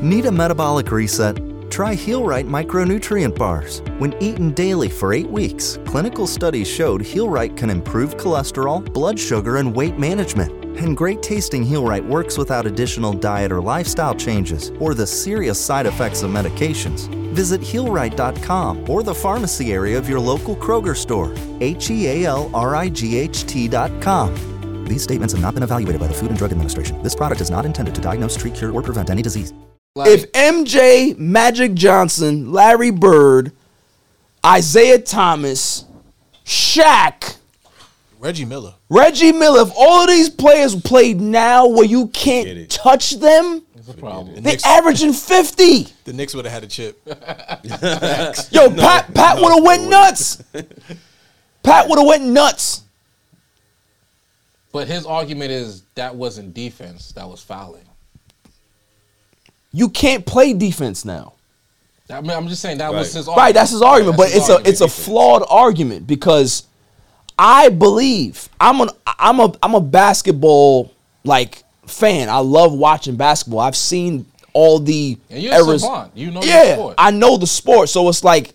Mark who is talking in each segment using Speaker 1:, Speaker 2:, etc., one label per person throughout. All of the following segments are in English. Speaker 1: Need a metabolic reset? Try HealRight micronutrient bars. When eaten daily for eight weeks, clinical studies showed HealRight can improve cholesterol, blood sugar, and weight management. And great tasting HealRight works without additional diet or lifestyle changes or the serious side effects of medications. Visit HealRight.com or the pharmacy area of your local Kroger store. H E A L R I G H T.com. These statements have not been evaluated by the Food and Drug Administration. This product is not intended to diagnose, treat, cure, or prevent any disease.
Speaker 2: If MJ, Magic Johnson, Larry Bird, Isaiah Thomas, Shaq,
Speaker 3: Reggie Miller.
Speaker 2: Reggie Miller, if all of these players played now where you can't touch them,
Speaker 3: The
Speaker 2: they
Speaker 3: Knicks,
Speaker 2: averaging 50.
Speaker 3: the Knicks would have had a chip.
Speaker 2: Yo, Pat Pat would have went nuts. Pat would have went nuts.
Speaker 4: But his argument is that wasn't defense, that was fouling.
Speaker 2: You can't play defense now.
Speaker 4: I mean, I'm just saying that was
Speaker 5: Right.
Speaker 4: his
Speaker 2: Right, that's his argument,
Speaker 4: That's
Speaker 2: but
Speaker 4: his
Speaker 2: it's a
Speaker 4: argument.
Speaker 2: it's a flawed argument because I believe I'm an I'm a I'm a basketball like fan. I love watching basketball. I've seen all the
Speaker 4: And you're a savant. You know your
Speaker 2: yeah,
Speaker 4: sport.
Speaker 2: I know the sport, so it's like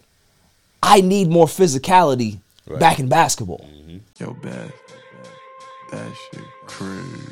Speaker 2: I need more physicality back in basketball.
Speaker 6: Yo, Beth, that shit crazy.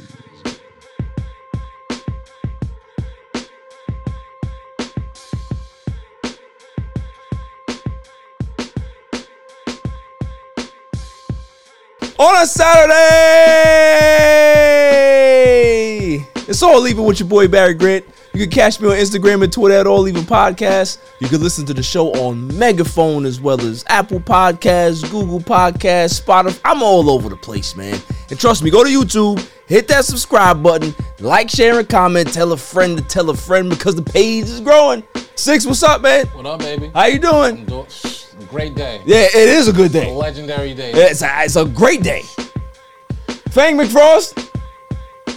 Speaker 2: on a Saturday. It's all leaving with your boy Barry Grant. You can catch me on Instagram and Twitter at All Leaving Podcast. You can listen to the show on Megaphone as well as Apple Podcasts, Google Podcasts, Spotify. I'm all over the place, man. And trust me, go to YouTube, hit that subscribe button, like, share, and comment. Tell a friend to tell a friend because the page is growing. Six, what's up, man?
Speaker 4: What up, baby?
Speaker 2: How you doing?
Speaker 4: Do- Great day.
Speaker 2: Yeah, it is a good
Speaker 4: A
Speaker 2: day.
Speaker 4: legendary day.
Speaker 2: It's a, it's a great day. Fang McFrost,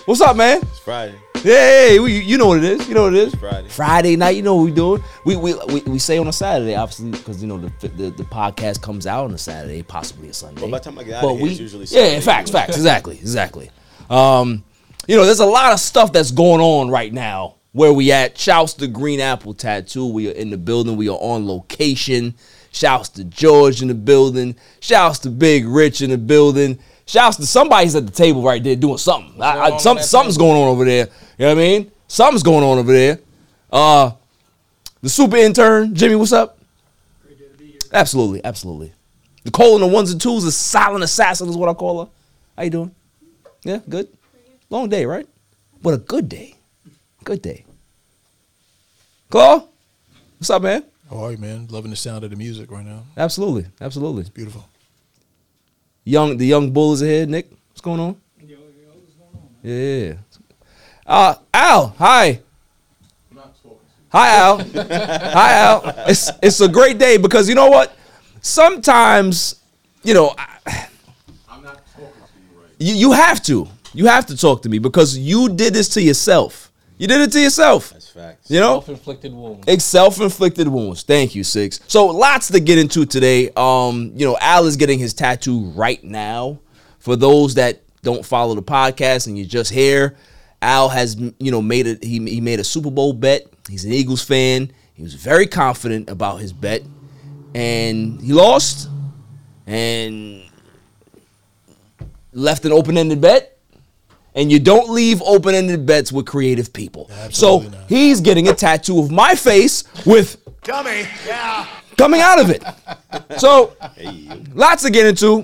Speaker 2: what's up, man?
Speaker 5: It's Friday.
Speaker 2: Hey, we, you know what it is. You know what it is.
Speaker 5: Friday.
Speaker 2: Friday night. You know what we doing. We we, we, we say on a Saturday, obviously, because you know the, the the podcast comes out on a Saturday, possibly a Sunday.
Speaker 5: Well, by the time I get out
Speaker 2: But
Speaker 5: of here,
Speaker 2: we-
Speaker 5: it's usually
Speaker 2: yeah,
Speaker 5: Sunday
Speaker 2: facts,
Speaker 5: anyway.
Speaker 2: facts, exactly, exactly. Um, you know, there's a lot of stuff that's going on right now. Where we at? Shouts to Green Apple Tattoo. We are in the building. We are on location. Shouts to George in the building. Shouts to Big Rich in the building. Shouts to somebody's at the table right there doing something. I- I-
Speaker 4: going on
Speaker 2: some,
Speaker 4: at that
Speaker 2: something's
Speaker 4: table?
Speaker 2: going on over there. You know what I mean? Something's going on over there. Uh, the super intern, Jimmy, what's up? Absolutely, absolutely. The Cole and the ones and twos, a silent assassin is what I call her. How you doing? Yeah, good. Long day, right? But a good day. Good day. Claw, what's up, man?
Speaker 3: How are you, man? Loving the sound of the music right now.
Speaker 2: Absolutely, absolutely.
Speaker 3: Beautiful.
Speaker 2: Young, the young bull is ahead. Nick, what's going on? Yeah. Uh, Al, hi. Hi, Al. hi, Al. It's it's a great day because you know what? Sometimes, you know, I, you, you have to. You have to talk to me because you did this to yourself. You did it to yourself.
Speaker 5: It's facts.
Speaker 2: You know?
Speaker 4: Self-inflicted wound.
Speaker 2: It's self-inflicted wounds. Thank you, Six. So lots to get into today. Um, you know, Al is getting his tattoo right now. For those that don't follow the podcast and you're just here, Al has you know made it. He, he made a Super Bowl bet. He's an Eagles fan. He was very confident about his bet, and he lost, and left an open-ended bet. And you don't leave open-ended bets with creative people. so
Speaker 3: Absolutely not.
Speaker 2: he's getting a tattoo of my face with
Speaker 7: Dummy. Yeah.
Speaker 2: coming out of it. So, lots to get into.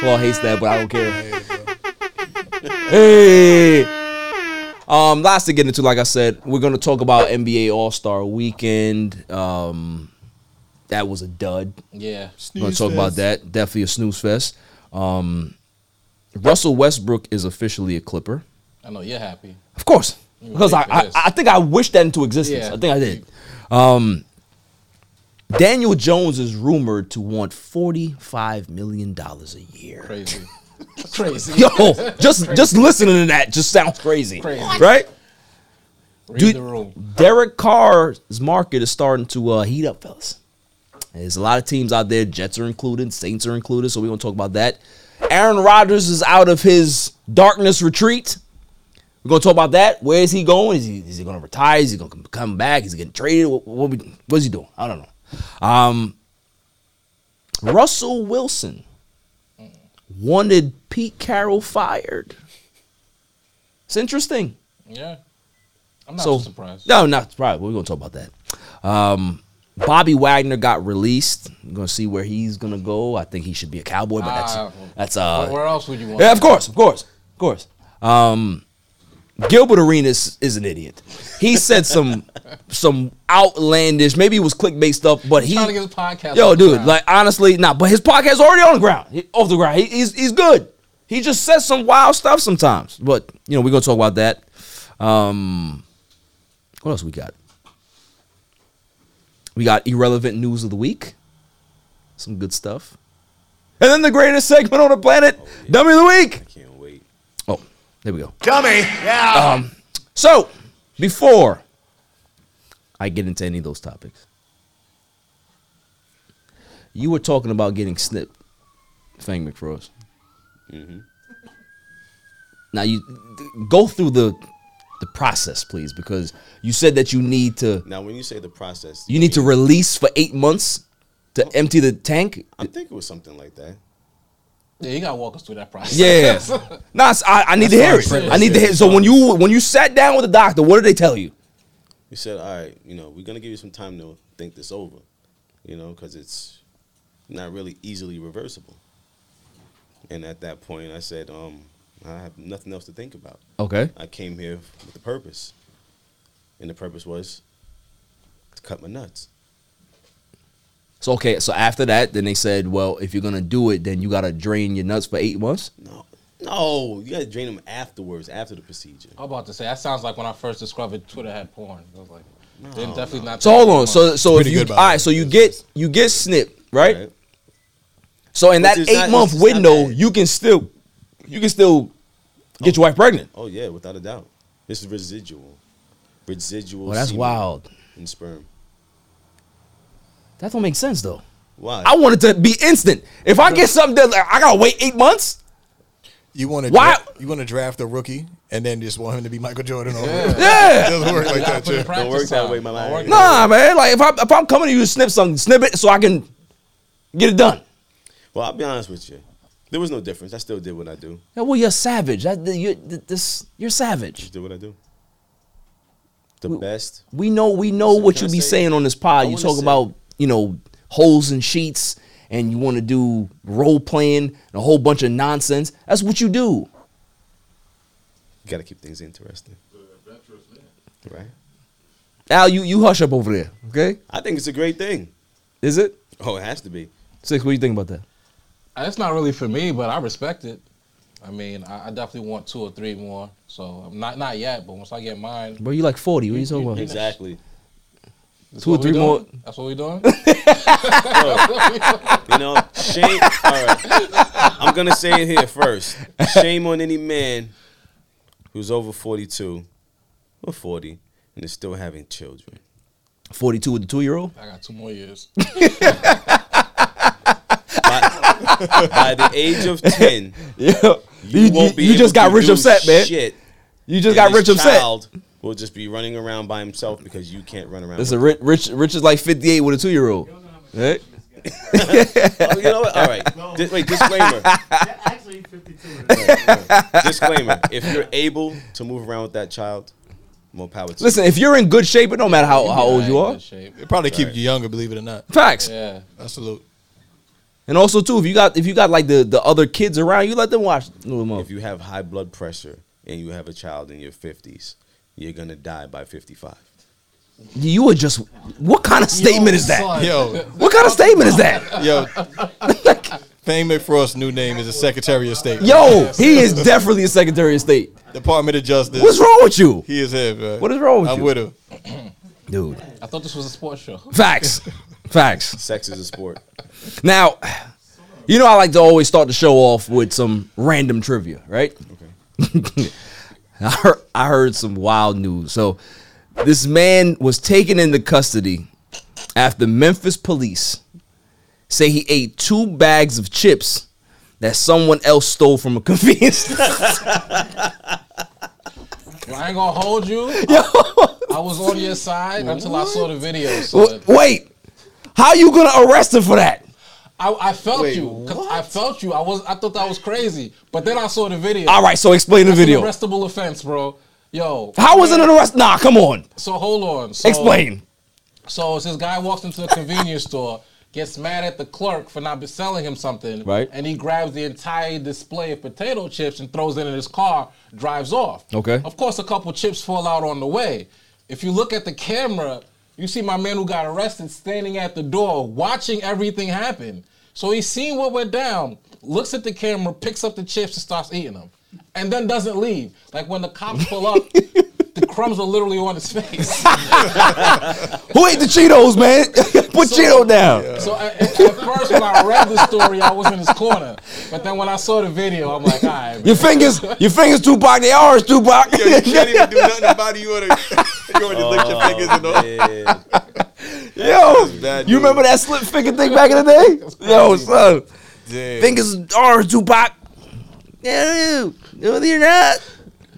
Speaker 2: Claw hates that, but I don't care. Hey. Um, lots to get into. Like I said, we're gonna talk about NBA All Star Weekend. Um, that was a dud.
Speaker 4: Yeah.
Speaker 2: We're gonna talk about that. Definitely a snooze fest. Um, Russell Westbrook is officially a Clipper.
Speaker 4: I know you're happy.
Speaker 2: Of course, because I, I,
Speaker 4: ridiculous.
Speaker 2: I think I wished that into existence.
Speaker 4: Yeah.
Speaker 2: I think I did. Um, Daniel Jones is rumored to want forty-five million dollars a year.
Speaker 4: Crazy. Crazy.
Speaker 2: Yo, just just listening to that just sounds crazy,
Speaker 4: Crazy.
Speaker 2: right?
Speaker 4: Read
Speaker 2: Dude.
Speaker 4: the room.
Speaker 2: Derek Carr's market is starting to uh, heat up, fellas. There's a lot of teams out there. Jets are included. Saints are included. So we won't talk about that. Aaron Rodgers is out of his darkness retreat. We're gonna talk about that. Where is he going? Is he is he gonna retire? Is he gonna come- come back? Is he getting traded? What, what we, what's he doing? I don't know. Um, Russell Wilson wanted Pete Carroll fired. It's interesting.
Speaker 4: Yeah. I'm not
Speaker 2: So-
Speaker 4: surprised.
Speaker 2: No, not probably. We're gonna talk about that. Um, Bobby Wagner got released. I'm gonna see where he's gonna go. I think he should be a cowboy, but that's
Speaker 4: Ah,
Speaker 2: that's
Speaker 4: Where-
Speaker 2: uh
Speaker 4: Where else would you want?
Speaker 2: yeah, of course, of course, of course. Um, Gilbert Arenas is an idiot. He said some some outlandish. Maybe it was clickbait stuff, but he
Speaker 4: Trying to get his podcast.
Speaker 2: Yo,
Speaker 4: off the
Speaker 2: dude,
Speaker 4: ground.
Speaker 2: like honestly, nah. But his podcast already on the ground, He- off the ground. He, he's he's good. He just says some wild stuff sometimes. But you know, we're gonna talk about that. Um, what else we got? We got irrelevant news of the week. Some good stuff. And then the greatest segment on the planet,
Speaker 4: Oh,
Speaker 2: Dummy of the Week.
Speaker 5: Can't wait.
Speaker 2: Oh, there we go. Um,
Speaker 7: Dummy! Yeah!
Speaker 2: So, before I get into any of those topics, you were talking about getting snipped, Fang McFrost. Mm-hmm. Now you th- go through the the process, please, because you said that you need to
Speaker 5: Now, when you say the process,
Speaker 2: you need to
Speaker 5: mean-
Speaker 2: release for eight months to empty the tank.
Speaker 5: I think it was something like that.
Speaker 4: yeah, you gotta walk us through that process.
Speaker 2: Yeah, no, it's- I, I need to hear it. I need to hear. So when you when you sat down with the doctor, what did they tell you?
Speaker 5: We said, all right, you know, we're gonna give you some time to think this over, you know, because it's not really easily reversible. And at that point, I said, um, I have nothing else to think about.
Speaker 2: Okay.
Speaker 5: I came here with a purpose, and the purpose was to cut my nuts.
Speaker 2: So okay, so after that, then they said, well, if you're gonna do it, then you gotta drain your nuts for eight months.
Speaker 5: No, no, you gotta drain them afterwards, after the procedure.
Speaker 4: I'm about to say that sounds like when I first discovered Twitter had porn. I was like, they're definitely not.
Speaker 2: So hold on, so so if
Speaker 3: Pretty
Speaker 2: you
Speaker 3: good, by
Speaker 2: all
Speaker 3: the way.
Speaker 2: right, so you get you get snipped, right?
Speaker 5: Right?
Speaker 2: So in
Speaker 5: Which
Speaker 2: that
Speaker 5: is
Speaker 2: eight
Speaker 5: not-
Speaker 2: month
Speaker 5: it's not
Speaker 2: window,
Speaker 5: bad.
Speaker 2: you can still you can still get your wife pregnant.
Speaker 5: Oh yeah, without a doubt. This is residual, residual.
Speaker 2: Well, that's
Speaker 5: semen
Speaker 2: wild.
Speaker 5: And sperm.
Speaker 2: That don't make sense though.
Speaker 5: Why?
Speaker 2: I want it to be instant. If I get something, that, like, I gotta wait eight months.
Speaker 3: You want to
Speaker 2: Why-
Speaker 3: you want to draft a rookie and then just want him to be Michael Jordan. Over.
Speaker 2: Yeah.
Speaker 3: It doesn't work like that, too.
Speaker 5: Don't work that way, my man.
Speaker 2: Nah, man. Like if I if I'm coming to you to snip something, snip it so I can get it done.
Speaker 5: Well, I'll be honest with you. There was no difference. I still did what I do.
Speaker 2: Yeah, well, you're savage. That, you, this, you're savage.
Speaker 5: Just did what I do. The best.
Speaker 2: we know we know
Speaker 5: So
Speaker 2: what
Speaker 5: can
Speaker 2: you
Speaker 5: I
Speaker 2: be
Speaker 5: say-
Speaker 2: saying on this
Speaker 5: I
Speaker 2: pod. You
Speaker 5: wanna
Speaker 2: talk
Speaker 5: say-
Speaker 2: about you know holes and sheets, and you want to do role playing and a whole bunch of nonsense. That's what you do.
Speaker 5: You got to keep things interesting. Right?
Speaker 2: Al, you you hush up over there. Okay,
Speaker 5: I think it's a great thing.
Speaker 2: is it
Speaker 5: Oh, it has to be.
Speaker 2: six? What do you think about that?
Speaker 4: It's not really for me, but I respect it. I mean, I, I definitely want two or three more. So I'm not not yet, but once I get mine,
Speaker 2: Bro, you like forty? What are you talking about?
Speaker 5: Exactly.
Speaker 4: that's
Speaker 2: Two or
Speaker 4: what we
Speaker 2: three
Speaker 4: doing.
Speaker 2: more-
Speaker 4: That's what we're doing.
Speaker 5: You know, shame. All right. I'm going to say it here first. Shame on any man who's over 42 or 40 and is still having children.
Speaker 2: Forty-two with the two-year-old.
Speaker 4: I got two more years.
Speaker 5: By, by the age of 10,
Speaker 2: Yeah,
Speaker 5: you,
Speaker 2: you, you-
Speaker 5: won't be
Speaker 2: you just
Speaker 5: able
Speaker 2: got
Speaker 5: to
Speaker 2: rich
Speaker 5: do
Speaker 2: upset, man.
Speaker 5: Shit.
Speaker 2: You just
Speaker 5: And
Speaker 2: got rich
Speaker 5: his
Speaker 2: upset.
Speaker 5: child will just be running around by himself because you can't run around.
Speaker 2: That's
Speaker 5: with
Speaker 2: a rich, rich, rich is like fifty-eight with a two-year-old. Right?
Speaker 5: Oh, you know what? All right. Di- wait, disclaimer.
Speaker 8: Actually, 52.
Speaker 5: disclaimer. If you're able to move around with that child, more power to you.
Speaker 2: Listen, if you're in good shape, it don't matter how, how old you
Speaker 4: I ain't
Speaker 2: are.
Speaker 4: in good shape.
Speaker 3: It probably keeps you younger, believe it or not.
Speaker 2: Facts.
Speaker 4: Yeah.
Speaker 3: Absolute.
Speaker 2: And also too, if you got if you got like the the other kids around, you let them watch Little Mo.
Speaker 5: If you have high blood pressure and you have a child in your 50s, you're going to die by 55.
Speaker 2: You were just what kind of statement is that?
Speaker 4: Son,
Speaker 3: Yo,
Speaker 2: What kind of statement is that?
Speaker 3: yo, Payne McFrost's new name is the Secretary of State.
Speaker 2: Yo, he is definitely a Secretary of State.
Speaker 3: Department of Justice.
Speaker 2: What's wrong with you,
Speaker 3: He is him, man.
Speaker 2: What is wrong with
Speaker 3: I'm
Speaker 2: you?
Speaker 3: with him.
Speaker 2: dude?
Speaker 4: I thought this was a sports show.
Speaker 2: Facts, facts.
Speaker 5: Sex is a sport.
Speaker 2: Now, you know I like to always start the show off with some random trivia, right? I, heard, I heard some wild news. So, this man was taken into custody after Memphis police say he ate two bags of chips that someone else stole from a convenience store.
Speaker 4: Well, I ain't gonna hold you. I was on your side until I saw the video. son.
Speaker 2: Wait, how you gonna arrest him for that?
Speaker 4: I, I felt you. 'cause I felt you. I was. I thought that was crazy, but then I saw the video.
Speaker 2: All right, so explain the
Speaker 4: That's
Speaker 2: video.
Speaker 4: An arrestable offense, bro. Yo,
Speaker 2: How was it an arrest? Nah, come on,
Speaker 4: so hold on. So,
Speaker 2: explain.
Speaker 4: So it's this guy walks into a convenience store, gets mad at the clerk for not be- selling him something,
Speaker 2: Right.
Speaker 4: And he grabs the entire display of potato chips and throws it in his car, drives off.
Speaker 2: Okay.
Speaker 4: Of course, a couple chips fall out on the way. If you look at the camera, you see my man who got arrested standing at the door, watching everything happen. So he's seen what went down, looks at the camera, picks up the chips and starts eating them, and then doesn't leave. Like when the cops pull up. The crumbs are literally on his face.
Speaker 2: Who ate the Cheetos, man? Put
Speaker 4: So-
Speaker 2: Cheeto down.
Speaker 4: So at, at at first, when I read the story, I was in his corner. But then when I saw the video, I'm like, all right, man.
Speaker 2: Your fingers, your fingers, Tupac. They ours, Tupac.
Speaker 3: Yo, you can't even do nothing about it. You want to you wanna lick
Speaker 2: Oh,
Speaker 3: your fingers and all.
Speaker 5: Yeah.
Speaker 2: Yo,
Speaker 3: bad, dude.
Speaker 2: you remember that slip finger thing back in the day? Yo, son,
Speaker 3: Damn.
Speaker 2: fingers ours, Tupac. No, no, they're not.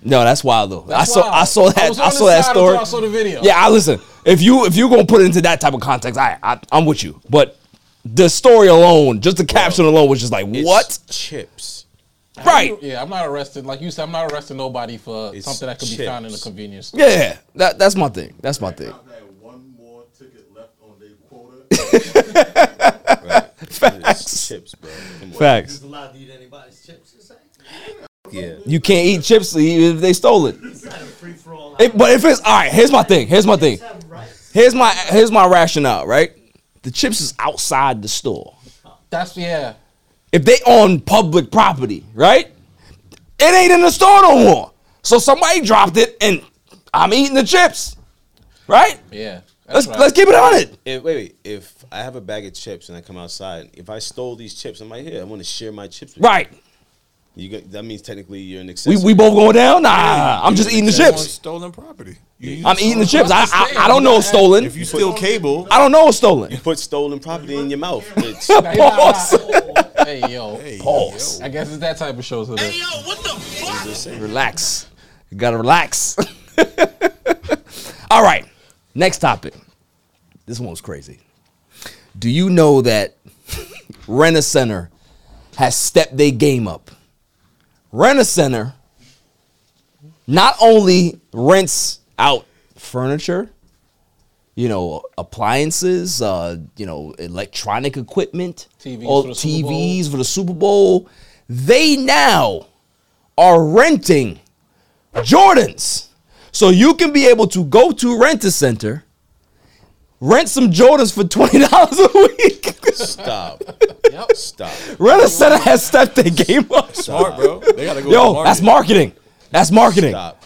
Speaker 2: No, that's wild though.
Speaker 4: That's
Speaker 2: I saw,
Speaker 4: wild.
Speaker 2: I saw that,
Speaker 4: was
Speaker 2: I,
Speaker 4: on his
Speaker 2: saw that
Speaker 4: side until
Speaker 2: story.
Speaker 4: I saw the video.
Speaker 2: Yeah, I listen. If you if you gonna put it into that type of context, I, I I'm with you. But the story alone, just the caption alone, was just like
Speaker 5: It's
Speaker 2: what?
Speaker 5: Chips.
Speaker 2: Right?
Speaker 4: Yeah, I'm not arresting. Like you said, I'm not arresting nobody for
Speaker 5: It's
Speaker 4: something that could be found in a
Speaker 5: chips.
Speaker 4: convenience store.
Speaker 2: Yeah, that that's my thing. That's my thing.
Speaker 8: I've had one more ticket left on their quota.
Speaker 5: Facts. Chips, bro. Come on.
Speaker 2: Facts.
Speaker 8: It's allowed to eat anybody's chips. It's like,
Speaker 5: Yeah.
Speaker 2: You can't eat chips if they stole it.
Speaker 8: it's not a free for all.
Speaker 2: If- but if it's all right, here's my thing. Here's my thing.
Speaker 8: have rights.
Speaker 2: Here's my here's my rationale. Right, the chips is outside the store.
Speaker 4: That's yeah.
Speaker 2: If they on public property, right, it ain't in the store no more. So somebody dropped it, and I'm eating the chips. Right?
Speaker 4: Yeah. That's
Speaker 2: Let's
Speaker 4: right.
Speaker 2: let's keep it on it.
Speaker 5: If, wait, wait. If I have a bag of chips and I come outside, if I stole these chips, I'm like, here, I want to share my chips. With
Speaker 2: Right.
Speaker 5: You. You got, that means technically you're an
Speaker 2: We
Speaker 5: accessory.
Speaker 2: we both going down. Nah, I'm just eating the
Speaker 3: That's on
Speaker 2: chips.
Speaker 3: Stolen property. You- you
Speaker 2: I'm
Speaker 3: stole-
Speaker 2: eating the chips. I I, I don't know it's
Speaker 3: If you
Speaker 2: stolen.
Speaker 3: steal cable,
Speaker 2: I don't know it's stolen.
Speaker 5: put stolen property in your mouth. It's,
Speaker 4: Hey, nah, nah. hey yo.
Speaker 2: Pause.
Speaker 4: I guess it's that type of show today.
Speaker 2: Relax. You gotta relax. All right. Next topic. This one was crazy. Do you know that Rent a Center has stepped their game up? Rent a Center not only rents out furniture, you know, appliances, uh, you know, electronic equipment,
Speaker 4: TVs
Speaker 2: all-
Speaker 4: for the Super Bowl.
Speaker 2: TVs for the Super Bowl. They now are renting Jordans. So you can be able to go to Rent a Center, rent some Jordans for $20 a week.
Speaker 5: stop.
Speaker 4: Yep.
Speaker 5: Stop.
Speaker 2: rent a Center has stepped their game up.
Speaker 3: smart, bro. They gotta go.
Speaker 2: Yo,
Speaker 3: to
Speaker 2: that's
Speaker 3: market.
Speaker 2: marketing. That's marketing.
Speaker 5: Stop.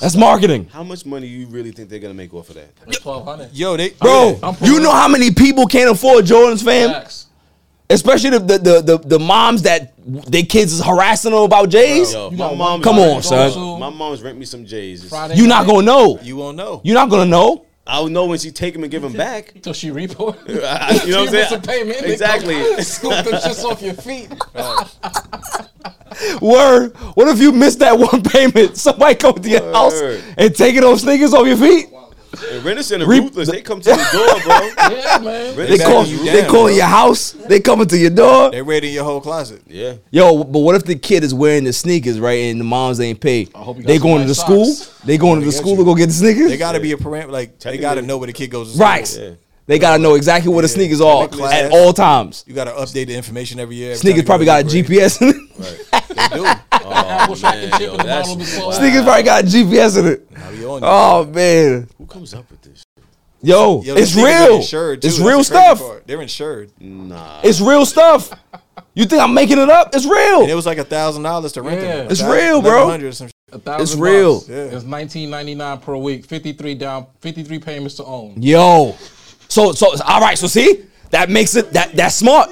Speaker 2: That's marketing.
Speaker 5: How much money you really think they're gonna make off of that?
Speaker 4: Twelve hundred.
Speaker 3: Yo, they
Speaker 2: Bro,
Speaker 4: I'm pulling
Speaker 2: you know how many people can't afford Jordans, fam?
Speaker 4: Facts.
Speaker 2: Especially the, the, the, the, the moms that their kids is harassing them about J's.
Speaker 5: Yo,
Speaker 4: You
Speaker 5: my
Speaker 4: got
Speaker 5: mom's
Speaker 2: Come on,
Speaker 5: already
Speaker 2: son.
Speaker 5: gone. My mom's rent me some J's. It's-
Speaker 4: Friday
Speaker 2: You're not
Speaker 4: night
Speaker 2: going to know.
Speaker 3: you won't know.
Speaker 2: You're not going to know.
Speaker 5: I'll know when she take them and give them back.
Speaker 4: till she repo.
Speaker 5: I- you know what I'm saying?
Speaker 4: Some payment.
Speaker 5: Exactly.
Speaker 4: Scoop them shits off your feet.
Speaker 2: Word. What if you miss that one payment? Somebody come to your house
Speaker 5: Word.
Speaker 2: and taking those sneakers off your feet?
Speaker 5: And Renner and ruthless. They come to the door, bro.
Speaker 4: Yeah, man.
Speaker 5: Rent
Speaker 2: They
Speaker 5: is
Speaker 2: call
Speaker 5: backing you
Speaker 2: they
Speaker 5: down,
Speaker 2: calling
Speaker 5: bro.
Speaker 2: your house. They coming to your door.
Speaker 3: They raiding your whole closet.
Speaker 5: Yeah.
Speaker 2: Yo, but what if the kid is wearing the sneakers, right? And the moms ain't paid.
Speaker 4: hope you got
Speaker 2: They
Speaker 4: some
Speaker 2: going to
Speaker 4: white
Speaker 2: the
Speaker 4: socks.
Speaker 2: school. They going to the
Speaker 3: got
Speaker 2: school
Speaker 3: you.
Speaker 2: to go get the sneakers.
Speaker 3: They gotta be a parent. Like they gotta know where the kid goes. To school.
Speaker 2: right.
Speaker 5: Yeah.
Speaker 2: They gotta know exactly where the sneakers are
Speaker 3: Technically, yes.
Speaker 2: at all times.
Speaker 3: You gotta update the information every year. Every
Speaker 2: Sneakers
Speaker 3: time
Speaker 2: probably
Speaker 3: you
Speaker 2: got a
Speaker 3: to grade.
Speaker 2: GPS in it.
Speaker 3: They do.
Speaker 4: Apple tracking
Speaker 5: man,
Speaker 4: chip
Speaker 5: yo,
Speaker 4: in the
Speaker 5: that's
Speaker 4: bottle of the soda.
Speaker 2: Sneakers probably got a GPS in it.
Speaker 3: Now we on you.
Speaker 2: Oh man,
Speaker 5: Who comes up with this?
Speaker 2: yo,
Speaker 3: Yo, the
Speaker 2: it's
Speaker 3: sneakers are
Speaker 2: real.
Speaker 3: insured, too.
Speaker 2: It's
Speaker 3: That's
Speaker 2: real
Speaker 3: the crazy
Speaker 2: stuff.
Speaker 3: part. They're insured.
Speaker 5: Nah.
Speaker 2: It's real stuff. You think I'm making it up? It's
Speaker 3: And it
Speaker 2: real.
Speaker 3: was like a thousand dollars to rent
Speaker 4: Yeah.
Speaker 3: them.
Speaker 2: It's real, bro.
Speaker 3: 1100 or some shit.
Speaker 4: A thousand
Speaker 2: It's real.
Speaker 4: bucks. It's nineteen ninety nine per week, fifty three down, fifty three payments to own.
Speaker 2: Yo. So so all right, so see? That makes it that that's smart.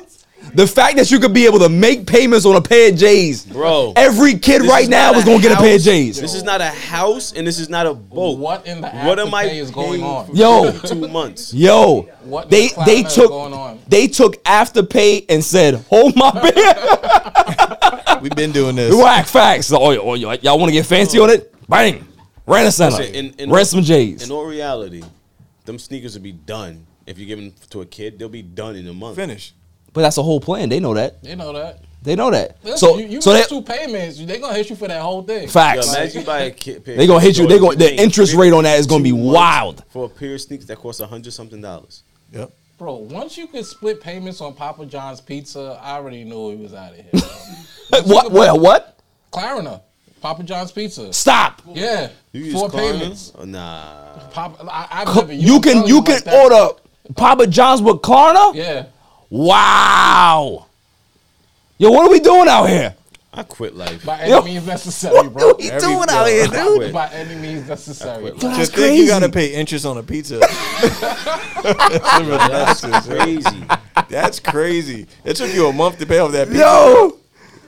Speaker 2: The fact that you could be able to make payments on a pair of J's.
Speaker 5: Bro.
Speaker 2: Every kid
Speaker 5: This
Speaker 2: right
Speaker 5: is
Speaker 2: now
Speaker 5: not
Speaker 2: is gonna get a pair of
Speaker 5: house.
Speaker 2: J's.
Speaker 5: This is not a house and this is not a boat.
Speaker 4: What in the afterpay is going
Speaker 5: paying
Speaker 4: on?
Speaker 5: for
Speaker 2: Yo.
Speaker 5: 52 months.
Speaker 2: Yo,
Speaker 4: What
Speaker 2: they
Speaker 4: the clown
Speaker 2: they
Speaker 4: is
Speaker 2: took
Speaker 4: going on?
Speaker 2: they took afterpay and said, "Hold my beer."
Speaker 3: We've been doing this.
Speaker 2: Whack facts. So, oh, yo, oh, yo, y'all want to get fancy on it? Bang, rent a center,
Speaker 5: Listen, in- in-
Speaker 2: rent some J's.
Speaker 5: In all reality, them sneakers would be done. If you give them to a kid, they'll be done in a month.
Speaker 3: Finish.
Speaker 2: but that's the whole plan. They know that.
Speaker 4: They know that.
Speaker 2: They know that.
Speaker 4: Listen,
Speaker 2: so
Speaker 4: you, you
Speaker 2: so
Speaker 4: missed
Speaker 2: they,
Speaker 4: two payments. They gonna hit you for that whole thing.
Speaker 5: Yo,
Speaker 2: facts.
Speaker 5: imagine you buy a kid. pair
Speaker 2: They gonna hit you- they gonna- the
Speaker 5: Jordan
Speaker 2: interest rate on that is gonna be
Speaker 5: 52 months
Speaker 2: wild.
Speaker 5: For a pair of sneakers that cost a hundred something dollars.
Speaker 3: Yep.
Speaker 4: Bro, once you could split payments on Papa John's pizza, I already knew he was out of here.
Speaker 2: what? Well, what?
Speaker 4: Clarina, Papa John's pizza.
Speaker 2: Stop.
Speaker 4: Yeah,
Speaker 5: You use
Speaker 4: four
Speaker 5: Klarna?
Speaker 4: payments.
Speaker 5: Oh, Nah.
Speaker 4: Papa, I, I've
Speaker 2: C-
Speaker 4: never used
Speaker 2: You can
Speaker 4: Klarna
Speaker 2: you
Speaker 4: like
Speaker 2: can
Speaker 4: that.
Speaker 2: order Papa John's with Klarna.
Speaker 4: Yeah,
Speaker 2: Wow. Yo, what are we doing out here?
Speaker 5: I quit life.
Speaker 4: by any
Speaker 2: Yo,
Speaker 4: means necessary,
Speaker 2: What
Speaker 4: bro.
Speaker 2: are we doing out here, dude?
Speaker 5: I quit.
Speaker 4: By any means necessary.
Speaker 5: That's
Speaker 4: bro.
Speaker 2: That's
Speaker 3: Just think you gotta
Speaker 2: crazy.
Speaker 3: pay interest on a pizza.
Speaker 5: That's crazy.
Speaker 3: That's crazy. It took you a month to pay off that pizza.
Speaker 2: Yo.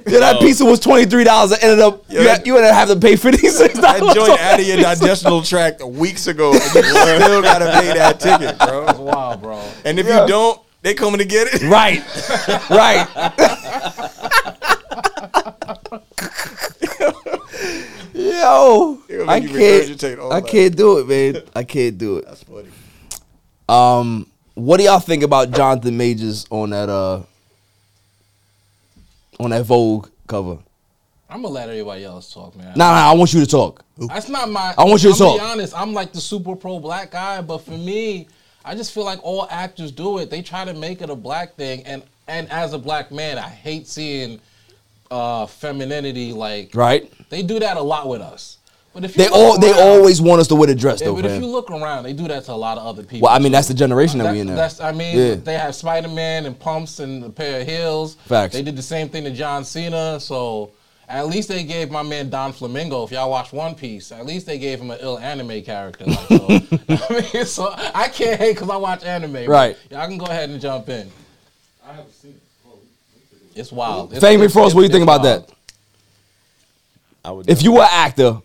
Speaker 2: Yeah, that pizza was twenty three dollars. It ended up
Speaker 3: Yo,
Speaker 2: you,
Speaker 3: that-
Speaker 2: had, you ended up having to pay fifty six
Speaker 3: That
Speaker 2: dollars.
Speaker 3: joint out of your digestional tract weeks ago, and you still gotta pay that ticket,
Speaker 4: That's
Speaker 3: bro.
Speaker 4: wild, bro.
Speaker 3: And if
Speaker 2: Yeah.
Speaker 3: you don't, they coming to get it.
Speaker 2: Right, right. Yo,
Speaker 3: It'll make
Speaker 2: I
Speaker 3: you
Speaker 2: can't.
Speaker 3: regurgitate all
Speaker 2: I
Speaker 3: that.
Speaker 2: can't do it, man. I can't do it.
Speaker 3: That's funny.
Speaker 2: Um, what do y'all think about Jonathan Majors on that uh on that Vogue cover?
Speaker 4: I'm gonna let everybody else talk, man.
Speaker 2: Nah, nah. I want you to talk.
Speaker 4: That's not my.
Speaker 2: I want you to
Speaker 4: I'm
Speaker 2: talk.
Speaker 4: Be honest. I'm like the super pro black guy, but for me, I just feel like all actors do it. They try to make it a black thing, and and as a black man, I hate seeing uh femininity like
Speaker 2: Right?
Speaker 4: They do that a lot with us. But if you
Speaker 2: They
Speaker 4: look
Speaker 2: all they
Speaker 4: around-
Speaker 2: always want us to wear the dress
Speaker 4: Yeah,
Speaker 2: though,
Speaker 4: but if you
Speaker 2: man.
Speaker 4: look around, they do that to a lot of other people.
Speaker 2: Well, I mean that's the generation that
Speaker 4: That-
Speaker 2: we in now.
Speaker 4: That's I mean,
Speaker 2: Yeah.
Speaker 4: they have Spider Man and pumps and a pair of heels.
Speaker 2: Facts.
Speaker 4: They did the same thing to John Cena, so at least they gave my man Don Flamingo. If y'all watch One Piece, at least they gave him an ill anime character. Like, so, I mean, so I can't hate because I watch anime. but
Speaker 2: Right.
Speaker 4: Y'all can go ahead and jump in.
Speaker 8: I haven't seen it. Oh,
Speaker 4: It's wild. It's-
Speaker 2: Fame
Speaker 4: it's-
Speaker 2: Frost, what do you
Speaker 4: it's-
Speaker 2: think
Speaker 4: it's
Speaker 2: about
Speaker 4: wild.
Speaker 2: that?
Speaker 5: I would
Speaker 2: if you were an actor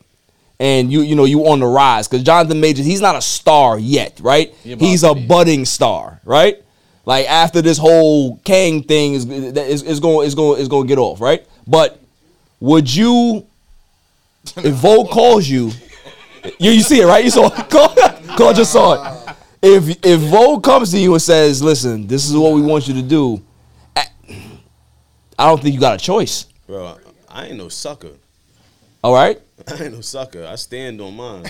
Speaker 2: and you you know you on the rise because jonathan majors he's not a star yet right
Speaker 4: He about
Speaker 2: he's
Speaker 4: to
Speaker 2: a
Speaker 4: be.
Speaker 2: budding star right like after this whole kang thing is is, is going is going is going to get off right but would you if vogue calls you you, you see it right you saw Cole, Cole just saw it if if vogue comes to you and says listen this is what we want you to do I- i don't think you got a choice
Speaker 5: bro, I ain't no sucker.
Speaker 2: all right
Speaker 5: I ain't no sucker. I stand on mine.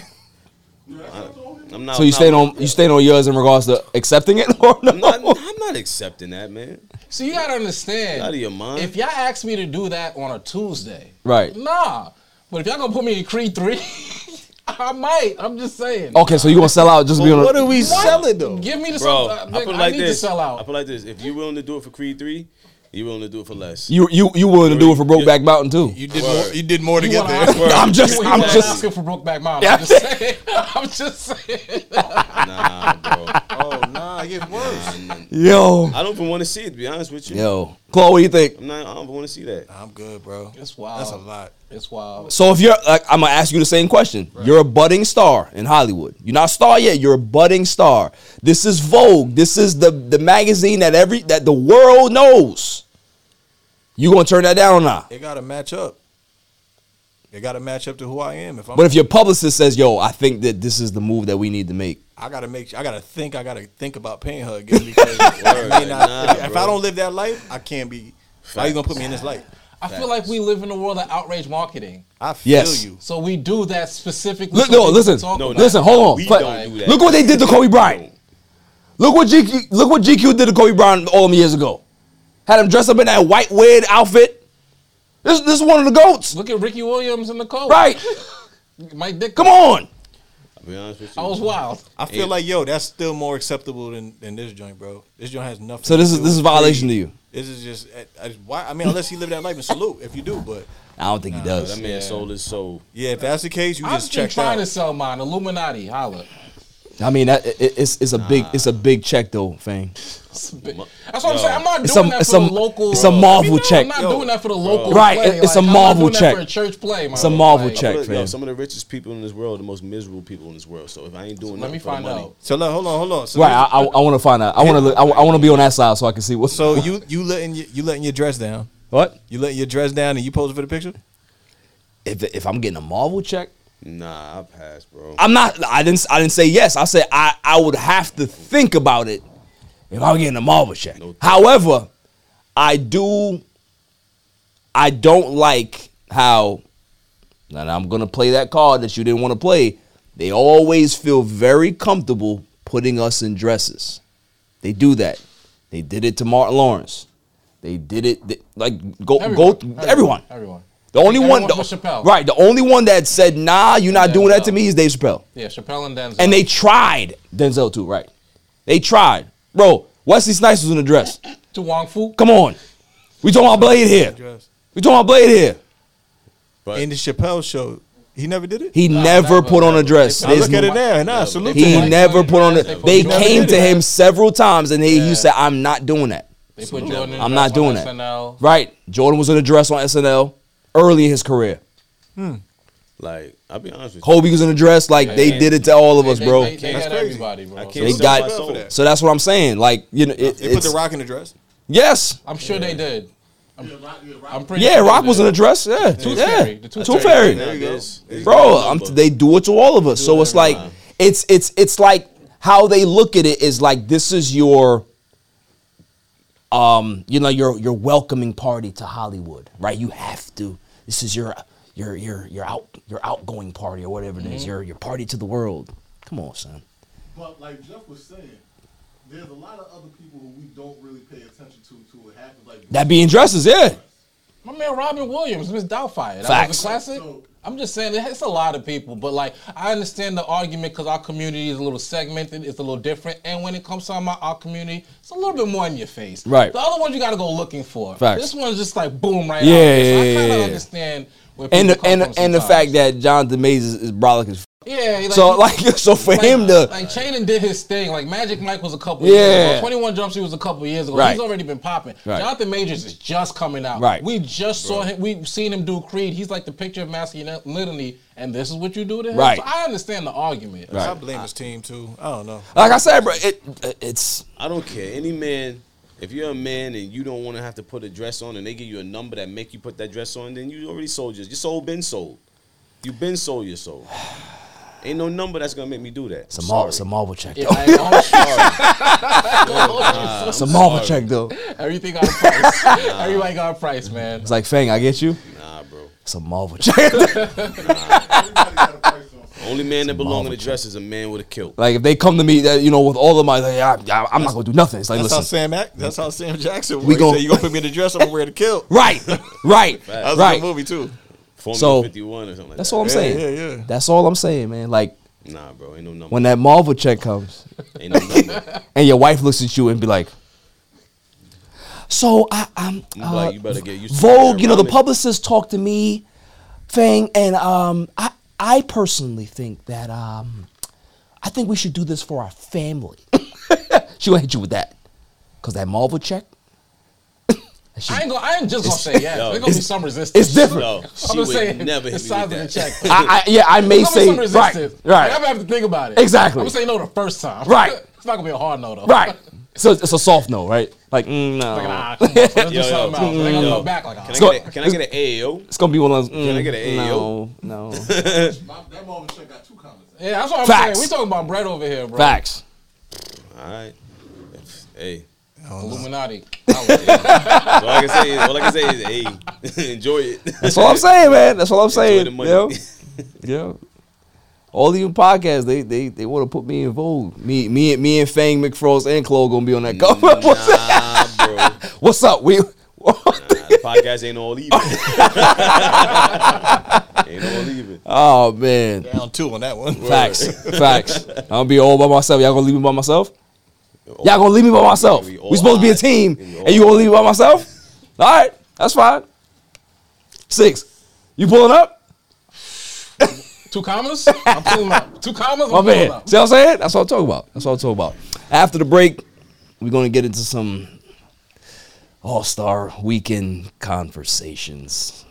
Speaker 5: I, am not.
Speaker 2: So you
Speaker 5: not-
Speaker 2: stayed on you stayed on yours in regards to accepting it or no?
Speaker 5: I'm not, I'm not accepting that, man.
Speaker 4: So you gotta understand.
Speaker 5: Out of your mind.
Speaker 4: If y'all ask me to do that on a Tuesday,
Speaker 2: Right.
Speaker 4: Nah. But if y'all gonna put me in Creed three, I might. I'm just saying.
Speaker 2: Okay, so you gonna sell out just be on
Speaker 3: What are we selling though?
Speaker 4: Give me the
Speaker 2: uh,
Speaker 5: bro,
Speaker 4: sell-
Speaker 5: I
Speaker 4: like,
Speaker 5: put it like
Speaker 4: need
Speaker 5: this.
Speaker 4: to sell
Speaker 5: I put
Speaker 4: out.
Speaker 5: it like this. If you're willing to do it for Creed three, you're willing to do it for less.
Speaker 2: you you you willing to do it for Brokeback Mountain too?
Speaker 3: You did
Speaker 5: Word.
Speaker 3: more. You did more to
Speaker 4: You
Speaker 3: get
Speaker 4: wanna
Speaker 3: there.
Speaker 4: ask-
Speaker 5: Word.
Speaker 2: I'm just
Speaker 4: You
Speaker 2: I'm
Speaker 4: ain't
Speaker 2: just
Speaker 4: asking for Brokeback Mountain.
Speaker 2: Yeah.
Speaker 4: I'm just saying. I'm just saying.
Speaker 5: nah, bro.
Speaker 3: Oh nah, it gets worse.
Speaker 2: yo
Speaker 5: I don't even want to see it. To be honest with you,
Speaker 2: yo. Chloe, what do you think?
Speaker 5: I'm not. I don't even want to see that.
Speaker 3: I'm good, bro.
Speaker 4: It's wild.
Speaker 3: That's a lot.
Speaker 4: It's wild.
Speaker 2: So if you're like, I'm gonna ask you the same question. You're a budding star in Hollywood. You're not a star yet. You're a budding star. This is Vogue. This is the the magazine that every that the world knows. You gonna turn that down or not?
Speaker 3: It gotta match up. It gotta match up to who I am. If I'm,
Speaker 2: But if your publicist says, "Yo, I think that this is the move that we need to make,"
Speaker 3: I gotta make. I gotta think. I gotta think about paying her again because I may not,
Speaker 5: Nah,
Speaker 3: if, if
Speaker 5: bro.
Speaker 3: I don't live that life, I can't be. How you gonna put me in this life?
Speaker 4: I feel like we live in a world of outrage marketing.
Speaker 3: I feel
Speaker 2: Yes.
Speaker 3: you.
Speaker 4: So we do that specifically.
Speaker 2: Look,
Speaker 4: so we
Speaker 2: no,
Speaker 4: can
Speaker 2: listen,
Speaker 4: talk
Speaker 5: No,
Speaker 4: about
Speaker 5: no.
Speaker 2: listen, hold on.
Speaker 5: We
Speaker 2: But-
Speaker 5: don't do that.
Speaker 2: Look what they did to Kobe Bryant. Look what GQ, look what GQ did to Kobe Bryant all them years ago. Had him dressed up in that white weird outfit. This, this is one of the goats,
Speaker 4: Look at Ricky Williams and the coach.
Speaker 2: right?
Speaker 4: Mike Dick.
Speaker 2: Come on,
Speaker 5: To be honest with you,
Speaker 4: I was wild.
Speaker 9: I feel like yo, that's still more acceptable than, than this joint, bro. This joint has nothing.
Speaker 2: So
Speaker 9: to
Speaker 2: this is
Speaker 9: do
Speaker 2: this is
Speaker 9: with
Speaker 2: violation to
Speaker 9: greed.
Speaker 2: you.
Speaker 9: This is just
Speaker 3: eh,
Speaker 9: I, I, why. I mean, unless you live that life, and salute if you do. But
Speaker 2: I don't think he
Speaker 5: That
Speaker 2: does.
Speaker 5: man sold his soul.
Speaker 9: yeah, if that's the case, you
Speaker 4: I've
Speaker 9: just
Speaker 4: been
Speaker 9: checked
Speaker 4: trying
Speaker 9: out.
Speaker 4: to sell mine. Illuminati, holla.
Speaker 2: I mean, that, it, it's it's a big it's a big check though, Fang.
Speaker 4: That's what I'm saying. I'm not doing
Speaker 2: It's a-
Speaker 4: that for
Speaker 2: it's
Speaker 4: the
Speaker 2: a-
Speaker 4: local.
Speaker 2: it's a Marvel
Speaker 4: You know,
Speaker 2: check.
Speaker 4: I'm not
Speaker 2: Yo.
Speaker 4: doing that for the local.
Speaker 2: Right,
Speaker 4: play.
Speaker 2: it- it's a
Speaker 4: I'm not
Speaker 2: Marvel
Speaker 4: doing that
Speaker 2: check.
Speaker 4: for a church play. my
Speaker 2: It's a
Speaker 4: love.
Speaker 2: Marvel
Speaker 4: Like,
Speaker 2: check.
Speaker 5: Look, yo,
Speaker 2: fam.
Speaker 5: some of the richest people in this world, the most miserable people in this world. So if I ain't doing
Speaker 4: Let
Speaker 5: nothing
Speaker 4: me
Speaker 5: for the
Speaker 4: find
Speaker 5: money,
Speaker 4: out.
Speaker 9: So look, hold on, hold on. So
Speaker 2: Right,
Speaker 9: this-
Speaker 2: I, I, want to find out. I want to I, I want to be on that side so I can see what's
Speaker 9: so you you letting your, you letting your dress down?
Speaker 2: what
Speaker 9: You letting your dress down and you posing for the picture?
Speaker 2: if if I'm getting a Marvel check.
Speaker 5: nah, I pass, bro.
Speaker 2: I'm not. I didn't. I didn't say yes. I said I. I would have to think about it if I'm getting a Marvel check.
Speaker 5: No.
Speaker 2: However, I do. I don't like how. And I'm gonna play that card that you didn't want to play. They always feel very comfortable putting us in dresses. They do that. They did it to Martin Lawrence. They did it they- like go
Speaker 4: Everyone.
Speaker 2: go everyone.
Speaker 4: Everyone.
Speaker 2: The only
Speaker 4: Everyone
Speaker 2: one,
Speaker 4: but Chappelle.
Speaker 2: right? The only one that said, "Nah, you're not
Speaker 4: Yeah,
Speaker 2: doing that to
Speaker 4: Chappelle.
Speaker 2: me," is Dave Chappelle.
Speaker 4: Yeah, Chappelle and Denzel.
Speaker 2: And they tried Denzel too, right? They tried, bro. Wesley Snipes was in the dress.
Speaker 4: to Wong Fu.
Speaker 2: Come on, we talking about Blade here.
Speaker 9: Dress.
Speaker 2: We talking about Blade here.
Speaker 9: In the Chappelle show, he never did it.
Speaker 2: He never
Speaker 4: never,
Speaker 2: put on a
Speaker 4: never.
Speaker 2: dress.
Speaker 4: I
Speaker 9: I
Speaker 2: There's
Speaker 9: look at
Speaker 2: no-
Speaker 9: it now, and I salute
Speaker 2: He
Speaker 9: him.
Speaker 4: Like,
Speaker 2: never
Speaker 4: like,
Speaker 2: put on. A,
Speaker 4: like,
Speaker 2: they
Speaker 4: Jordan
Speaker 2: came
Speaker 4: did
Speaker 2: to
Speaker 4: it.
Speaker 2: him several times, and he, he said, "I'm not doing that.
Speaker 4: They put Jordan. in
Speaker 2: I'm
Speaker 4: the
Speaker 2: not
Speaker 4: dress
Speaker 2: doing
Speaker 4: on
Speaker 2: that."
Speaker 4: SNL.
Speaker 2: Right? Jordan was in a dress on SNL early in his career.
Speaker 5: Like I'll be honest with you,
Speaker 2: Kobe was in a dress. Like they did it to all of us,
Speaker 4: They-
Speaker 2: bro.
Speaker 4: They, they
Speaker 9: That's
Speaker 4: got
Speaker 9: crazy.
Speaker 4: everybody, bro.
Speaker 5: I
Speaker 4: So
Speaker 5: can't
Speaker 2: They
Speaker 5: sell
Speaker 2: got-
Speaker 5: my soul.
Speaker 9: that.
Speaker 2: So that's what I'm saying. Like you know, it,
Speaker 9: They put the
Speaker 2: it's
Speaker 9: rock in the dress.
Speaker 2: yes.
Speaker 4: I'm sure they did. I'm, I'm pretty.
Speaker 2: Yeah,
Speaker 4: sure they
Speaker 2: Rock was
Speaker 4: did.
Speaker 2: in a dress. Yeah, Tooth
Speaker 4: Tooth
Speaker 2: yeah.
Speaker 4: Fairy. The Tooth
Speaker 2: Tooth
Speaker 4: Fairy.
Speaker 2: Fairy.
Speaker 5: There you go.
Speaker 2: Bro, I'm, they do it to all of us. So it's like it's it's it's like how they look at it is like this is your um you know your your welcoming party to Hollywood, right? You have to. This is your your your your out your outgoing party or whatever it
Speaker 4: Mm-hmm.
Speaker 2: is. Your your party to the world. Come on, son.
Speaker 8: But like Jeff was saying, there's a lot of other people who we don't really pay attention to to what happens. Like
Speaker 2: That being dresses, yeah.
Speaker 4: My man Robin Williams, Miss Doubtfire. That was
Speaker 2: Facts.
Speaker 4: a classic. I'm just saying, it's a lot of people, but like I understand the argument because our community is a little segmented, it's a little different, and when it comes to my, our community, it's a little bit more in your face.
Speaker 2: Right.
Speaker 4: The other ones you got to go looking for.
Speaker 2: Facts.
Speaker 4: This one's just like boom right
Speaker 2: Yeah,
Speaker 4: out there. So I
Speaker 2: yeah, yeah,
Speaker 4: kind
Speaker 2: yeah.
Speaker 4: of understand where people
Speaker 2: And the,
Speaker 4: come
Speaker 2: and
Speaker 4: from
Speaker 2: and the
Speaker 4: sometimes.
Speaker 2: fact that John DeMaze is, is brolic as f-
Speaker 4: yeah, like,
Speaker 2: so like so for
Speaker 4: like-
Speaker 2: him to
Speaker 4: like Chainen did his thing. Like Magic Mike was a couple
Speaker 2: Yeah.
Speaker 4: years ago. Twenty One Jump Street was a couple years ago.
Speaker 2: Right.
Speaker 4: He's already been popping.
Speaker 2: Right.
Speaker 4: Jonathan Majors is just coming out.
Speaker 2: Right.
Speaker 4: We just saw him. We've seen him do Creed. He's like the picture of masculinity, and this is what you do to him.
Speaker 2: Right.
Speaker 4: So I understand the argument.
Speaker 9: I blame his team too. I don't know.
Speaker 2: like I said, bro, it it's
Speaker 5: I don't care. Any man, if you're a man and you don't want to have to put a dress on, and they give you a number that make you put that dress on, then you already sold your, your soul. Been sold. You been sold your soul. Ain't no number that's gonna make me do that.
Speaker 2: it's a mar- it's a marble check.
Speaker 4: Yeah, like, oh, sorry.
Speaker 2: It's a marble check though.
Speaker 4: Everything got a price. Everybody got a price, man.
Speaker 2: It's like Fang, I get you.
Speaker 5: Nah, bro.
Speaker 2: It's a marble check.
Speaker 8: everybody got a price on. something.
Speaker 5: Only man that belong in a dress is a man with a kilt.
Speaker 2: like if they come to me, that you know, with all of my, like, I, I, am not gonna do nothing. It's like,
Speaker 9: That's how
Speaker 2: listen,
Speaker 9: Sam. Mac- That's how Sam Jackson. Was.
Speaker 2: We
Speaker 9: We
Speaker 2: gon-
Speaker 9: going you gonna put me in the dress? I'm gonna wear the kilt.
Speaker 2: right, right,
Speaker 9: That was in the
Speaker 2: right.
Speaker 9: movie too.
Speaker 5: Formula
Speaker 2: So-
Speaker 5: 51 or something like
Speaker 2: That's
Speaker 5: that.
Speaker 2: all I'm saying.
Speaker 9: yeah, yeah.
Speaker 2: That's all I'm saying, man. Like
Speaker 5: Nah, bro. Ain't no number.
Speaker 2: when that Marvel check comes,
Speaker 5: Ain't no number.
Speaker 2: and your wife looks at you and be like, "So I, I'm
Speaker 5: I'm
Speaker 2: uh,
Speaker 5: like, you better get used to
Speaker 2: Vogue,
Speaker 5: that
Speaker 2: you know, the
Speaker 5: ramen.
Speaker 2: publicist talked to me, Fang, and um, I, I personally think that um, I think we should do this for our family. she gonna hit you with that, cause that Marvel check.
Speaker 4: I ain't gonna. I ain't just gonna say yes.
Speaker 5: yo,
Speaker 4: There's gonna be
Speaker 5: it's-
Speaker 4: some resistance.
Speaker 2: It's different.
Speaker 5: No,
Speaker 4: I'm
Speaker 5: she
Speaker 4: just
Speaker 5: would
Speaker 4: saying
Speaker 5: never
Speaker 4: the
Speaker 5: hit me
Speaker 4: size
Speaker 5: with
Speaker 4: of the
Speaker 5: that.
Speaker 4: check.
Speaker 2: I, I, yeah, I may
Speaker 4: There's
Speaker 2: say
Speaker 4: gonna be some
Speaker 2: right,
Speaker 4: resistance. Like, I'm
Speaker 2: right,
Speaker 4: gonna have to think about it.
Speaker 2: Exactly.
Speaker 4: I'm gonna say no the first time.
Speaker 2: Right.
Speaker 4: it's not gonna be a hard no though.
Speaker 2: right. So it's a soft no, right? Like mm,
Speaker 4: Like,
Speaker 2: no,
Speaker 4: nah, come on, let's do
Speaker 5: Yo, yo.
Speaker 4: something else. They're gonna
Speaker 5: Yo.
Speaker 4: go back like,
Speaker 5: Can I,
Speaker 4: ah,
Speaker 5: get a, can I get an AO?
Speaker 2: it's gonna be one of those. Mm,
Speaker 5: I get an
Speaker 2: no, no.
Speaker 8: My, that Marvin check got two comments.
Speaker 4: yeah, that's what I'm
Speaker 2: Facts.
Speaker 4: saying. We talking about bread over here, bro.
Speaker 2: Facts.
Speaker 5: All right. Hey.
Speaker 4: Illuminati. Holla.
Speaker 5: All I can say is, all I can say is, hey, enjoy it.
Speaker 2: That's all I'm saying, man. That's all I'm
Speaker 5: Enjoy
Speaker 2: saying.
Speaker 5: the
Speaker 2: You
Speaker 5: money.
Speaker 2: know? Yeah. All these podcasts, they they they want to put me in vogue. Me me and me and Fang McFrost and Chloe gonna be on that cover.
Speaker 5: Mm-hmm.
Speaker 2: What's,
Speaker 5: nah, bro. Nah,
Speaker 2: what's up? We
Speaker 5: the podcast ain't all even. Ain't no leaving.
Speaker 2: Oh man.
Speaker 9: Down two on that one.
Speaker 2: Facts. Facts. I'm gonna be all by myself. Y'all gonna leave me by myself? Y'all gonna leave me by myself.
Speaker 5: We all
Speaker 2: We supposed to be a
Speaker 5: right.
Speaker 2: team.
Speaker 5: We all
Speaker 2: And you gonna leave me by myself? Alright, that's fine. Six. You pulling up?
Speaker 4: Two commas? I'm pulling up. Two commas? I'm
Speaker 2: My
Speaker 4: pulling
Speaker 2: man.
Speaker 4: up.
Speaker 2: See what I'm saying? That's what I'm talking about. That's what I'm talking about. After the break, we're gonna get into some all-star weekend conversations.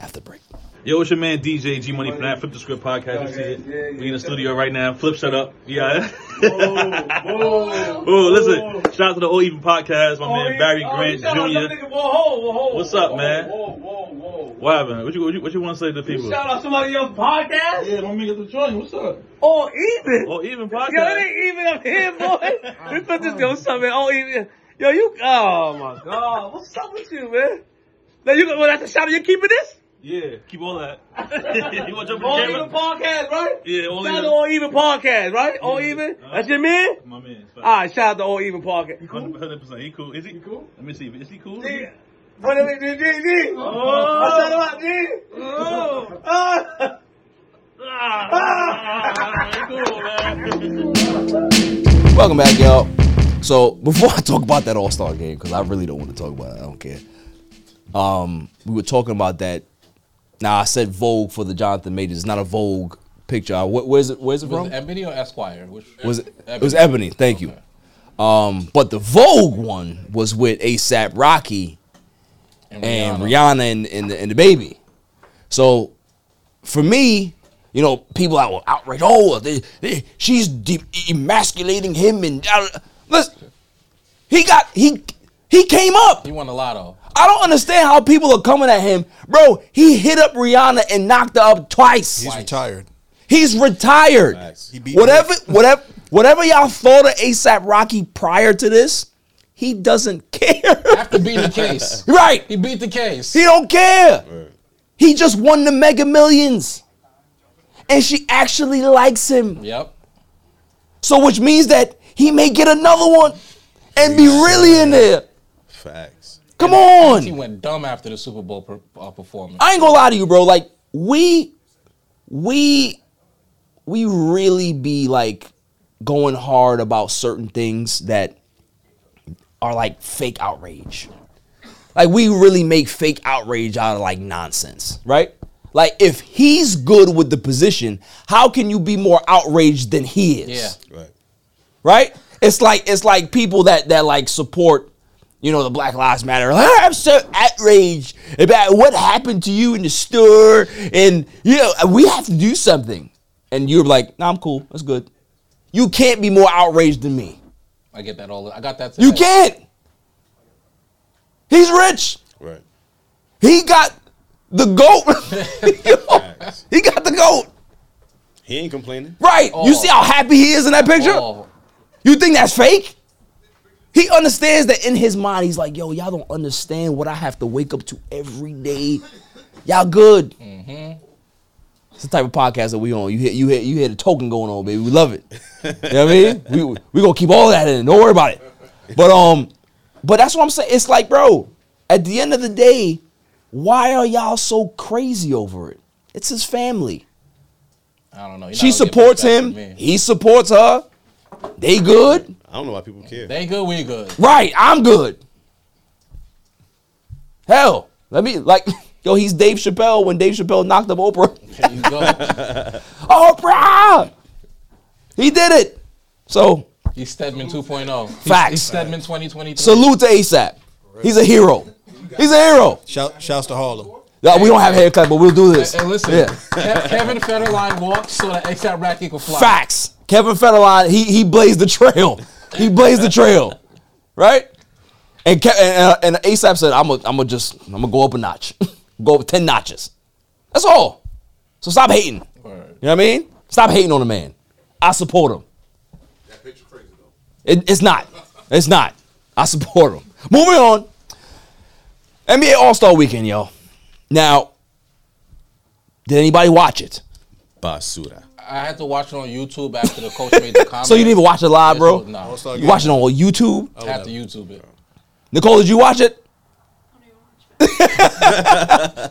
Speaker 2: After the break.
Speaker 10: Yo, it's your man DJ G Money from that Flip the Script podcast. You see it? we in the studio right now. Flip, shut up. Yeah. Oh, listen. Shout out to the All Even podcast. My man
Speaker 11: oh,
Speaker 10: Barry Grant Jr. What's up, man? What happened? What you, what you, what you want to say to the people?
Speaker 11: out somebody else's podcast? Yeah, my nigga the joint. What's up? Or even.
Speaker 10: Or even
Speaker 11: podcast. Yo, it ain't even up here, boy. we put this go something. Or even. Yo, you. Oh my god. What's up with you, man? Now you. Well, that's the shot. You keeping this?
Speaker 10: Yeah, keep all that. you want to jump in
Speaker 11: All
Speaker 10: the
Speaker 11: even
Speaker 10: camera?
Speaker 11: podcast, right?
Speaker 10: Yeah, All
Speaker 11: shout out
Speaker 10: Even. Uh,
Speaker 11: to All Even podcast, right? All Even. That's your man.
Speaker 10: My man.
Speaker 11: All right, shout out to All Even podcast.
Speaker 10: 100%. He cool. Is he? cool? Let me see. Is he cool?
Speaker 11: Yeah. What did we do, D?
Speaker 10: Oh.
Speaker 11: I shout him out, D. Oh. Ah.
Speaker 2: Welcome back, y'all. So before I talk about that All Star game, because I really don't want to talk about it, I don't care. Um, we were talking about that. Now I said Vogue for the Jonathan Majors. It's not a Vogue picture. I, wh- where's it? Where's it
Speaker 4: Was
Speaker 2: from?
Speaker 4: it Ebony or Esquire? Which
Speaker 2: was it, it was Ebony. Thank you. Um, but the Vogue one was with ASAP Rocky and, Rihanna, and, and, the, and the baby. So for me, you know, people that were outright, oh, they, they, she's de- emasculating him and uh, listen, he got he he came up.
Speaker 4: He won the lotto.
Speaker 2: I don't understand how people are coming at him, bro. He hit up Rihanna and knocked her up twice. He's
Speaker 9: retired.
Speaker 2: He's retired. whatever, whatever, whatever y'all thought of ASAP Rocky prior to this, he doesn't care.
Speaker 4: After beating the case.
Speaker 2: right.
Speaker 4: He beat the case.
Speaker 2: He don't care. He just won the Mega Millions, and she actually likes him.
Speaker 4: Yep.
Speaker 2: So, which means that he may get another one and be really in there.
Speaker 5: Facts.
Speaker 2: Come on.
Speaker 4: He went dumb after the Super Bowl per, uh, performance.
Speaker 2: I ain't gonna lie to you, bro. Like we, we, we really be like going hard about certain things that are like fake outrage. Like we really make fake outrage out of like nonsense, right? Like if he's good with the position, how can you be more outraged than he is?
Speaker 5: Yeah. Right.
Speaker 2: right? It's like it's like people that that like support, you know, the Black Lives Matter. "Ah, I'm so outraged about what happened to you in the store, and you know, we have to do something. And you're like, Nah, I'm cool. That's good. You can't be more outraged than me.
Speaker 4: I get that all. I got that. Today.
Speaker 2: You can't. He's rich.
Speaker 5: Right.
Speaker 2: He got the goat. he got the goat.
Speaker 5: He ain't complaining.
Speaker 2: Right. You see how happy he is in that picture? You think that's fake? He understands that in his mind, he's like, yo, y'all don't understand what I have to wake up to every day. Y'all good. It's the type of podcast that we on. You hear, you hear, you hear the token going on, baby. We love it. you know what I mean? We we gonna keep all that in. Don't worry about it. But um, but that's what I'm saying. It's like, bro, at the end of the day, why are y'all so crazy over it? It's his family.
Speaker 4: I don't know. You're not
Speaker 2: She
Speaker 4: gonna get
Speaker 2: supports
Speaker 4: respect from
Speaker 2: him.
Speaker 4: me.
Speaker 2: He supports her. They good.
Speaker 5: I don't know why people care.
Speaker 4: They good. We good.
Speaker 2: Right, I'm good. Hell, let me like yo, he's Dave Chappelle when Dave Chappelle knocked up Oprah.
Speaker 4: You go.
Speaker 2: Oprah! He did it. So
Speaker 4: He's Stedman 2.0. He's-
Speaker 2: Facts.
Speaker 4: He's Stedman 2023.
Speaker 2: salute to ASAP. He's a hero. He's a hero.
Speaker 9: Shout, shouts to Harlem.
Speaker 2: Yeah, we don't have haircut, but we'll do this.
Speaker 4: Hey, hey, listen.
Speaker 2: Yeah.
Speaker 4: Ke- Kevin Federline walks so that ASAP Rocky can fly.
Speaker 2: Facts. Kevin Federline, he he blazed the trail. He blazed the trail, right? And Ke- and, uh, and and ASAP said, "I'm gonna I'm gonna just I'm gonna go up a notch, go up ten notches. That's all. So stop hating. You know what I mean? Stop hating on the man. I support him. That picture crazy though. It, it's not. It's not. I support him. Moving on. NBA All Star Weekend, y'all. Now, did anybody watch it?
Speaker 5: Basura.
Speaker 4: I had to watch it on YouTube after the coach made the comment.
Speaker 2: So you didn't even watch it live, bro?
Speaker 4: No.
Speaker 2: You watch it on YouTube?
Speaker 4: I have to YouTube it.
Speaker 2: Nicole, did you watch it?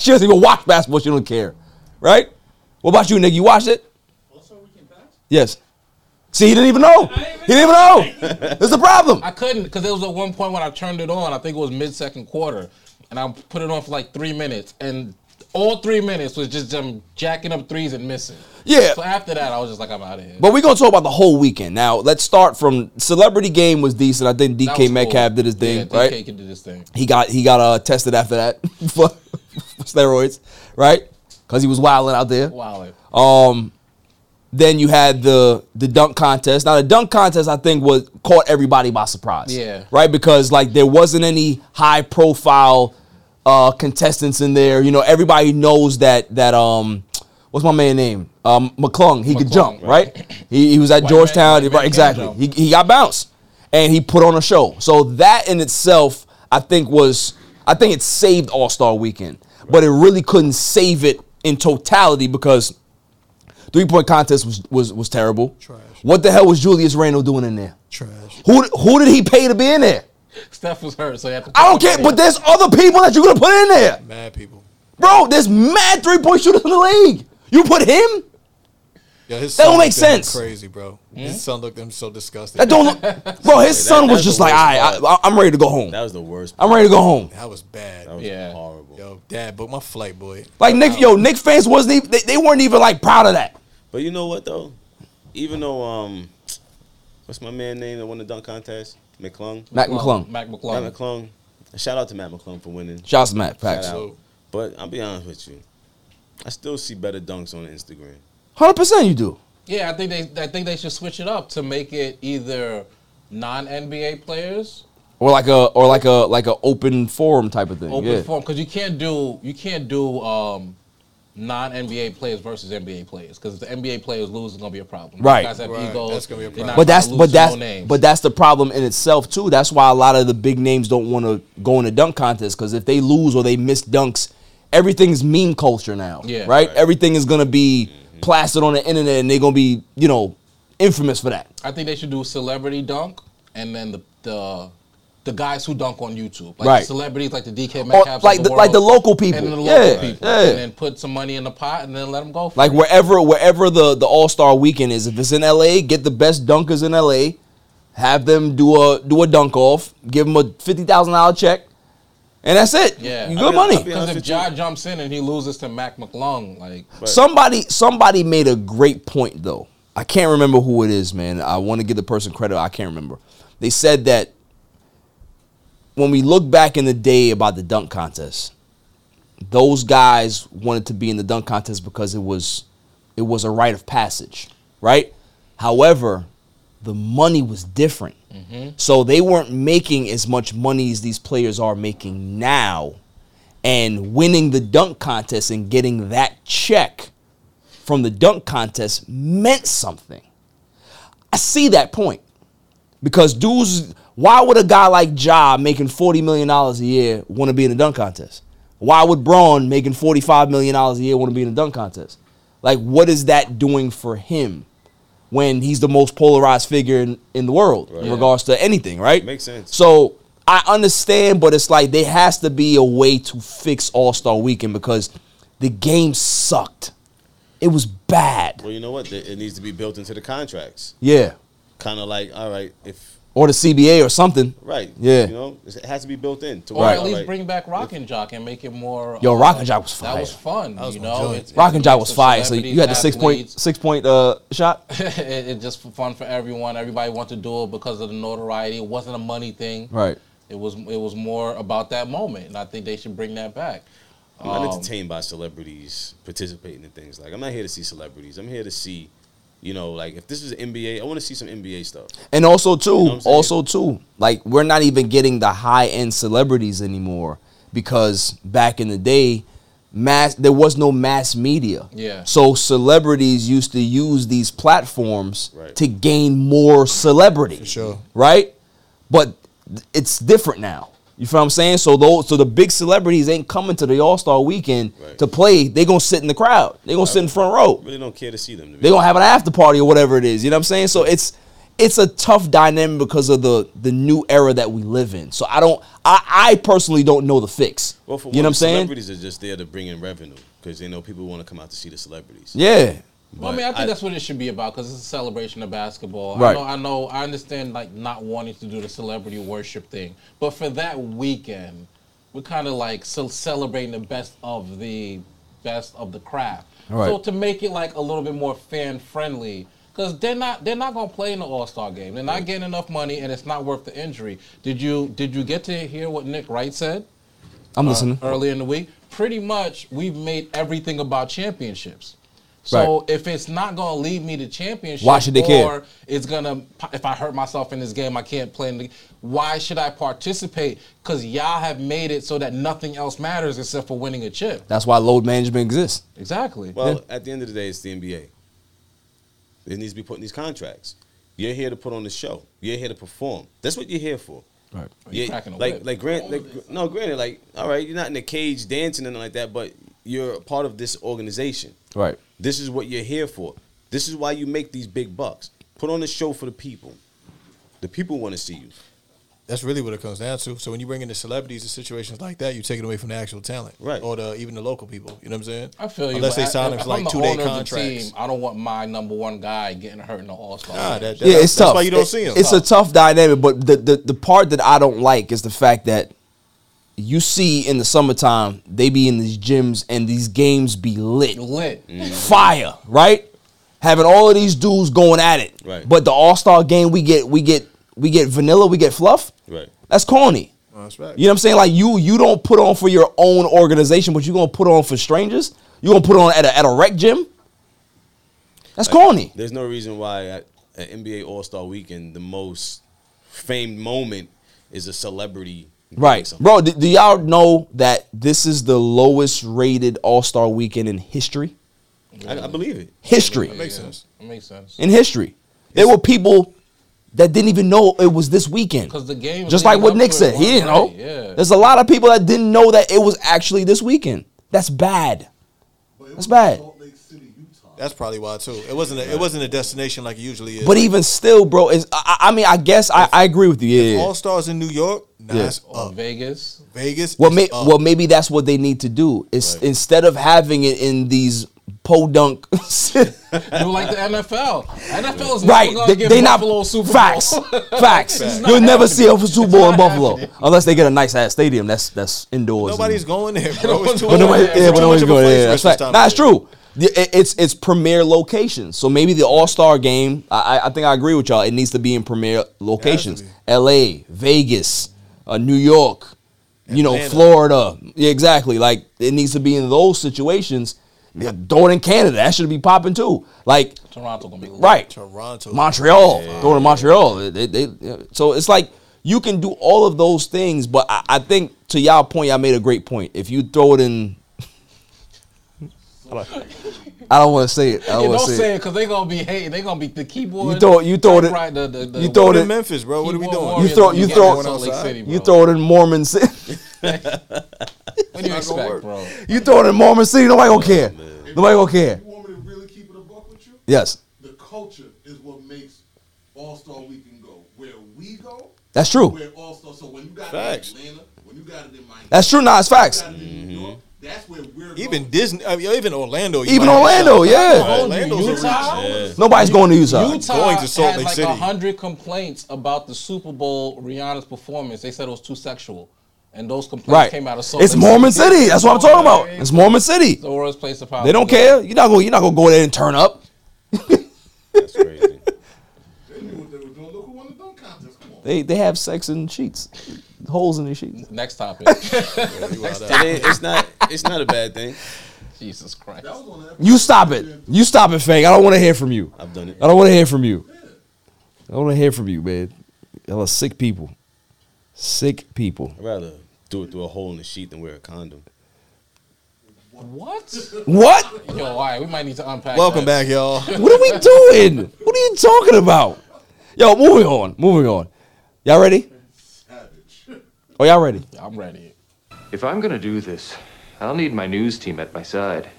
Speaker 2: she doesn't even watch basketball. She don't care. right? What about you, nigga? You watched it? Yes. See, he didn't even know. He didn't even know. That's the problem.
Speaker 4: I couldn't because there was at one point when I turned it on. I think it was mid second quarter, and I put it on for like three minutes, and all three minutes was just them jacking up threes and missing.
Speaker 2: Yeah.
Speaker 4: So after that, I was just like, I'm out of here.
Speaker 2: But we're gonna talk about the whole weekend. Now let's start from celebrity game was decent. I think
Speaker 4: That
Speaker 2: DK
Speaker 4: was
Speaker 2: Metcalf
Speaker 4: cool.
Speaker 2: did his thing,
Speaker 4: Yeah, DK
Speaker 2: right?
Speaker 4: can do this thing.
Speaker 2: He got he got uh, tested after that for for steroids, right? Because he was wilding out there.
Speaker 4: Wilding.
Speaker 2: Um, then you had the the dunk contest. Now the dunk contest, I think, was caught everybody by surprise.
Speaker 4: Yeah.
Speaker 2: Right, because like there wasn't any high profile uh, contestants in there. You know, everybody knows that that um, what's my man name? Um, McClung. He could jump, right? He, he was
Speaker 4: White
Speaker 2: at
Speaker 4: man-
Speaker 2: Georgetown,
Speaker 4: white man
Speaker 2: right?
Speaker 4: can
Speaker 2: Exactly.
Speaker 4: jump.
Speaker 2: He, he got bounced, and he put on a show. So that in itself, I think was, I think it saved All Star Weekend, but it really couldn't save it in totality because three point contest was was was terrible. Trash. What the hell was Julius Randle doing in there? Trash. Who who did he pay to be in there?
Speaker 4: Steph was hurt, so you have to.
Speaker 2: I don't care, but there's other people that you're gonna put in there.
Speaker 9: Mad people.
Speaker 2: Bro, there's mad three point shooters in the league. You put him?
Speaker 9: Yeah, his
Speaker 2: That
Speaker 9: son
Speaker 2: don't make
Speaker 9: looked at him
Speaker 2: sense. Mm-hmm.
Speaker 9: Crazy, bro. His son looked at him so disgusted.
Speaker 2: That don't look- bro, his son was just like, "All right, I- I'm ready to go home."
Speaker 9: That was the worst.
Speaker 2: I'm ready to go home.
Speaker 9: That was bad.
Speaker 5: That was
Speaker 9: yeah. horrible. Yo, dad, book my flight, boy.
Speaker 2: Like Nick, yo, Nick fans wasn't even they, they weren't even like proud of that.
Speaker 5: But you know what though? Even though um, what's my man name that won the dunk contest? McClung.
Speaker 2: Mac McClung.
Speaker 4: Mac
Speaker 5: McClung. Mac McClung. Shout out to Matt McClung for winning.
Speaker 2: Shout out to Matt,
Speaker 5: Shout
Speaker 2: facts.
Speaker 5: out. But I'll be honest with you, I still see better dunks on Instagram.
Speaker 2: Hundred percent, you do.
Speaker 4: Yeah, I think they I think they should switch it up to make it either non NBA players
Speaker 2: Or like a or like a like a open forum type of thing.
Speaker 4: open
Speaker 2: yeah.
Speaker 4: form because you can't do you can't do um, non NBA players versus NBA players because if the NBA players lose, it's gonna be a problem.
Speaker 2: Right.
Speaker 4: Guys have
Speaker 9: Right,
Speaker 4: egos.
Speaker 9: that's gonna be a
Speaker 4: They're
Speaker 9: problem.
Speaker 4: not
Speaker 2: But that's
Speaker 4: gonna
Speaker 2: but
Speaker 4: lose to
Speaker 2: that's
Speaker 4: no names.
Speaker 2: but that's the problem in itself too. That's why a lot of the big names don't want to go in a dunk contest because if they lose or they miss dunks, everything's meme culture now.
Speaker 4: Yeah.
Speaker 2: Right? Everything is gonna be plastered on the internet and they're gonna be you know infamous for that.
Speaker 4: I think they should do celebrity dunk and then the the. The guys who dunk on YouTube, like
Speaker 2: Right.
Speaker 4: the celebrities, like the DK
Speaker 2: Or
Speaker 4: Metcalf,
Speaker 2: like
Speaker 4: of the,
Speaker 2: the- like
Speaker 4: world.
Speaker 2: the local people.
Speaker 4: and then the
Speaker 2: Yeah,
Speaker 4: local people,
Speaker 2: yeah.
Speaker 4: and then put some money in the pot and then let them go. For
Speaker 2: Like
Speaker 4: it.
Speaker 2: wherever wherever the the All Star Weekend is, if it's in L.A., get the best dunkers in L.A. Have them do a do a dunk off. Give them a fifty thousand dollar check, and that's it.
Speaker 4: Yeah,
Speaker 2: you good money.
Speaker 4: Because if Ja jumps in and he loses to Mac McClung, like
Speaker 2: Somebody somebody made a great point though. I can't remember who it is, man. I want to give the person credit. I can't remember. They said that when we look back in the day about the dunk contest, those guys wanted to be in the dunk contest because it was it was a rite of passage, right? However, the money was different. So they weren't making as much money as these players are making now. And winning the dunk contest and getting that check from the dunk contest meant something. I see that point. Because dudes, why would a guy like Ja making $40 million a year want to be in a dunk contest? Why would Braun making $45 million a year want to be in a dunk contest? Like, what is that doing for him when he's the most polarized figure in, in the world in
Speaker 5: Right.
Speaker 2: regards to anything, right?
Speaker 5: Makes sense.
Speaker 2: So I understand, but it's like there has to be a way to fix All Star Weekend because the game sucked. It was bad.
Speaker 5: Well, you know what? It it needs to be built into the contracts.
Speaker 2: Yeah.
Speaker 5: Kind of like, all right, if
Speaker 2: Or the CBA or something.
Speaker 5: right,
Speaker 2: Yeah.
Speaker 5: You know, it has to be built in. To
Speaker 4: or
Speaker 5: where,
Speaker 4: at
Speaker 5: all
Speaker 4: least
Speaker 5: right,
Speaker 4: bring back Rockin' Jock and make it more. uh,
Speaker 2: Yo, Rock and Jock was
Speaker 4: That was fun. you know, It's-
Speaker 2: Rock and
Speaker 4: it's
Speaker 2: Jock
Speaker 4: a
Speaker 2: was
Speaker 4: mix of
Speaker 2: fire. So you had the
Speaker 4: celebrities,
Speaker 2: six point
Speaker 4: athletes.
Speaker 2: six point uh shot.
Speaker 4: it, it's just for fun for everyone. Everybody wanted to do it because of the notoriety. It wasn't a money thing.
Speaker 2: Right.
Speaker 4: It was. It was more about that moment, and I think they should bring that back.
Speaker 5: I'm not
Speaker 4: Um,
Speaker 5: entertained by celebrities participating in things. Like I'm not here to see celebrities. I'm here to see, you know, like if this is NBA, I want to see some NBA stuff.
Speaker 2: And also too, also too, like we're not even getting the high end celebrities anymore because back in the day, mass there was no mass media.
Speaker 4: Yeah.
Speaker 2: So celebrities used to use these platforms to gain more celebrity. sure. Right? But th- it's different now. You feel what I'm saying? So those so the big celebrities ain't coming to the All-Star weekend to play. They going to sit in the crowd. They going to sit in front row
Speaker 5: Really don't care to see them. To be
Speaker 2: they're gonna have an after party or whatever it is. You know what I'm saying? So it's it's a tough dynamic because of the the new era that we live in. So I don't, I, I personally don't know the fix.
Speaker 5: Well, for one,
Speaker 2: you know what I'm saying?
Speaker 5: Celebrities are just there to bring in revenue because they know people want to come out to see the celebrities.
Speaker 2: Yeah.
Speaker 4: Well, I mean, I
Speaker 5: But
Speaker 4: think
Speaker 5: I-
Speaker 4: that's what it should be about because it's a celebration of basketball.
Speaker 5: Right.
Speaker 4: I know, I know, I understand like not wanting to do the celebrity worship thing, but for that weekend, we're kind of like so celebrating the best of the best of the craft.
Speaker 2: Right.
Speaker 4: So to make it like a little bit more fan friendly. Cause they're not they're not gonna play in the All Star game. They're not getting enough money, and it's not worth the injury. Did you did you get to hear what Nick Wright said?
Speaker 2: I'm
Speaker 4: uh,
Speaker 2: listening.
Speaker 4: Earlier in the week, pretty much we've made everything about championships. So if it's not going to lead me to championship,
Speaker 2: Why should they
Speaker 4: or
Speaker 2: care?
Speaker 4: it's gonna if I hurt myself in this game, I can't play. In the, why should I participate? Because y'all have made it so that nothing else matters except for winning a chip.
Speaker 2: That's why load management exists.
Speaker 4: Exactly.
Speaker 5: Well, at the end of the day, it's the NBA. It needs to be put in these contracts. You're here to put on the show. You're here to perform. That's what you're here for.
Speaker 2: Right.
Speaker 4: You're
Speaker 5: Yeah,
Speaker 4: cracking a
Speaker 5: like
Speaker 4: whip.
Speaker 5: like grant like, no granted like all right you're not in a cage dancing and like that but you're a part of this organization
Speaker 2: Right.
Speaker 5: this is what you're here for this is why you make these big bucks put on a show for the people the people want to see you
Speaker 9: That's really what it comes down to. So when you bring in the celebrities to situations like that, you take it away from the actual talent, right? Or the even the local people. You know what I'm saying?
Speaker 4: I feel you.
Speaker 9: Unless
Speaker 4: but
Speaker 9: they
Speaker 4: I-
Speaker 9: sign
Speaker 4: if
Speaker 9: them for
Speaker 4: I'm
Speaker 9: like
Speaker 4: the
Speaker 9: two day
Speaker 4: owner of the
Speaker 9: contracts.
Speaker 4: team, I don't want my number one guy getting hurt in the All Star.
Speaker 9: Nah, that-
Speaker 2: yeah, it's tough. It-
Speaker 9: him.
Speaker 2: It's a tough dynamic, but the, the the part that I don't like is the fact that you see in the summertime they be in these gyms and these games be lit,
Speaker 4: lit,
Speaker 2: Mm. fire, right? Having all of these dudes going at it,
Speaker 5: Right.
Speaker 2: But the All Star game, we get we get we get vanilla, we get fluff.
Speaker 5: right
Speaker 2: That's corny.
Speaker 9: that's right.
Speaker 2: You know what I'm saying? Like you you don't put on for your own organization, but you gonna put on for strangers. You gonna put on at a at a rec gym. That's
Speaker 5: Like,
Speaker 2: corny.
Speaker 5: there's no reason why at an NBA All Star Weekend the most famed moment is a celebrity
Speaker 2: Right, bro. Do, do y'all know that this is the lowest rated All Star Weekend in history?
Speaker 5: I, I believe it
Speaker 2: History.
Speaker 5: That
Speaker 9: makes sense.
Speaker 4: It makes sense.
Speaker 2: In history, there were people that didn't even know it was this weekend.
Speaker 4: 'Cause the game
Speaker 2: just like
Speaker 4: leading
Speaker 2: what
Speaker 4: up
Speaker 2: Nick
Speaker 4: to it
Speaker 2: said, he didn't know.
Speaker 4: wasn't right, yeah.
Speaker 2: There's a lot of people that didn't know that it was actually this weekend. That's bad. That's bad.
Speaker 9: That's probably why too. It wasn't. A, it wasn't a destination like it usually is.
Speaker 2: But even still, bro, is I, I I mean, I guess I, I agree with you. Yeah.
Speaker 9: All stars in New York, nah,
Speaker 2: Yeah.
Speaker 9: it's up.
Speaker 4: Vegas,
Speaker 9: Vegas.
Speaker 2: Well,
Speaker 9: is
Speaker 2: may,
Speaker 9: up.
Speaker 2: well, maybe that's what they need to do. Is instead of having it in these podunk,
Speaker 4: You like the NFL? NFL is
Speaker 2: right?
Speaker 4: Never
Speaker 2: They,
Speaker 4: gonna give
Speaker 2: they
Speaker 4: Buffalo
Speaker 2: not
Speaker 4: a Super Bowl.
Speaker 2: facts, facts.
Speaker 4: It's
Speaker 2: You'll
Speaker 4: not
Speaker 2: never
Speaker 4: happening.
Speaker 2: see a Super Bowl in Buffalo unless they get a nice ass stadium. That's that's indoors.
Speaker 9: Nobody's going there, bro. It's too
Speaker 2: but nobody,
Speaker 9: much-
Speaker 2: yeah,
Speaker 9: it's
Speaker 2: but
Speaker 9: too
Speaker 2: nobody's
Speaker 9: much of a
Speaker 2: going.
Speaker 9: place
Speaker 2: Yeah, that's
Speaker 9: Christmas
Speaker 2: fact.
Speaker 9: time
Speaker 2: Nah,
Speaker 9: to
Speaker 2: it's
Speaker 9: do.
Speaker 2: true. The- it- It's it's premier locations. So maybe the All Star game. I, I- I think I agree with y'all. It needs to be in premier locations: L.A., Vegas, uh, New York. You know,
Speaker 9: Atlanta.
Speaker 2: Florida. Yeah, exactly. Like it needs to be in those situations. Yeah, throw it in Canada. That should be popping too. Like
Speaker 4: Toronto gonna be lit.
Speaker 2: right.
Speaker 9: Toronto,
Speaker 2: Montreal, going to Montreal. They- they- they- so it's like you can do all of those things, but I, I think to y'all point, y'all made a great point. If you throw it in, I don't want to say it. I don't
Speaker 4: Yeah,
Speaker 2: want
Speaker 4: don't
Speaker 2: to say,
Speaker 4: say it
Speaker 2: it.
Speaker 4: because they gonna be hating. They gonna be the keyboard.
Speaker 2: You throw it- you throw it in-
Speaker 4: typewriter, the, the, the,
Speaker 2: you throw it in-
Speaker 9: Memphis, bro. What are we
Speaker 4: Keyboard
Speaker 9: doing?
Speaker 2: You
Speaker 4: warriors
Speaker 2: throw,
Speaker 4: when
Speaker 2: you
Speaker 4: get
Speaker 2: throw,
Speaker 4: in Salt Lake City,
Speaker 2: you
Speaker 4: bro.
Speaker 2: throw it in Mormon City.
Speaker 4: What do you expect, bro?
Speaker 2: you throw it in Mormon City. Nobody gonna care. Nobody gonna care. Yes,
Speaker 8: The culture is what makes All Star Weekend go. Where we go,
Speaker 2: That's true.
Speaker 8: Where All Star, so when you got
Speaker 9: Facts.
Speaker 8: it in Atlanta, when you got it in Miami,
Speaker 2: that's true. Nah, it's facts.
Speaker 8: that's where we're
Speaker 9: Even Disney, I mean, even Orlando. you
Speaker 2: Even
Speaker 9: might have
Speaker 2: Orlando,
Speaker 9: a shot.
Speaker 2: yeah.
Speaker 9: Orlando's a reach.
Speaker 4: Utah?
Speaker 2: Nobody's going to Utah.
Speaker 4: Utah
Speaker 9: Going to Salt
Speaker 4: had
Speaker 9: Lake
Speaker 4: like
Speaker 9: City.
Speaker 4: hundred complaints about the Super Bowl Rihanna's performance. They said it was too sexual, and those complaints
Speaker 2: Right.
Speaker 4: came out of Salt
Speaker 2: It's
Speaker 4: Lake
Speaker 2: Mormon City. That's what I'm talking about. It's Mormon City.
Speaker 4: The worst place to probably
Speaker 2: They don't
Speaker 4: go.
Speaker 2: care. You're not gonna you're not gonna go there and turn up. That's crazy. They, they have sex in sheets, holes in their sheets.
Speaker 4: Next topic. Next
Speaker 5: It ain't- it's not it's not a bad thing
Speaker 4: Jesus Christ.
Speaker 2: You stop it. You stop it, Fang. I don't want to hear from you.
Speaker 5: I've done it.
Speaker 2: I don't want to hear from you. I don't want to hear from you, man. Y'all are sick people. Sick people.
Speaker 5: I'd rather do it through a hole in the sheet than wear a condom
Speaker 4: What?
Speaker 2: What?
Speaker 4: Yo, all right, we might need to unpack.
Speaker 9: Welcome
Speaker 4: that.
Speaker 9: back, y'all.
Speaker 2: What are we doing? What are you talking about? Yo, moving on. Moving on. Y'all ready? Oh, y'all ready?
Speaker 4: I'm ready.
Speaker 12: If I'm gonna do this, I'll need my news team at my side.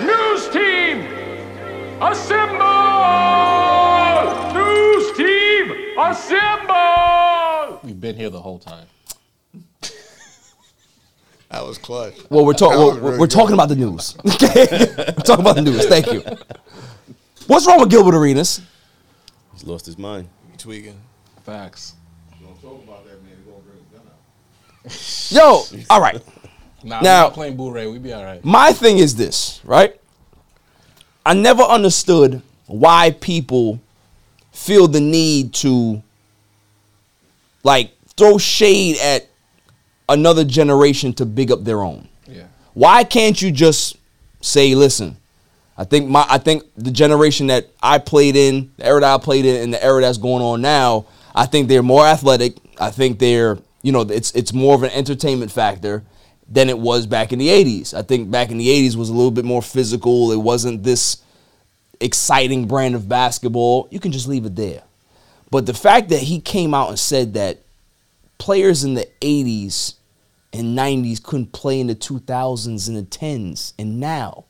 Speaker 11: News
Speaker 4: been here the whole time.
Speaker 9: That was clutch.
Speaker 2: Well, we're talking.
Speaker 9: That was
Speaker 2: We're,
Speaker 9: really
Speaker 2: we're
Speaker 9: good.
Speaker 2: talking about the news. Okay, we're talking about the news. Thank you. What's wrong with Gilbert Arenas?
Speaker 5: He's lost his mind.
Speaker 9: You tweaking.
Speaker 4: Facts.
Speaker 2: Yo, all right.
Speaker 4: Nah,
Speaker 2: Now-
Speaker 4: now, we playing Blu-ray, we be all right.
Speaker 2: My thing is this, right? I never understood why people feel the need to like throw shade at another generation to big up their own.
Speaker 4: Yeah.
Speaker 2: Why can't you just say, listen, I think my I think the generation that I played in, the era that I played in, and the era that's going on now, I think they're more athletic. I think they're you know it's it's more of an entertainment factor than it was back in the '80s. I think back in the '80s was a little bit more physical. It wasn't this exciting brand of basketball. You can just leave it there. But the fact that he came out and said that players in the 80s and 90s couldn't play in the 2000s and the 10s and now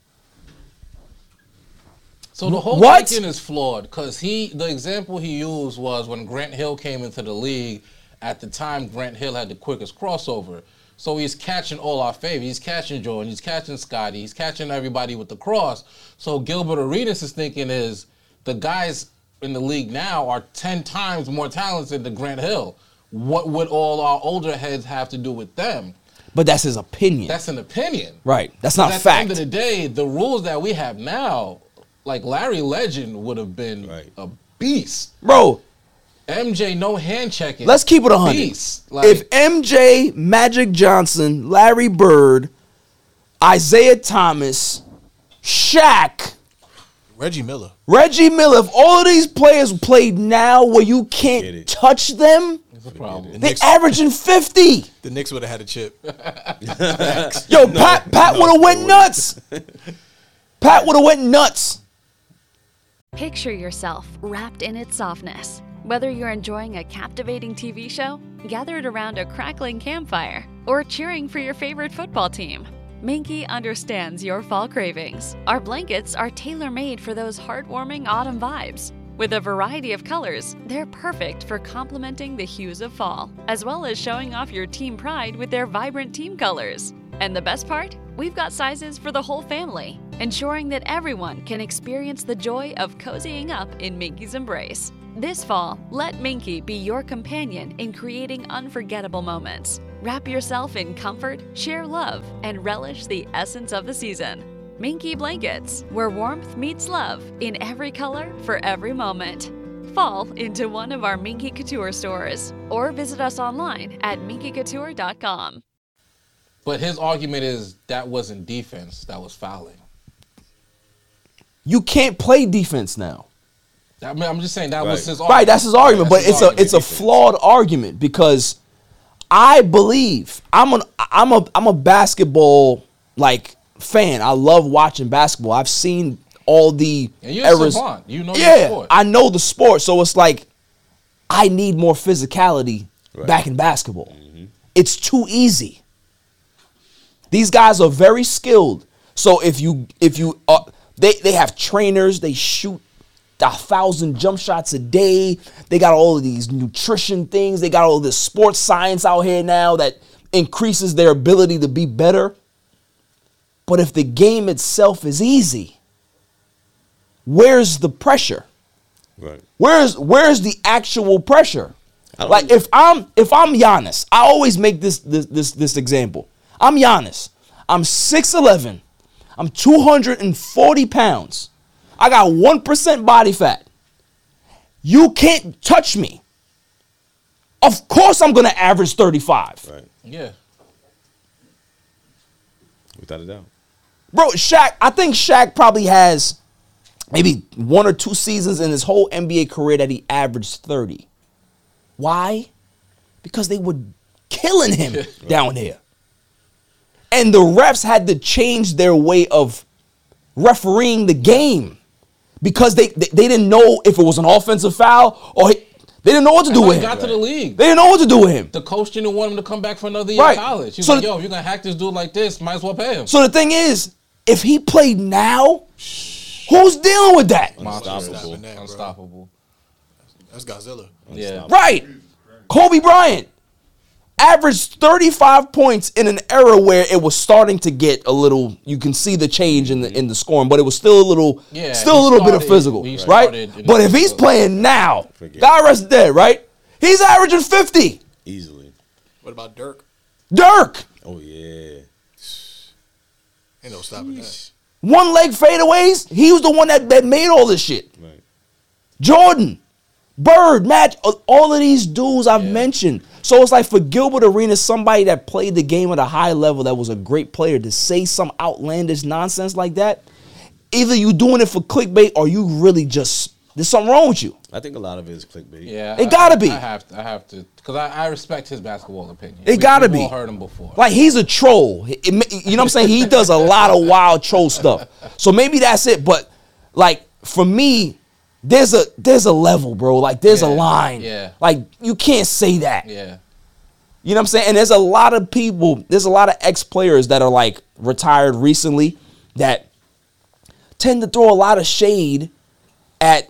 Speaker 4: So the whole
Speaker 2: What?
Speaker 4: thinking is flawed because he the example he used was when Grant Hill came into the league. At the time, Grant Hill had the quickest crossover, so he's catching all our favorites. He's catching Jordan, he's catching Scotty, he's catching everybody with the cross. So Gilbert Arenas is thinking is the guys in the league now are ten times more talented than Grant Hill. What would all our older heads have to do with them?
Speaker 2: but that's his opinion
Speaker 4: That's an opinion.
Speaker 2: right that's
Speaker 4: Because
Speaker 2: not
Speaker 4: at
Speaker 2: fact
Speaker 4: the end of the day, the rules that we have now, like Larry Legend would have been a beast.
Speaker 2: bro
Speaker 4: MJ, no hand checking.
Speaker 2: let's keep it 100
Speaker 4: Beast. Like,
Speaker 2: if mj magic johnson larry bird isaiah thomas Shaq,
Speaker 9: Reggie Miller.
Speaker 2: reggie miller if all of these players played now where you can't touch them
Speaker 9: problem.
Speaker 2: they're averaging 50
Speaker 9: The Knicks would have had a chip.
Speaker 2: Yo, Pat Pat would have went nuts. Pat would have went nuts.
Speaker 13: Picture yourself wrapped in its softness. Whether you're enjoying a captivating TV show, gathered around a crackling campfire, or cheering for your favorite football team, Minky understands your fall cravings. Our blankets are tailor made for those heartwarming autumn vibes. With a variety of colors, they're perfect for complementing the hues of fall, as well as showing off your team pride with their vibrant team colors. And the best part? We've got sizes for the whole family, ensuring that everyone can experience the joy of cozying up in Minky's embrace. This fall, let Minky be your companion in creating unforgettable moments. Wrap yourself in comfort, share love, and relish the essence of the season. Minky Blankets, where warmth meets love in every color for every moment. Fall into one of our Minky Couture stores or visit us online at minkycouture.com.
Speaker 4: but his argument is that wasn't defense, that was fouling.
Speaker 2: You can't play defense now.
Speaker 4: I mean, I'm just saying that was his
Speaker 2: Right, that's his argument, but
Speaker 4: That's his
Speaker 2: it's a it's a flawed argument because I believe I'm an I'm a I'm a basketball like fan. I love watching basketball. I've seen all the
Speaker 4: And you're a
Speaker 2: eras.
Speaker 4: savant. You know your
Speaker 2: yeah,
Speaker 4: sport.
Speaker 2: I know the sport, so it's like I need more physicality back in basketball. It's too easy. These guys are very skilled. So if you if you uh, they they have trainers, they shoot a thousand jump shots a day. They got all of these nutrition things. They got all this sports science out here now that increases their ability to be better. But if the game itself is easy, where's the pressure?
Speaker 5: Right.
Speaker 2: Where's where's the actual pressure? Like if I'm if I'm Giannis, I always make this this this, this example. I'm Giannis. I'm 6'11. I'm 240 pounds. I got 1% body fat. You can't touch me. Of course I'm gonna average 35.
Speaker 5: Right.
Speaker 4: Yeah.
Speaker 5: Without a doubt.
Speaker 2: Bro, Shaq, I think Shaq probably has maybe one or two seasons in his whole NBA career that he averaged 30. Why? Because they were killing him down there. And the refs had to change their way of refereeing the game because they, they, they didn't know if it was an offensive foul or he- they didn't know what to do
Speaker 4: And
Speaker 2: with
Speaker 4: when he got to the
Speaker 2: him.
Speaker 4: league.
Speaker 2: They didn't know what to do with him.
Speaker 4: The coach didn't want him to come back for another year
Speaker 2: Right.
Speaker 4: of college. He's
Speaker 2: So
Speaker 4: like,
Speaker 2: the-
Speaker 4: yo, if you're gonna hack this dude like this, might as well pay him.
Speaker 2: So the thing is, if he played now, who's dealing with that?
Speaker 4: Unstoppable. Unstoppable.
Speaker 9: That's Godzilla.
Speaker 4: Yeah.
Speaker 2: Right. Kobe Bryant. averaged 35 points in an era where it was starting to get a little you can see the change in the in the scoring but it was still a little
Speaker 4: Yeah,
Speaker 2: still
Speaker 4: he
Speaker 2: a little bit of
Speaker 4: started-
Speaker 2: physical
Speaker 4: he
Speaker 2: right
Speaker 4: started in
Speaker 2: but
Speaker 4: the
Speaker 2: if he's
Speaker 4: physical.
Speaker 2: playing now god rest dead right he's averaging 50
Speaker 5: Easily.
Speaker 9: What about Dirk?
Speaker 2: dirk
Speaker 5: Oh yeah.
Speaker 9: Ain't no stopping that.
Speaker 2: one leg fadeaways he was the one that, that made all this shit
Speaker 5: Right.
Speaker 2: jordan bird match all of these dudes i've mentioned so it's like for gilbert arenas somebody that played the game at a high level that was a great player to say some outlandish nonsense like that either you doing it for clickbait or you really just there's something wrong with you
Speaker 5: I think a lot of it is clickbait.
Speaker 4: Yeah,
Speaker 2: It
Speaker 4: I-
Speaker 2: gotta be.
Speaker 4: I have to. I have to, because I, I respect his basketball opinion.
Speaker 2: It
Speaker 4: We-
Speaker 2: gotta
Speaker 4: we've all
Speaker 2: be.
Speaker 4: heard him before.
Speaker 2: Like he's a troll. It- it ma- you know what I'm saying? He does a lot of wild troll stuff. So maybe that's it. But like for me, there's a there's a level, bro. Like there's a line.
Speaker 4: yeah.
Speaker 2: Like you can't say that.
Speaker 4: Yeah.
Speaker 2: You know what I'm saying? And there's a lot of people, there's a lot of ex players that are like retired recently that tend to throw a lot of shade at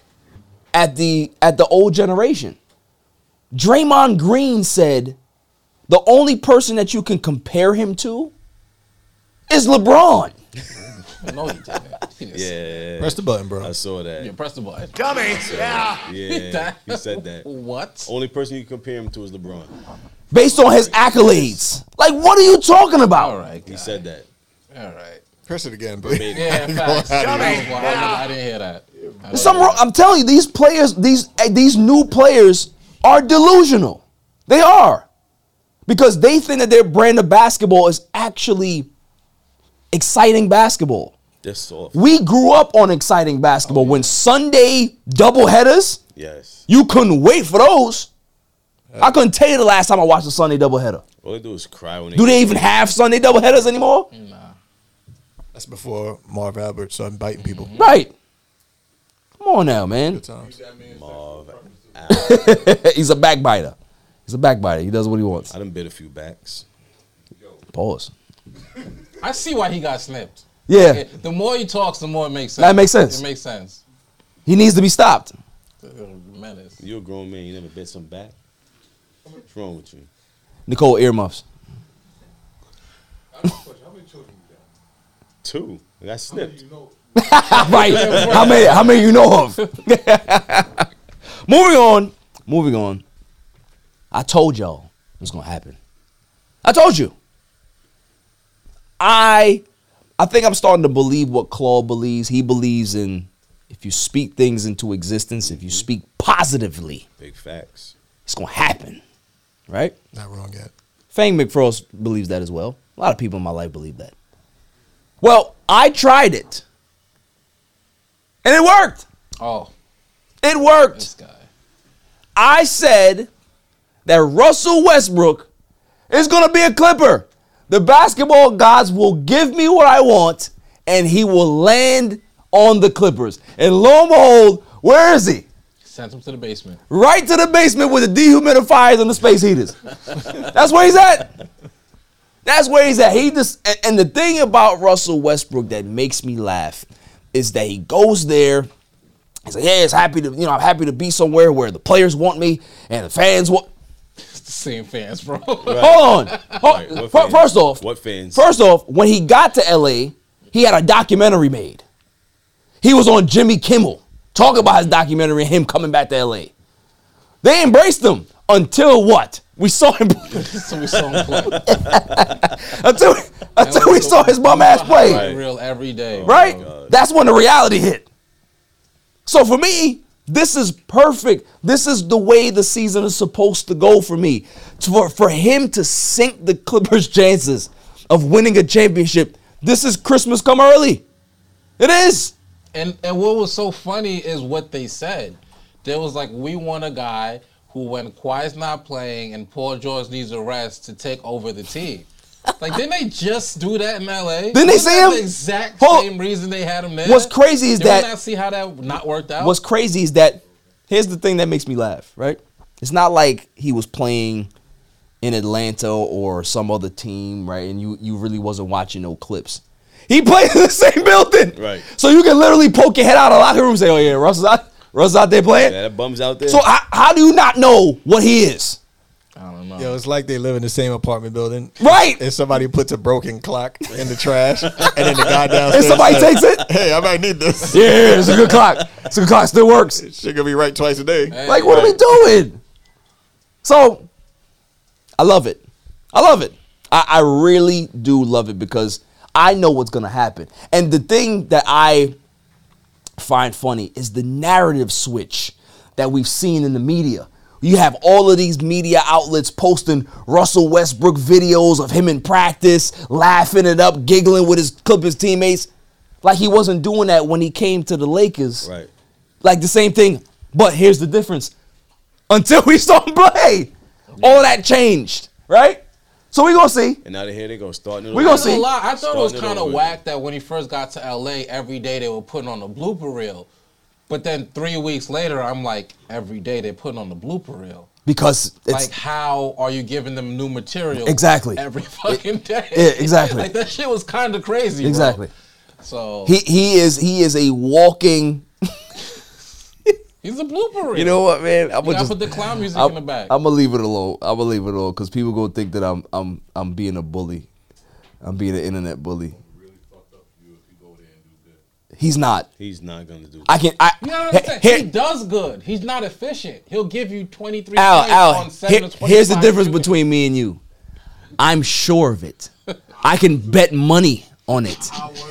Speaker 2: at the at the old generation. Draymond Green said the only person that you can compare him to is LeBron.
Speaker 4: No, he didn't.
Speaker 5: Yeah.
Speaker 9: Press the button, bro.
Speaker 5: I saw that.
Speaker 4: Yeah, press the button.
Speaker 5: Dummy.
Speaker 4: Yeah.
Speaker 5: Yeah. he said that. Oh
Speaker 4: What?
Speaker 5: Only person you compare him to is LeBron.
Speaker 2: Based on his accolades. Like what are you talking about?
Speaker 5: He said that.
Speaker 4: All right.
Speaker 9: Press it again, but
Speaker 4: Yeah, facts. I, didn't, I didn't hear that.
Speaker 2: There's something wrong. I'm telling you, these players, these eh, these new players are delusional. They are. Because they think that their brand of basketball is actually exciting basketball.
Speaker 5: They're soft.
Speaker 2: We grew up on exciting basketball. When Sunday doubleheaders,
Speaker 5: Yes.
Speaker 2: you couldn't wait for those. I couldn't tell you the last time I watched a Sunday doubleheader.
Speaker 5: All they do is cry when they
Speaker 2: Do they even have Sunday doubleheaders anymore?
Speaker 9: That's before Marv Albert started biting people.
Speaker 2: Right. Come on now, man.
Speaker 9: Good times.
Speaker 2: He's a backbiter. He's a backbiter. He does what he wants. I
Speaker 5: done bit a few backs.
Speaker 2: Pause.
Speaker 4: I see why he got snipped.
Speaker 2: Yeah.
Speaker 4: Like, the more he talks, the more it makes sense.
Speaker 2: That makes sense.
Speaker 4: It makes sense.
Speaker 2: He needs to be stopped.
Speaker 4: Menace.
Speaker 5: You're a grown man. You never bit some back. What's wrong with you?
Speaker 2: Nicole earmuffs.
Speaker 5: Two. I got snipped.
Speaker 2: right. How many? How many you know of? moving on. Moving on. I told y'all what's gonna happen. I told you. I, I think I'm starting to believe what Claude believes. He believes in if you speak things into existence, if you speak positively,
Speaker 5: Big facts.
Speaker 2: it's gonna happen, right?
Speaker 9: Not wrong yet.
Speaker 2: Fang McFrost believes that as well. A lot of people in my life believe that. Well, I tried it. And it worked.
Speaker 4: Oh.
Speaker 2: It worked. I said that Russell Westbrook is going to be a Clipper. The basketball gods will give me what I want, and he will land on the Clippers. And lo and behold, where is he?
Speaker 4: Sent him to the basement.
Speaker 2: Right to the basement with the dehumidifiers and the space heaters. That's where he's at. That's where he's at. He just and, and the thing about Russell Westbrook that makes me laugh is that he goes there. He's like, yeah, it's happy to you know I'm happy to be somewhere where the players want me and the fans want.
Speaker 4: It's the same fans, bro.
Speaker 2: Hold on. Hold-
Speaker 5: what
Speaker 2: fir-
Speaker 5: fans?
Speaker 2: first off,
Speaker 5: What fans?
Speaker 2: First off, when he got to LA, he had a documentary made. He was on Jimmy Kimmel talking about his documentary and him coming back to LA. They embraced him until what? We saw him.
Speaker 4: so we saw him play.
Speaker 2: until until we saw his bum ass play.
Speaker 4: Real every day.
Speaker 2: Right? That's when the reality hit. So for me, this is perfect. This is the way the season is supposed to go for me. To- For, for him to sink the Clippers' chances of winning a championship, this is Christmas come early. It is.
Speaker 4: And and what was so funny is what they said. There was like, we want a guy who, when Kawhi's not playing and Paul George needs a rest, to take over the team. Like, didn't they just do that in LA?
Speaker 2: Didn't they
Speaker 4: Wasn't
Speaker 2: say
Speaker 4: that
Speaker 2: him?
Speaker 4: The exact
Speaker 2: Hold-
Speaker 4: same reason they had him there.
Speaker 2: What's crazy is
Speaker 4: Did we
Speaker 2: that-
Speaker 4: not see how that not worked out.
Speaker 2: What's crazy is that here's the thing that makes me laugh, right? It's not like he was playing in Atlanta or some other team, right? And you you really wasn't watching no clips. He played in the same building.
Speaker 5: Right.
Speaker 2: So you can literally poke your head out of the locker room and say, oh yeah, Russell's out, Russell's out there
Speaker 5: Yeah,
Speaker 2: playing.
Speaker 5: that bum's out there.
Speaker 2: So how, how do you not know what he is?
Speaker 4: I don't know.
Speaker 9: Yo, it's like they live in the same apartment building.
Speaker 2: Right.
Speaker 9: And somebody puts a broken clock in the trash. and then the guy
Speaker 2: And
Speaker 9: downstairs.
Speaker 2: somebody
Speaker 9: says,
Speaker 2: takes it?
Speaker 9: Hey, I might need this.
Speaker 2: Yeah, it's a good clock. It's a good clock. Still works.
Speaker 9: She gonna be right twice a day.
Speaker 2: Like, what are we doing? So, I love it. I love it. I, I really do love it because I know what's going to happen. And the thing that I find funny is the narrative switch that we've seen in the media. You have all of these media outlets posting Russell Westbrook videos of him in practice, laughing it up, giggling with his Clippers teammates, like he wasn't doing that when he came to the Lakers. Right. Like the same thing, but here's the difference. Until we saw him play, all that changed, right? So we gonna see.
Speaker 5: And out of here they go starting. it
Speaker 2: We gonna
Speaker 5: over.
Speaker 2: see.
Speaker 4: Not lie, I thought it was
Speaker 5: Starting
Speaker 4: kind of
Speaker 5: over.
Speaker 4: whack that when he first got to LA, every day they were putting on the blooper reel. But then three weeks later, I'm like, every day they're putting on the blooper reel.
Speaker 2: Because it's
Speaker 4: like, how are you giving them new material?
Speaker 2: Exactly.
Speaker 4: Every fucking day.
Speaker 2: yeah, exactly.
Speaker 4: like that shit was kind of crazy. bro.
Speaker 2: Exactly.
Speaker 4: So
Speaker 2: he he is he is a walking
Speaker 4: he's a blooper reel.
Speaker 2: You know what, man? I'ma
Speaker 4: you gotta
Speaker 2: just-
Speaker 4: put the clown music
Speaker 2: I'm,
Speaker 4: in the back.
Speaker 2: I'm gonna leave it alone. I'm gonna leave it alone because people gonna think that I'm I'm I'm being a bully. I'm being an internet bully. He's not.
Speaker 5: He's not gonna do.
Speaker 2: I can. I
Speaker 4: You know what
Speaker 2: he-
Speaker 4: I'm saying?
Speaker 2: here-
Speaker 4: he does good. He's not efficient. He'll give you 23
Speaker 2: Al,
Speaker 4: points
Speaker 2: Al,
Speaker 4: on seven
Speaker 2: he-
Speaker 4: or 25
Speaker 2: here's the difference between me and you. I'm sure of it. I can bet money on it,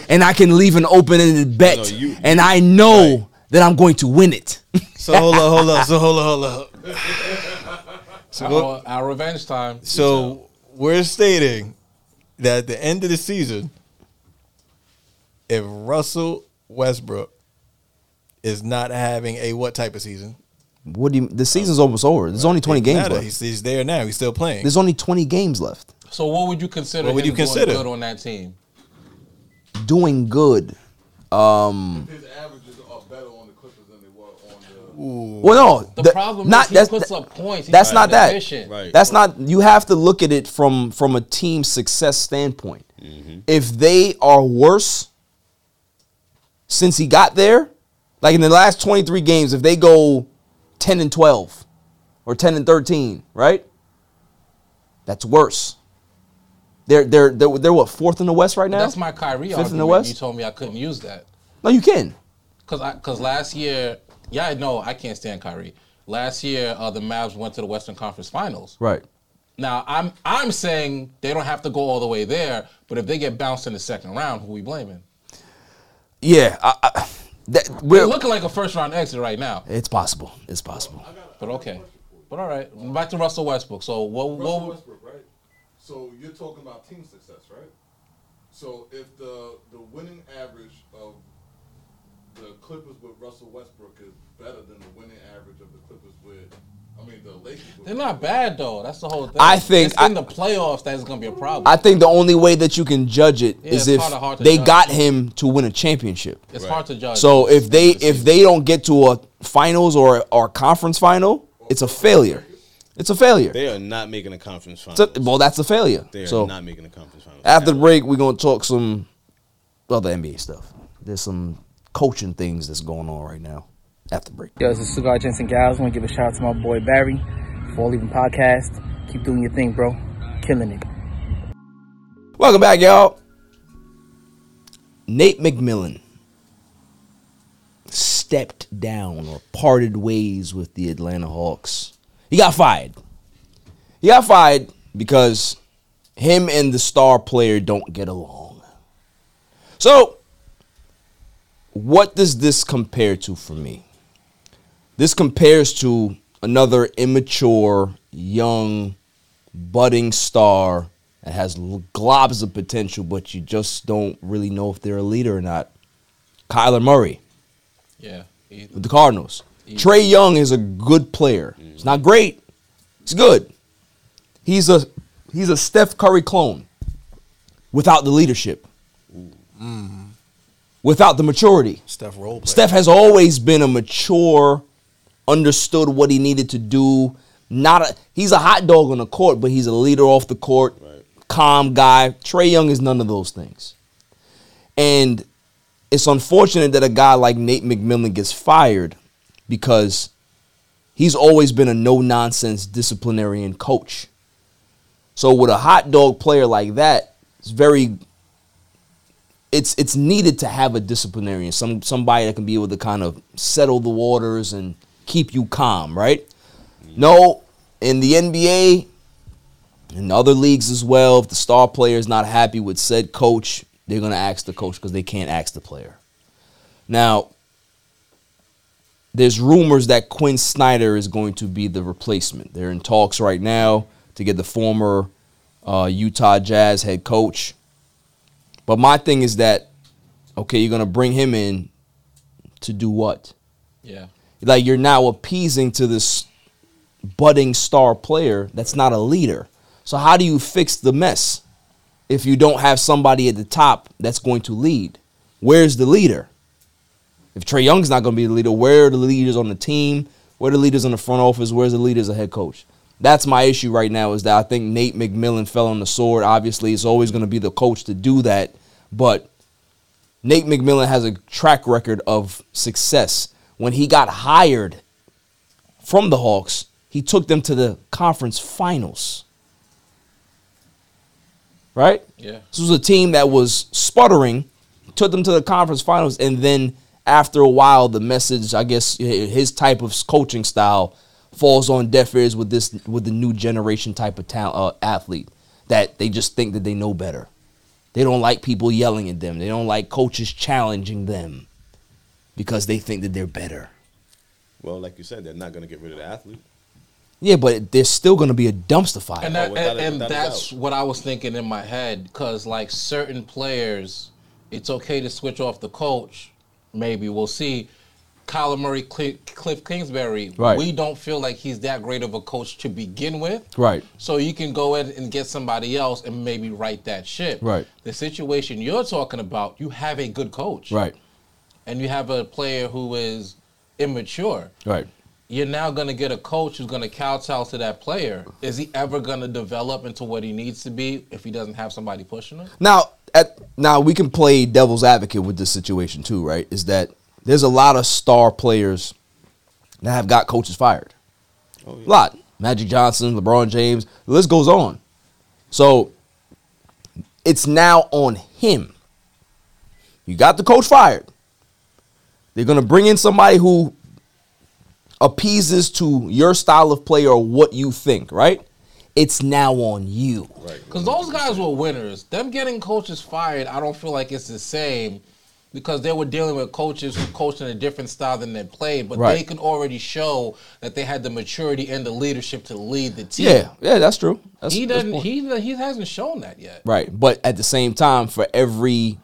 Speaker 2: and I can leave an open-ended bet, and I know that I'm going to win it.
Speaker 9: So hold up, hold up. So hold up, hold up. So what-
Speaker 4: our, our revenge time.
Speaker 9: So we're stating that at the end of the season, if Russell Westbrook is not having a what type of season?
Speaker 2: What do you? The season's almost over. There's only 20 games
Speaker 9: Matter.
Speaker 2: left.
Speaker 9: He's, he's there now. He's still playing.
Speaker 2: There's only 20 games left.
Speaker 4: So what would you consider?
Speaker 9: What would
Speaker 4: him
Speaker 9: you consider?
Speaker 4: doing good on that team?
Speaker 2: Doing good. Um. Well, no,
Speaker 4: The
Speaker 2: the-
Speaker 4: problem
Speaker 2: not-
Speaker 4: is he
Speaker 2: that's-
Speaker 4: puts up points. He's
Speaker 2: that's not that.
Speaker 4: efficient.
Speaker 2: That's not. You have to look at it from from a team success standpoint.
Speaker 4: Mm-hmm.
Speaker 2: If they are worse since he got there, like in the last twenty three games, if they go ten and twelve or ten and thirteen, right? That's worse. They're they're they're, they're what fourth in the West right now.
Speaker 4: That's my Kyrie
Speaker 2: Fifth
Speaker 4: argument.
Speaker 2: in the West.
Speaker 4: You told me I couldn't use that
Speaker 2: No, you can.
Speaker 4: because because last year, yeah, I know I can't stand Kyrie. Last year, uh, the Mavs went to the Western Conference Finals.
Speaker 2: Right.
Speaker 4: Now I'm I'm saying they don't have to go all the way there, but if they get bounced in the second round, who we blaming?
Speaker 2: Yeah. I, I, that,
Speaker 4: We're
Speaker 2: we're,
Speaker 4: looking like a first round exit right now.
Speaker 2: it's possible. It's possible.
Speaker 4: But okay, but all right, back to Russell Westbrook. So what
Speaker 8: Russell
Speaker 4: what?
Speaker 8: Westbrook, right? So you're talking about team success, right? So if the the winning average of the Clippers with Russell Westbrook is better than the winning average of the Clippers with, I mean, the Lakers. With
Speaker 4: They're not bad though. That's the whole thing.
Speaker 2: I think
Speaker 4: it's in the playoffs that is gonna be a problem.
Speaker 2: I think the only way that you can judge it
Speaker 4: Yeah,
Speaker 2: is
Speaker 4: it's
Speaker 2: if
Speaker 4: kinda hard to
Speaker 2: they
Speaker 4: judge.
Speaker 2: got him to win a championship.
Speaker 4: It's Right. hard to judge.
Speaker 2: So if they if they don't get to a finals or or conference final, it's a failure. It's a failure.
Speaker 5: They are not making a conference
Speaker 2: It's a-
Speaker 5: final.
Speaker 2: well, that's a failure.
Speaker 5: They are
Speaker 2: so
Speaker 5: not making a conference final.
Speaker 2: after the break, we're gonna talk some other NBA stuff. There's some coaching things that's going on right now. After the break.
Speaker 14: Yo, this is Cigar Jensen Giles. want to give a shout out to my boy Barry for leaving podcast. Keep doing your thing, bro. Killing it.
Speaker 2: Welcome back, y'all. Nate McMillan stepped down or parted ways with the Atlanta Hawks. He got fired. He got fired because him and the star player don't get along. So, what does this compare to for me? This compares to another immature, young, budding star that has l- globs of potential, but you just don't really know if they're a leader or not. Kyler Murray
Speaker 4: Yeah.
Speaker 2: with the Cardinals. Trey Young is a good player.
Speaker 9: Mm.
Speaker 2: He's not great. He's good. He's a he's a Steph Curry clone without the leadership, without the maturity.
Speaker 9: Mm-hmm. Steph role player.
Speaker 2: Steph has always been a mature, understood what he needed to do. Not a, he's a hot dog on the court, but he's a leader off the court, calm guy. Trey Young is none of those things, and it's unfortunate that a guy like Nate McMillan gets fired because he's always been a no nonsense disciplinarian coach. So with a hot dog player like that, it's very it's it's needed to have a disciplinarian, some somebody that can be able to kind of settle the waters and keep you calm, right? No, in the NBA, in other leagues as well, if the star player is not happy with said coach, they're going to ask the coach because they can't ask the player. Now, there's rumors that Quinn Snyder is going to be the replacement. They're in talks right now to get the former uh, Utah Jazz head coach. But my thing is that, okay, you're going to bring him in to do what?
Speaker 4: Yeah.
Speaker 2: Like, you're now appeasing to this budding star player that's not a leader. So, how do you fix the mess if you don't have somebody at the top that's going to lead? Where's the leader? If Trey Young's not going to be the leader, where are the leaders on the team? Where are the leaders in the front office? Where's the leaders, as a head coach? That's my issue right now is that I think Nate McMillan fell on the sword. Obviously, it's always going to be the coach to do that, but Nate McMillan has a track record of success. When he got hired from the Hawks, he took them to the conference finals. Right?
Speaker 4: Yeah.
Speaker 2: This was a team that was sputtering, took them to the conference finals, and then after a while, the message, I guess, his type of coaching style falls on deaf ears with this with the new generation type of talent uh, athlete that they just think that they know better. They don't like people yelling at them. They don't like coaches challenging them because they think that they're better.
Speaker 5: Well, like you said, they're not going to get rid of the athlete.
Speaker 2: Yeah, but there's still going to be a dumpster fire.
Speaker 4: And, that, and, and that's what I was thinking in my head because, like, certain players, it's okay to switch off the coach. Maybe we'll see. Kyler Murray, Cl- Cliff Kingsbury,
Speaker 2: Right.
Speaker 4: we don't feel like he's that great of a coach to begin with.
Speaker 2: Right.
Speaker 4: So you can go in and get somebody else and maybe right that ship.
Speaker 2: Right.
Speaker 4: The situation you're talking about, you have a good coach.
Speaker 2: Right.
Speaker 4: And you have a player who is immature.
Speaker 2: Right.
Speaker 4: You're now going to get a coach who's going to kowtow to that player. Is he ever going to develop into what he needs to be if he doesn't have somebody pushing him?
Speaker 2: Now, at now we can play devil's advocate with this situation too, right? Is that there's a lot of star players that have got coaches fired. A lot. Magic Johnson, LeBron James, the list goes on. So it's now on him. You got the coach fired. They're gonna bring in somebody who appeases to your style of play or what you think, right? It's now on you.
Speaker 5: Right.
Speaker 4: Because those guys were winners. Them getting coaches fired, I don't feel like it's the same because they were dealing with coaches who coached in a different style than they played, but
Speaker 2: Right.
Speaker 4: they can already show that they had the maturity and the leadership to lead the team.
Speaker 2: Yeah, yeah, that's true. That's,
Speaker 4: he
Speaker 2: that's
Speaker 4: doesn't. He he hasn't shown that yet.
Speaker 2: Right. But at the same time, for every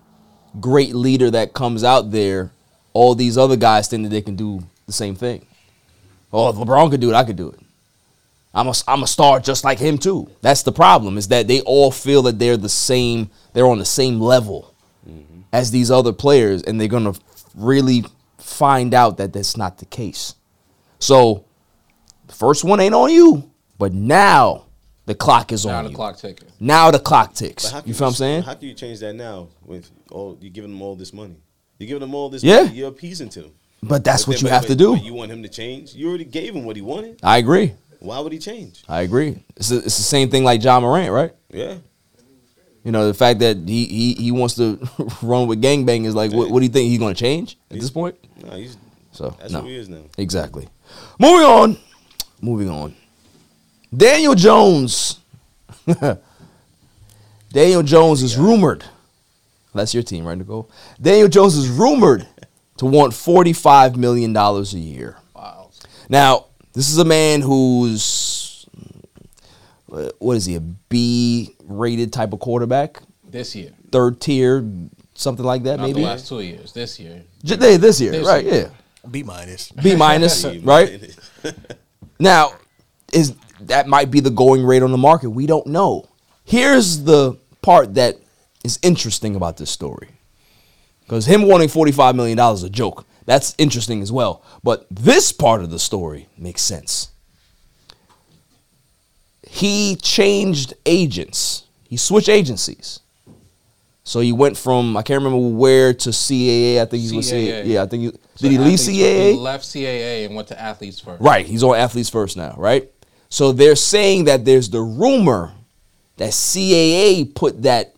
Speaker 2: great leader that comes out there, all these other guys think that they can do the same thing. Oh, if LeBron could do it, I could do it. I'm a, I'm a star just like him too. That's the problem is that they all feel that they're the same, they're on the same level
Speaker 4: Mm-hmm.
Speaker 2: as these other players, and they're gonna really find out that that's not the case. So, the first one ain't on you, but now the clock is
Speaker 4: Now
Speaker 2: on
Speaker 4: the
Speaker 2: you.
Speaker 4: clock ticking.
Speaker 2: Now the clock ticks.
Speaker 5: But how can
Speaker 2: You feel what I'm saying?
Speaker 5: How can you change that now with all you giving them all this money? You giving them all this
Speaker 2: Yeah.
Speaker 5: money. You're appeasing to them.
Speaker 2: But that's what
Speaker 5: they-
Speaker 2: you have to
Speaker 5: but-
Speaker 2: do.
Speaker 5: but You want him to change? You already gave him what he wanted.
Speaker 2: I agree.
Speaker 5: Why would he change?
Speaker 2: I agree. It's, the- it's the same thing like John Morant, right?
Speaker 5: Yeah.
Speaker 2: You know, the fact that he he, he wants to run with gangbang is like, what, what do you think? He's going to change at this point?
Speaker 5: No, he's
Speaker 2: So,
Speaker 5: that's
Speaker 2: no.
Speaker 5: who he is now.
Speaker 2: Exactly. Moving on. Moving on. Daniel Jones. Daniel Jones is rumored. That's your team, right, Nicole? Daniel Jones is rumored to want $45 million a year. Wow. Now, this is a man who's, uh, what is he, a B rated type of quarterback?
Speaker 4: This year,
Speaker 2: Third tier, something like that,
Speaker 4: not
Speaker 2: maybe?
Speaker 4: the last two years. This year,
Speaker 2: J- they- this year, right? Yeah,
Speaker 9: B minus.
Speaker 2: B minus,
Speaker 9: B
Speaker 2: right? now, is that might be the going rate on the market? We don't know. Here's the part that is interesting about this story, because him wanting forty five million dollars is a joke. That's interesting as well. But this part of the story makes sense. He changed agents. He switched agencies. So he went from I can't remember where to CAA. I think he was CAA. Yeah, I think he
Speaker 4: So
Speaker 2: did. He leave
Speaker 4: athletes-
Speaker 2: CAA.
Speaker 4: He left CAA and went to athletes first.
Speaker 2: Right. He's on athletes first now, right? So they're saying that there's the rumor that CAA put that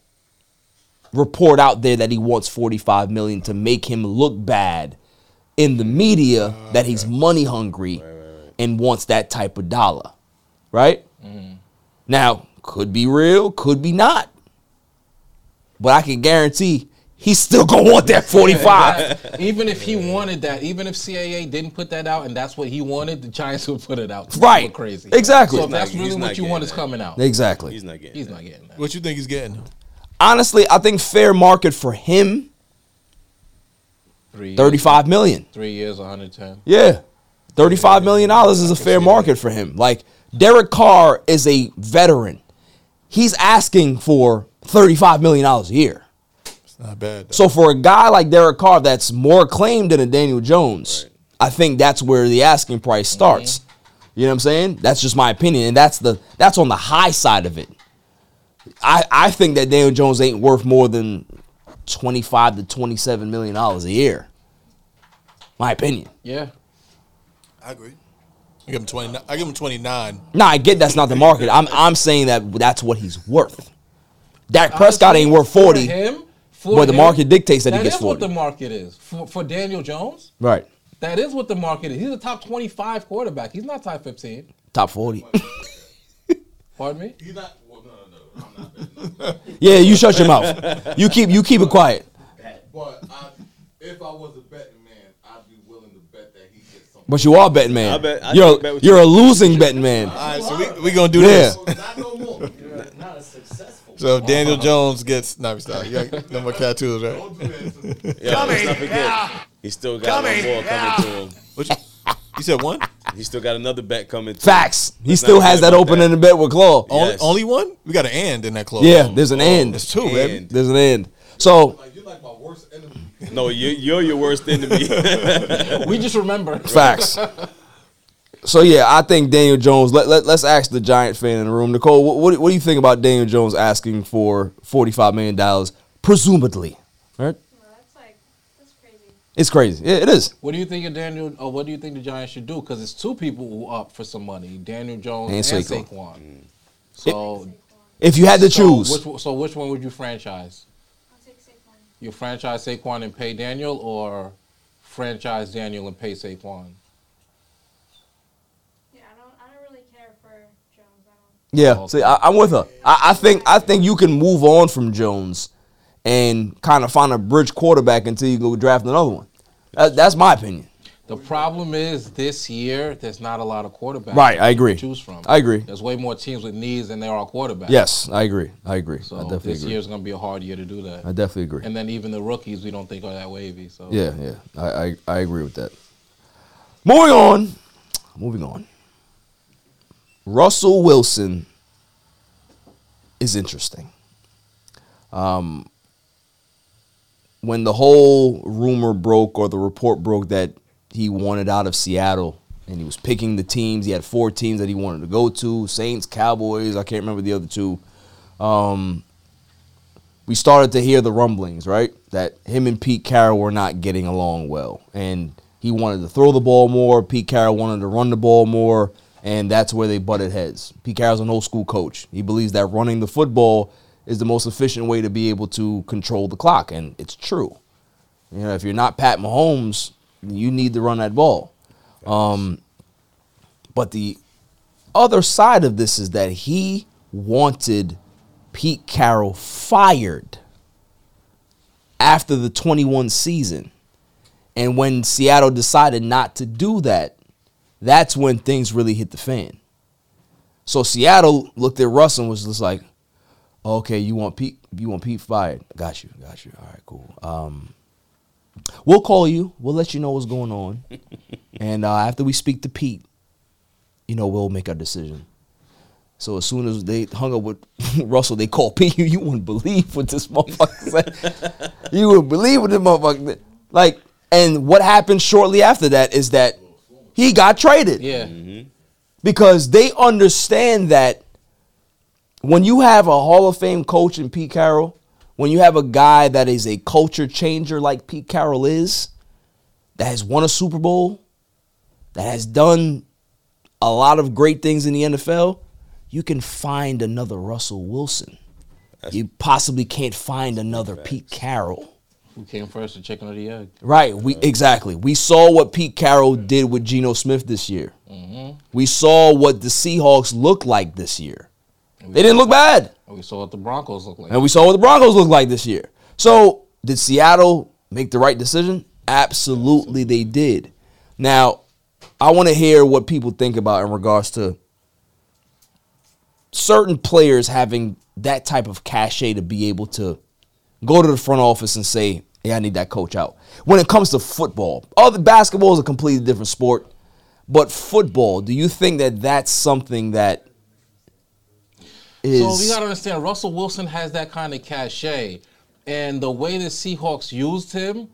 Speaker 2: report out there that he wants 45 million to make him look bad in the media that he's money hungry and wants that type of dollar. Right? Now, could be real, could be not. But I can guarantee he's still going to want that 45.
Speaker 4: That- even if he wanted that, even if CAA didn't put that out and that's what he wanted, the Giants would put it out.
Speaker 2: Right.
Speaker 4: We're crazy.
Speaker 2: Exactly.
Speaker 4: So if
Speaker 2: He's not-
Speaker 4: that's
Speaker 2: he's
Speaker 4: really
Speaker 2: not
Speaker 4: what you
Speaker 2: getting
Speaker 4: want,
Speaker 2: that.
Speaker 4: is coming out.
Speaker 2: Exactly.
Speaker 4: He's not getting. He's not getting. That.
Speaker 9: What you think he's getting?
Speaker 2: Honestly, I think fair market for him
Speaker 4: Three
Speaker 2: 35 million.
Speaker 4: Three years, 110.
Speaker 2: Yeah. $35 million dollars is a fair market for him. Like, Derek Carr is a veteran. He's asking for $35 million dollars a year.
Speaker 9: It's not bad.
Speaker 2: So, for a guy like Derek Carr that's more acclaimed than a Daniel Jones, I think that's where the asking price
Speaker 9: Mm-hmm.
Speaker 2: starts. You know what I'm saying? That's just my opinion. And that's the that's on the high side of it. I, I think that Daniel Jones ain't worth more than 25 to 27 million dollars a year. My opinion.
Speaker 4: Yeah.
Speaker 9: I agree. I give him twenty nine. I give him twenty nine.
Speaker 2: No, I get that's not the market. I'm I'm saying that that's what he's worth. Dak Prescott ain't worth forty,
Speaker 4: For him, for
Speaker 2: but the
Speaker 4: him,
Speaker 2: market dictates that he
Speaker 4: that
Speaker 2: gets
Speaker 4: is what
Speaker 2: forty.
Speaker 4: the market is for, for Daniel Jones.
Speaker 2: Right,
Speaker 4: That is what the market is. He's a top 25 quarterback. He's not top 15.
Speaker 2: top forty.
Speaker 4: Pardon me?
Speaker 8: He's not. Well, no, no, no. I'm not
Speaker 2: yeah, you shut your mouth. You keep you keep it quiet.
Speaker 8: But I, if I was a betting man, I'd be willing to bet that he gets something.
Speaker 2: But you are betting man.
Speaker 8: I bet- I
Speaker 2: you're
Speaker 8: think bet with
Speaker 2: you're
Speaker 8: you.
Speaker 2: a losing betting man.
Speaker 9: All right, so we we gonna do
Speaker 2: Yeah.
Speaker 9: this.
Speaker 8: Not no more. Not a successful.
Speaker 9: So if Daniel Jones gets no, stop. You got no more tattoos, right?
Speaker 5: Yeah, let's not forget, he still got one
Speaker 9: Coming,
Speaker 5: more
Speaker 9: yeah.
Speaker 5: coming to him.
Speaker 9: What you, you said one?
Speaker 5: He still got another bet coming. To him.
Speaker 2: Facts. He
Speaker 5: Let's
Speaker 2: still
Speaker 5: not
Speaker 2: has
Speaker 5: forget
Speaker 2: that
Speaker 5: about
Speaker 2: open in the bet with Claw.
Speaker 9: Only, only one? We got an and in that close.
Speaker 2: Yeah, there's
Speaker 8: Oh,
Speaker 2: an end.
Speaker 9: There's two, baby.
Speaker 2: There's an end. So
Speaker 5: No, you, you're your worst enemy.
Speaker 4: we just remember.
Speaker 2: Facts. So yeah, I think Daniel Jones. Let, let us ask the Giant fan in the room, Nicole. What, what what do you think about Daniel Jones asking for forty five million dollars, presumably? Right? It's crazy. Yeah, it is.
Speaker 4: What do you think of Daniel? Or what do you think the Giants should do? Because it's two people who up for some money: Daniel Jones
Speaker 2: And
Speaker 4: and,
Speaker 2: Saquon.
Speaker 4: Saquon. So,
Speaker 2: If you had to
Speaker 4: so
Speaker 2: choose,
Speaker 4: which, so which one would you franchise? You franchise Saquon and pay Daniel, or franchise Daniel and pay Saquon?
Speaker 2: yeah.
Speaker 4: Oh,
Speaker 2: See, I, I'm with her. I, I think I think you can move on from Jones, and kind of find a bridge quarterback until you go draft another one. That, that's my opinion.
Speaker 4: The problem is this year there's not a lot of quarterbacks.
Speaker 2: Right, I agree.
Speaker 4: To choose from.
Speaker 2: I agree.
Speaker 4: There's way more teams with needs than there are quarterbacks.
Speaker 2: Yes, I agree. I agree. I
Speaker 4: So
Speaker 2: definitely
Speaker 4: this
Speaker 2: agree.
Speaker 4: year's gonna be a hard year to do that.
Speaker 2: I definitely agree.
Speaker 4: And then even the rookies we don't think are that wavy. So
Speaker 2: Yeah, yeah. I, I, I agree with that. Moving on. Moving on. Russell Wilson is interesting. Um, when the whole rumor broke or the report broke that he wanted out of Seattle and he was picking the teams, he had four teams that he wanted to go to Saints, Cowboys, I can't remember the other two. Um, we started to hear the rumblings, right? That him and Pete Carroll were not getting along well. And he wanted to throw the ball more. Pete Carroll wanted to run the ball more. And that's where they butted heads. Pete Carroll's an old school coach. He believes that running the football is the most efficient way to be able to control the clock. And it's true. You know, if you're not Pat Mahomes, you need to run that ball. Um, but the other side of this is that he wanted Pete Carroll fired after the 21 season. And when Seattle decided not to do that, that's when things really hit the fan. So Seattle looked at Russ and was just like, okay, you want Pete, you want Pete fired. Got you, got you. All right, cool. Um, we'll call you. We'll let you know what's going on. and uh, after we speak to Pete, you know, we'll make our decision. So as soon as they hung up with Russell, they called Pete. You, you wouldn't believe what this motherfucker said. you wouldn't believe what this motherfucker did. Like, and what happened shortly after that is that he got traded
Speaker 4: Yeah.
Speaker 2: because they understand that when you have a Hall of Fame coach in Pete Carroll, when you have a guy that is a culture changer like Pete Carroll is, that has won a Super Bowl, that has done a lot of great things in the NFL, you can find another Russell Wilson. you possibly can't find another Pete Carroll.
Speaker 4: Who came first, the chicken or the egg?
Speaker 2: Right. We exactly. We saw what Pete Carroll did with Geno Smith this year.
Speaker 4: Mhm.
Speaker 2: We saw what the Seahawks looked like this year. They didn't look bad.
Speaker 4: And we saw what the Broncos look like.
Speaker 2: And we saw what the Broncos looked like this year. So, did Seattle make the right decision? Absolutely, they did. Now, I want to hear what people think about in regards to certain players having that type of cachet to be able to go to the front office and say, "Yeah, I need that coach out." When it comes to football, other basketball is a completely different sport, but football. Do you think that that's something that is?
Speaker 4: So we gotta understand Russell Wilson has that kind of cachet, and the way the Seahawks used him,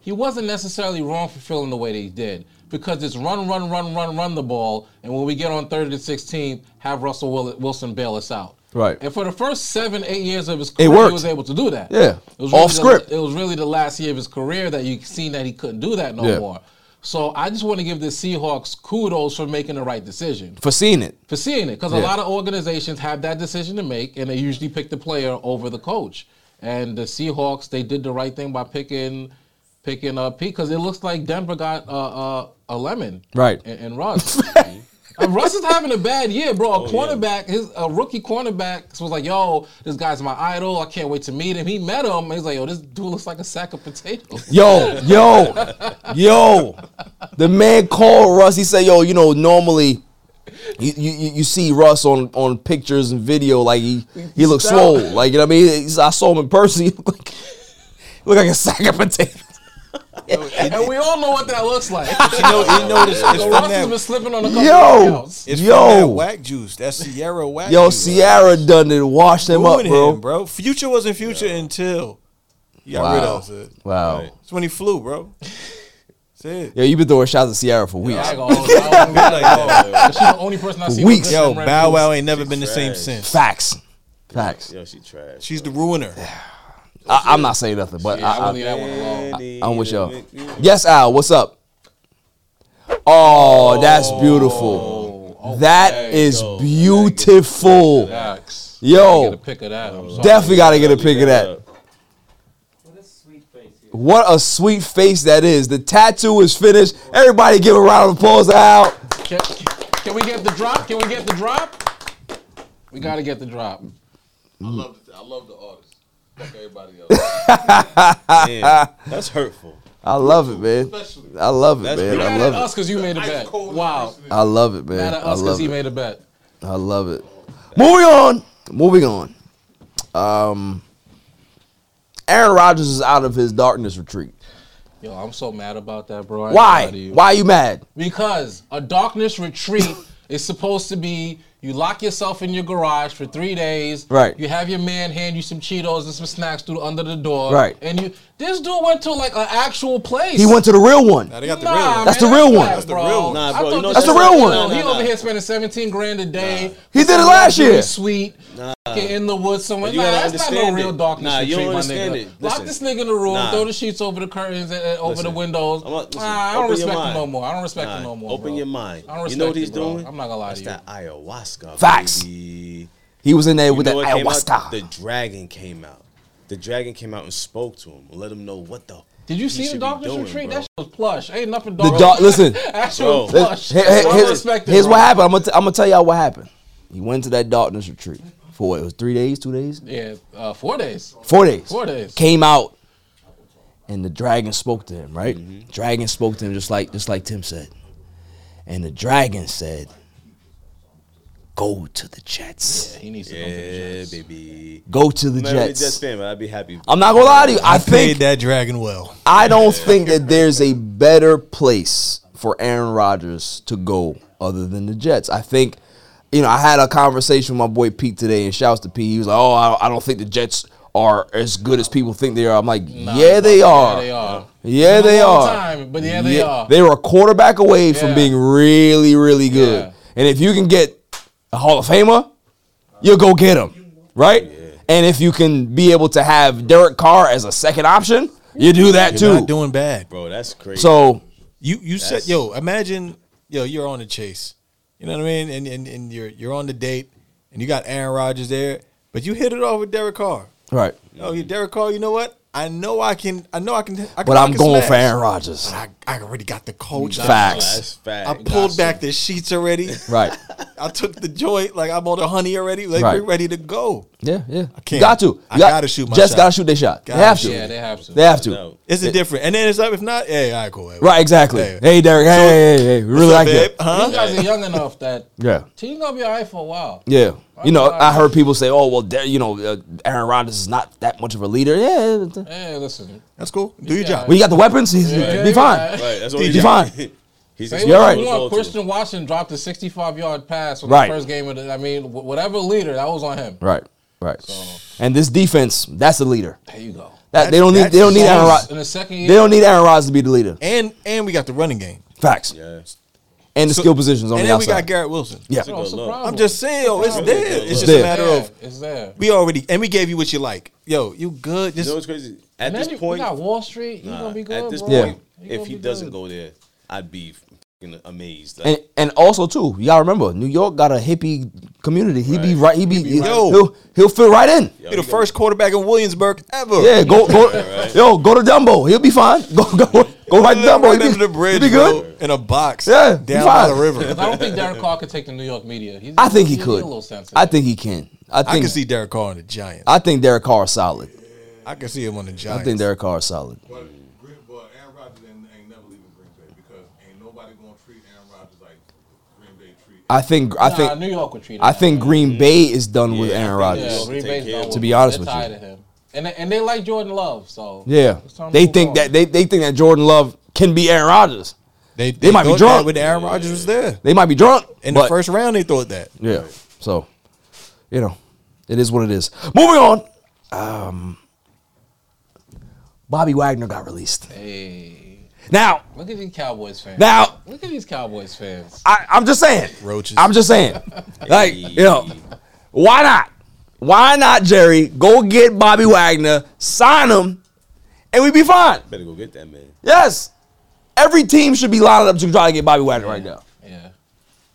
Speaker 4: he wasn't necessarily wrong for feeling the way they did because it's run, run, run, run, run the ball, and when we get on third and sixteen, have Russell Will- Wilson bail us out.
Speaker 2: Right.
Speaker 4: And for the first seven, eight years of his
Speaker 2: It
Speaker 4: career,
Speaker 2: worked.
Speaker 4: he was able to do that.
Speaker 2: Yeah.
Speaker 4: It was
Speaker 2: Off
Speaker 4: the-
Speaker 2: script.
Speaker 4: it was really the last year of his career that you seen that he couldn't do that no
Speaker 2: Yeah.
Speaker 4: more. So I just want to give the Seahawks kudos for making the right decision
Speaker 2: for seeing it.
Speaker 4: for seeing it because a
Speaker 2: Yeah.
Speaker 4: lot of organizations have that decision to make and they usually pick the player over the coach and the seahawks they did the right thing by picking picking uh pete because it looks like denver got uh, uh, a lemon
Speaker 2: Right.
Speaker 4: and, and russ Uh, Russ is having a bad year, bro. A cornerback, his a rookie cornerback was like, "Yo, this guy's my idol. I can't wait to meet him." He met him, and he's like, "Yo, this dude looks like a sack of potatoes."
Speaker 2: Yo, yo, yo. The man called Russ. He said, "Yo, you know, normally you you, you you see Russ on, on pictures and video, like he he looks
Speaker 4: Stop.
Speaker 2: swole. Like you know what I mean? He's- I saw him in person. He looked like, he looked like a sack of potatoes.
Speaker 4: and we all know what that looks like.
Speaker 9: you know- you know this- it's
Speaker 4: So
Speaker 9: from
Speaker 4: Russ
Speaker 9: that-
Speaker 4: has been slipping on a couple of
Speaker 2: Yo,
Speaker 4: accounts.
Speaker 9: It's
Speaker 2: yo,
Speaker 9: from that whack juice. That Sierra whack
Speaker 2: yo,
Speaker 9: juice.
Speaker 2: Oh, Sierra done it. Washed him up,
Speaker 9: Ruined
Speaker 2: bro.
Speaker 9: him, bro. Future wasn't future until he got rid of us.
Speaker 2: Wow.
Speaker 9: It's when he flew, bro. That's it.
Speaker 2: Yo, you been throwing shots at Sierra for weeks.
Speaker 4: I go, I don't- I don't feel like that. She's the only person I see
Speaker 2: for
Speaker 4: with
Speaker 2: weeks.
Speaker 4: good Yo, memories. Bow Wow ain't
Speaker 9: never been the same since.
Speaker 2: Facts. Facts.
Speaker 5: Yo, she trash.
Speaker 9: She's the ruiner.
Speaker 2: I, I'm not saying nothing, but
Speaker 9: Yeah,
Speaker 2: I,
Speaker 9: I
Speaker 2: I,
Speaker 9: leave that one alone.
Speaker 2: I, am with y'all. Yes, Al, what's up? Oh, that's beautiful. that is beautiful.
Speaker 4: Facts. Gotta
Speaker 2: Yo,
Speaker 4: get a pic of that. I'm sorry.
Speaker 2: definitely got to get a pic of that. What a sweet face that is. The tattoo is finished. Everybody give a round of applause to Al.
Speaker 4: Can, can we get the drop? Can we get the drop? We gotta get the drop.
Speaker 8: I love it. I love the artist. Fuck everybody else.
Speaker 5: Damn, that's hurtful.
Speaker 2: I love it, man. I love it,
Speaker 5: That's
Speaker 2: man. I
Speaker 4: Mad
Speaker 2: love
Speaker 4: at
Speaker 2: it.
Speaker 4: us because you made a bet. Wow.
Speaker 2: I love it, man.
Speaker 4: Mad at
Speaker 2: I
Speaker 4: us because
Speaker 2: love
Speaker 4: he
Speaker 2: it.
Speaker 4: made a bet.
Speaker 2: I love it. Moving on. Moving on. Um, Aaron Rodgers is out of his darkness retreat.
Speaker 4: Yo, I'm so mad about that, bro. I ain't gonna
Speaker 2: Why?
Speaker 4: lie to
Speaker 2: Why are you mad?
Speaker 4: Because a darkness retreat is supposed to be you lock yourself in your garage for three days.
Speaker 2: Right.
Speaker 4: You have your man hand you some Cheetos and some snacks through under the door.
Speaker 2: Right.
Speaker 4: And you this dude went to like an actual place.
Speaker 2: He went to the real one. Nah, they got the real one. That's the real one.
Speaker 4: That's the real one.
Speaker 5: Nah, bro, you know
Speaker 2: That's the real one.
Speaker 4: he over here spending 17 grand a day.
Speaker 2: He did it
Speaker 4: Some
Speaker 2: last
Speaker 4: luxury
Speaker 2: year.
Speaker 4: Sweet.
Speaker 5: Nah.
Speaker 4: fucking In the woods somewhere.
Speaker 5: You
Speaker 4: Nah,
Speaker 5: gotta
Speaker 4: that's not no
Speaker 5: understand
Speaker 4: real
Speaker 5: it.
Speaker 4: darkness
Speaker 5: Nah, you
Speaker 4: retreat,
Speaker 5: don't
Speaker 4: my
Speaker 5: understand
Speaker 4: nigga.
Speaker 5: it.
Speaker 4: Lock
Speaker 5: Listen.
Speaker 4: this nigga in the room,
Speaker 5: Nah.
Speaker 4: throw the sheets over the curtains, and, and over the
Speaker 5: Listen.
Speaker 4: windows.
Speaker 5: I'm not- listen,
Speaker 4: nah, I don't
Speaker 5: open your
Speaker 4: respect him
Speaker 5: mind.
Speaker 4: no more. I don't respect him
Speaker 5: Nah,
Speaker 4: no more.
Speaker 5: Open
Speaker 4: bro.
Speaker 5: your mind.
Speaker 4: I don't respect
Speaker 5: you know what he's
Speaker 4: you, bro.
Speaker 5: doing?
Speaker 4: I'm not gonna lie
Speaker 5: That's
Speaker 4: to you.
Speaker 5: that ayahuasca.
Speaker 2: Facts.
Speaker 5: baby.
Speaker 2: He was in there
Speaker 5: You
Speaker 2: with
Speaker 5: know
Speaker 2: that
Speaker 5: what came out?
Speaker 2: ayahuasca.
Speaker 5: The dragon came out. The dragon came out and spoke to him, let him know what the.
Speaker 4: Did you see the doctor's retreat? That shit was plush. Ain't nothing dark.
Speaker 2: The dog. Listen.
Speaker 4: that shit was
Speaker 2: Let-
Speaker 4: plush.
Speaker 2: he- he-
Speaker 4: That's why I
Speaker 2: here's-
Speaker 4: respect it,
Speaker 2: here's
Speaker 4: bro.
Speaker 2: what happened. I'm gonna, t- I'm gonna tell y'all what happened. He went to that darkness retreat for what? It was three days, two days,
Speaker 4: Yeah, uh, four days.
Speaker 2: four days.
Speaker 4: Four days.
Speaker 2: Came out, and the dragon spoke to him. Right? Dragon spoke to him just like just like Tim said, and the dragon said, "Go to the Jets."
Speaker 4: He needs to
Speaker 5: yeah,
Speaker 4: go to the
Speaker 5: Jets. baby.
Speaker 2: Go to the
Speaker 5: I'm not really
Speaker 2: Jets.
Speaker 5: a Jets fan, but I'd be happy.
Speaker 2: I'm not gonna lie to you. I, think
Speaker 9: paid that dragon well.
Speaker 2: I don't think that there's a better place for Aaron Rodgers to go other than the Jets. I think, you know, I had a conversation with my boy Pete today, and shouts to Pete. He was like, "Oh, I, I don't think the Jets are as good as people think they are." I'm like, "Yeah, they
Speaker 4: Yeah,
Speaker 2: are.
Speaker 4: they are.
Speaker 2: Yeah,
Speaker 4: It's been
Speaker 2: they
Speaker 4: a long
Speaker 2: are.
Speaker 4: time, but yeah, they are.
Speaker 2: They were a quarterback away from
Speaker 4: Yeah.
Speaker 2: being really, really good. And if you can get a Hall of Famer, you'll go get him, right? And if you can be able to have Derek Carr as a second option, you do that
Speaker 9: You're
Speaker 2: too.
Speaker 9: Not doing bad,
Speaker 5: bro. That's crazy.
Speaker 2: So
Speaker 9: you you said, yo, imagine, yo, you're on the chase. You know what I mean? And and, and you're you're on the date, and you got Aaron Rodgers there, but you hit it off with Derek Carr.
Speaker 2: right.
Speaker 9: Oh, you Derek Carr. You know what? I know I can. I know I can. I can
Speaker 2: But
Speaker 9: I
Speaker 2: I'm
Speaker 9: can
Speaker 2: going
Speaker 9: smash.
Speaker 2: for Aaron Rodgers.
Speaker 9: But I, I already got the coach.
Speaker 2: Facts. That's
Speaker 5: fact.
Speaker 9: I pulled back the sheets already.
Speaker 2: Right.
Speaker 9: I took the joint. Like I'm on the honey already. Like
Speaker 2: Right.
Speaker 9: we're ready to go.
Speaker 2: Yeah, yeah.
Speaker 9: I can't.
Speaker 2: Got to. You
Speaker 9: I
Speaker 2: got-
Speaker 9: gotta shoot my
Speaker 2: just
Speaker 9: shot.
Speaker 2: gotta shoot their shot. They
Speaker 9: Gotta
Speaker 2: have to.
Speaker 9: shoot.
Speaker 2: Yeah, they have to. They have to.
Speaker 9: It's a
Speaker 2: They-
Speaker 9: different. And then it's like if not, hey, all right, cool. Hey,
Speaker 2: Right, exactly.
Speaker 9: Hey.
Speaker 2: Hey, Derek. Hey, hey, hey, hey. We really like
Speaker 9: babe?
Speaker 2: it. Mm-hmm.
Speaker 9: Huh?
Speaker 4: You guys are young enough that
Speaker 2: Yeah.
Speaker 4: team gonna be alright for a while.
Speaker 2: Yeah. You know, I heard people say, "Oh, well, Der- you know, uh, Aaron Rodgers is not that much of a leader." Yeah,
Speaker 4: Hey, listen,
Speaker 9: that's cool. Do your job.
Speaker 2: When you got the weapons, he's-
Speaker 4: Yeah,
Speaker 2: be
Speaker 4: yeah,
Speaker 2: fine.
Speaker 4: yeah. Right, that's what
Speaker 2: be
Speaker 4: we got.
Speaker 2: fine.
Speaker 5: He's
Speaker 4: Say
Speaker 2: you're
Speaker 4: what
Speaker 2: right.
Speaker 4: you want, Christian Watson dropped a 65 yard pass on
Speaker 2: Right.
Speaker 4: the first game of the. I mean, wh- whatever leader that was on him.
Speaker 2: Right, right. And this defense, that's the leader.
Speaker 4: There you go.
Speaker 2: That, they don't need. They don't need Aaron Rodgers.
Speaker 4: In the second year,
Speaker 2: They don't need Aaron Rodgers to be the leader.
Speaker 9: And and we got the running game.
Speaker 2: Facts. And the
Speaker 9: So-
Speaker 2: skill positions on
Speaker 9: and
Speaker 2: the
Speaker 9: then
Speaker 2: outside.
Speaker 9: we got Garrett Wilson.
Speaker 2: Yeah.
Speaker 9: That's a good look. I'm just saying, yo, it's there. It's,
Speaker 2: It's
Speaker 9: just
Speaker 2: there.
Speaker 9: a matter
Speaker 2: It's
Speaker 9: of
Speaker 4: it's there.
Speaker 9: we already and we gave you what you like. Yo, you good? Just
Speaker 5: you know what's crazy? At
Speaker 4: And
Speaker 5: this
Speaker 4: then you-
Speaker 5: point,
Speaker 4: we got Wall Street. You
Speaker 5: nah,
Speaker 4: gonna be good,
Speaker 5: At this
Speaker 4: bro.
Speaker 5: point,
Speaker 4: You
Speaker 5: if
Speaker 4: gonna
Speaker 5: he
Speaker 4: be
Speaker 5: doesn't
Speaker 4: good.
Speaker 5: go there, I'd be fucking amazed. Like,
Speaker 2: And and also too, you gotta remember, New York got a hippie community. He be right. He be,
Speaker 9: be right.
Speaker 2: he'll, he'll fit right in.
Speaker 9: be the first quarterback in Williamsburg ever.
Speaker 2: Yeah, go go. Yo, go to Dumbo. He'll be fine. Go go go right to Dumbo.
Speaker 9: Right
Speaker 2: He'll be,
Speaker 9: under the bridge,
Speaker 2: he'll be good.
Speaker 9: bro, in a box.
Speaker 2: Yeah, he
Speaker 9: down by
Speaker 2: fine.
Speaker 9: the river.
Speaker 4: 'Cause I don't think Derek Carr could take the New York media. He's,
Speaker 2: I think he
Speaker 4: he's a
Speaker 2: could.
Speaker 4: little sensitive.
Speaker 2: I think he can. I
Speaker 9: I,
Speaker 2: think I,
Speaker 9: can see Derek Carr in the Giants.
Speaker 2: think Derek Carr is solid.
Speaker 9: I can see him on the Giants.
Speaker 2: I think Derek Carr is solid.
Speaker 8: But, Green- but Aaron Rodgers ain't, ain't never leaving Green Bay because ain't nobody gonna treat Aaron Rodgers like Green Bay treat.
Speaker 2: I think I
Speaker 8: Nah,
Speaker 2: think
Speaker 8: New York would treat him
Speaker 2: I
Speaker 8: that
Speaker 2: think
Speaker 9: Mm-hmm.
Speaker 2: Green Bay is done with Aaron
Speaker 4: Yeah,
Speaker 2: Rodgers.
Speaker 4: Green Bay's done
Speaker 2: to
Speaker 4: with
Speaker 2: be
Speaker 4: him.
Speaker 2: honest
Speaker 4: They're
Speaker 2: with
Speaker 4: tired
Speaker 2: you,
Speaker 4: of him. And they, and they like Jordan Love, so
Speaker 2: yeah,
Speaker 4: it's time to
Speaker 2: they
Speaker 4: move
Speaker 2: think
Speaker 4: on.
Speaker 2: that they, they think that Jordan Love can be Aaron Rodgers.
Speaker 9: They
Speaker 2: they, might be
Speaker 9: thought that
Speaker 2: drunk
Speaker 9: when Aaron Rodgers was there.
Speaker 2: They might be drunk
Speaker 9: In
Speaker 2: but-
Speaker 9: the first round, they thought that.
Speaker 2: Yeah. So, you know, it is what it is. Moving on. Um, Bobby Wagner got released.
Speaker 4: Hey.
Speaker 2: Now,
Speaker 4: Look at these Cowboys fans.
Speaker 2: Now-
Speaker 4: look at these Cowboys fans.
Speaker 2: I, I'm just saying.
Speaker 9: Roaches.
Speaker 2: I'm just saying. Like, you know, why not? Why not, Jerry? Go get Bobby Wagner, sign him, and we be fine.
Speaker 5: better go get that man.
Speaker 2: Yes. Every team should be lining up to try to get Bobby Wagner right now.
Speaker 4: Yeah.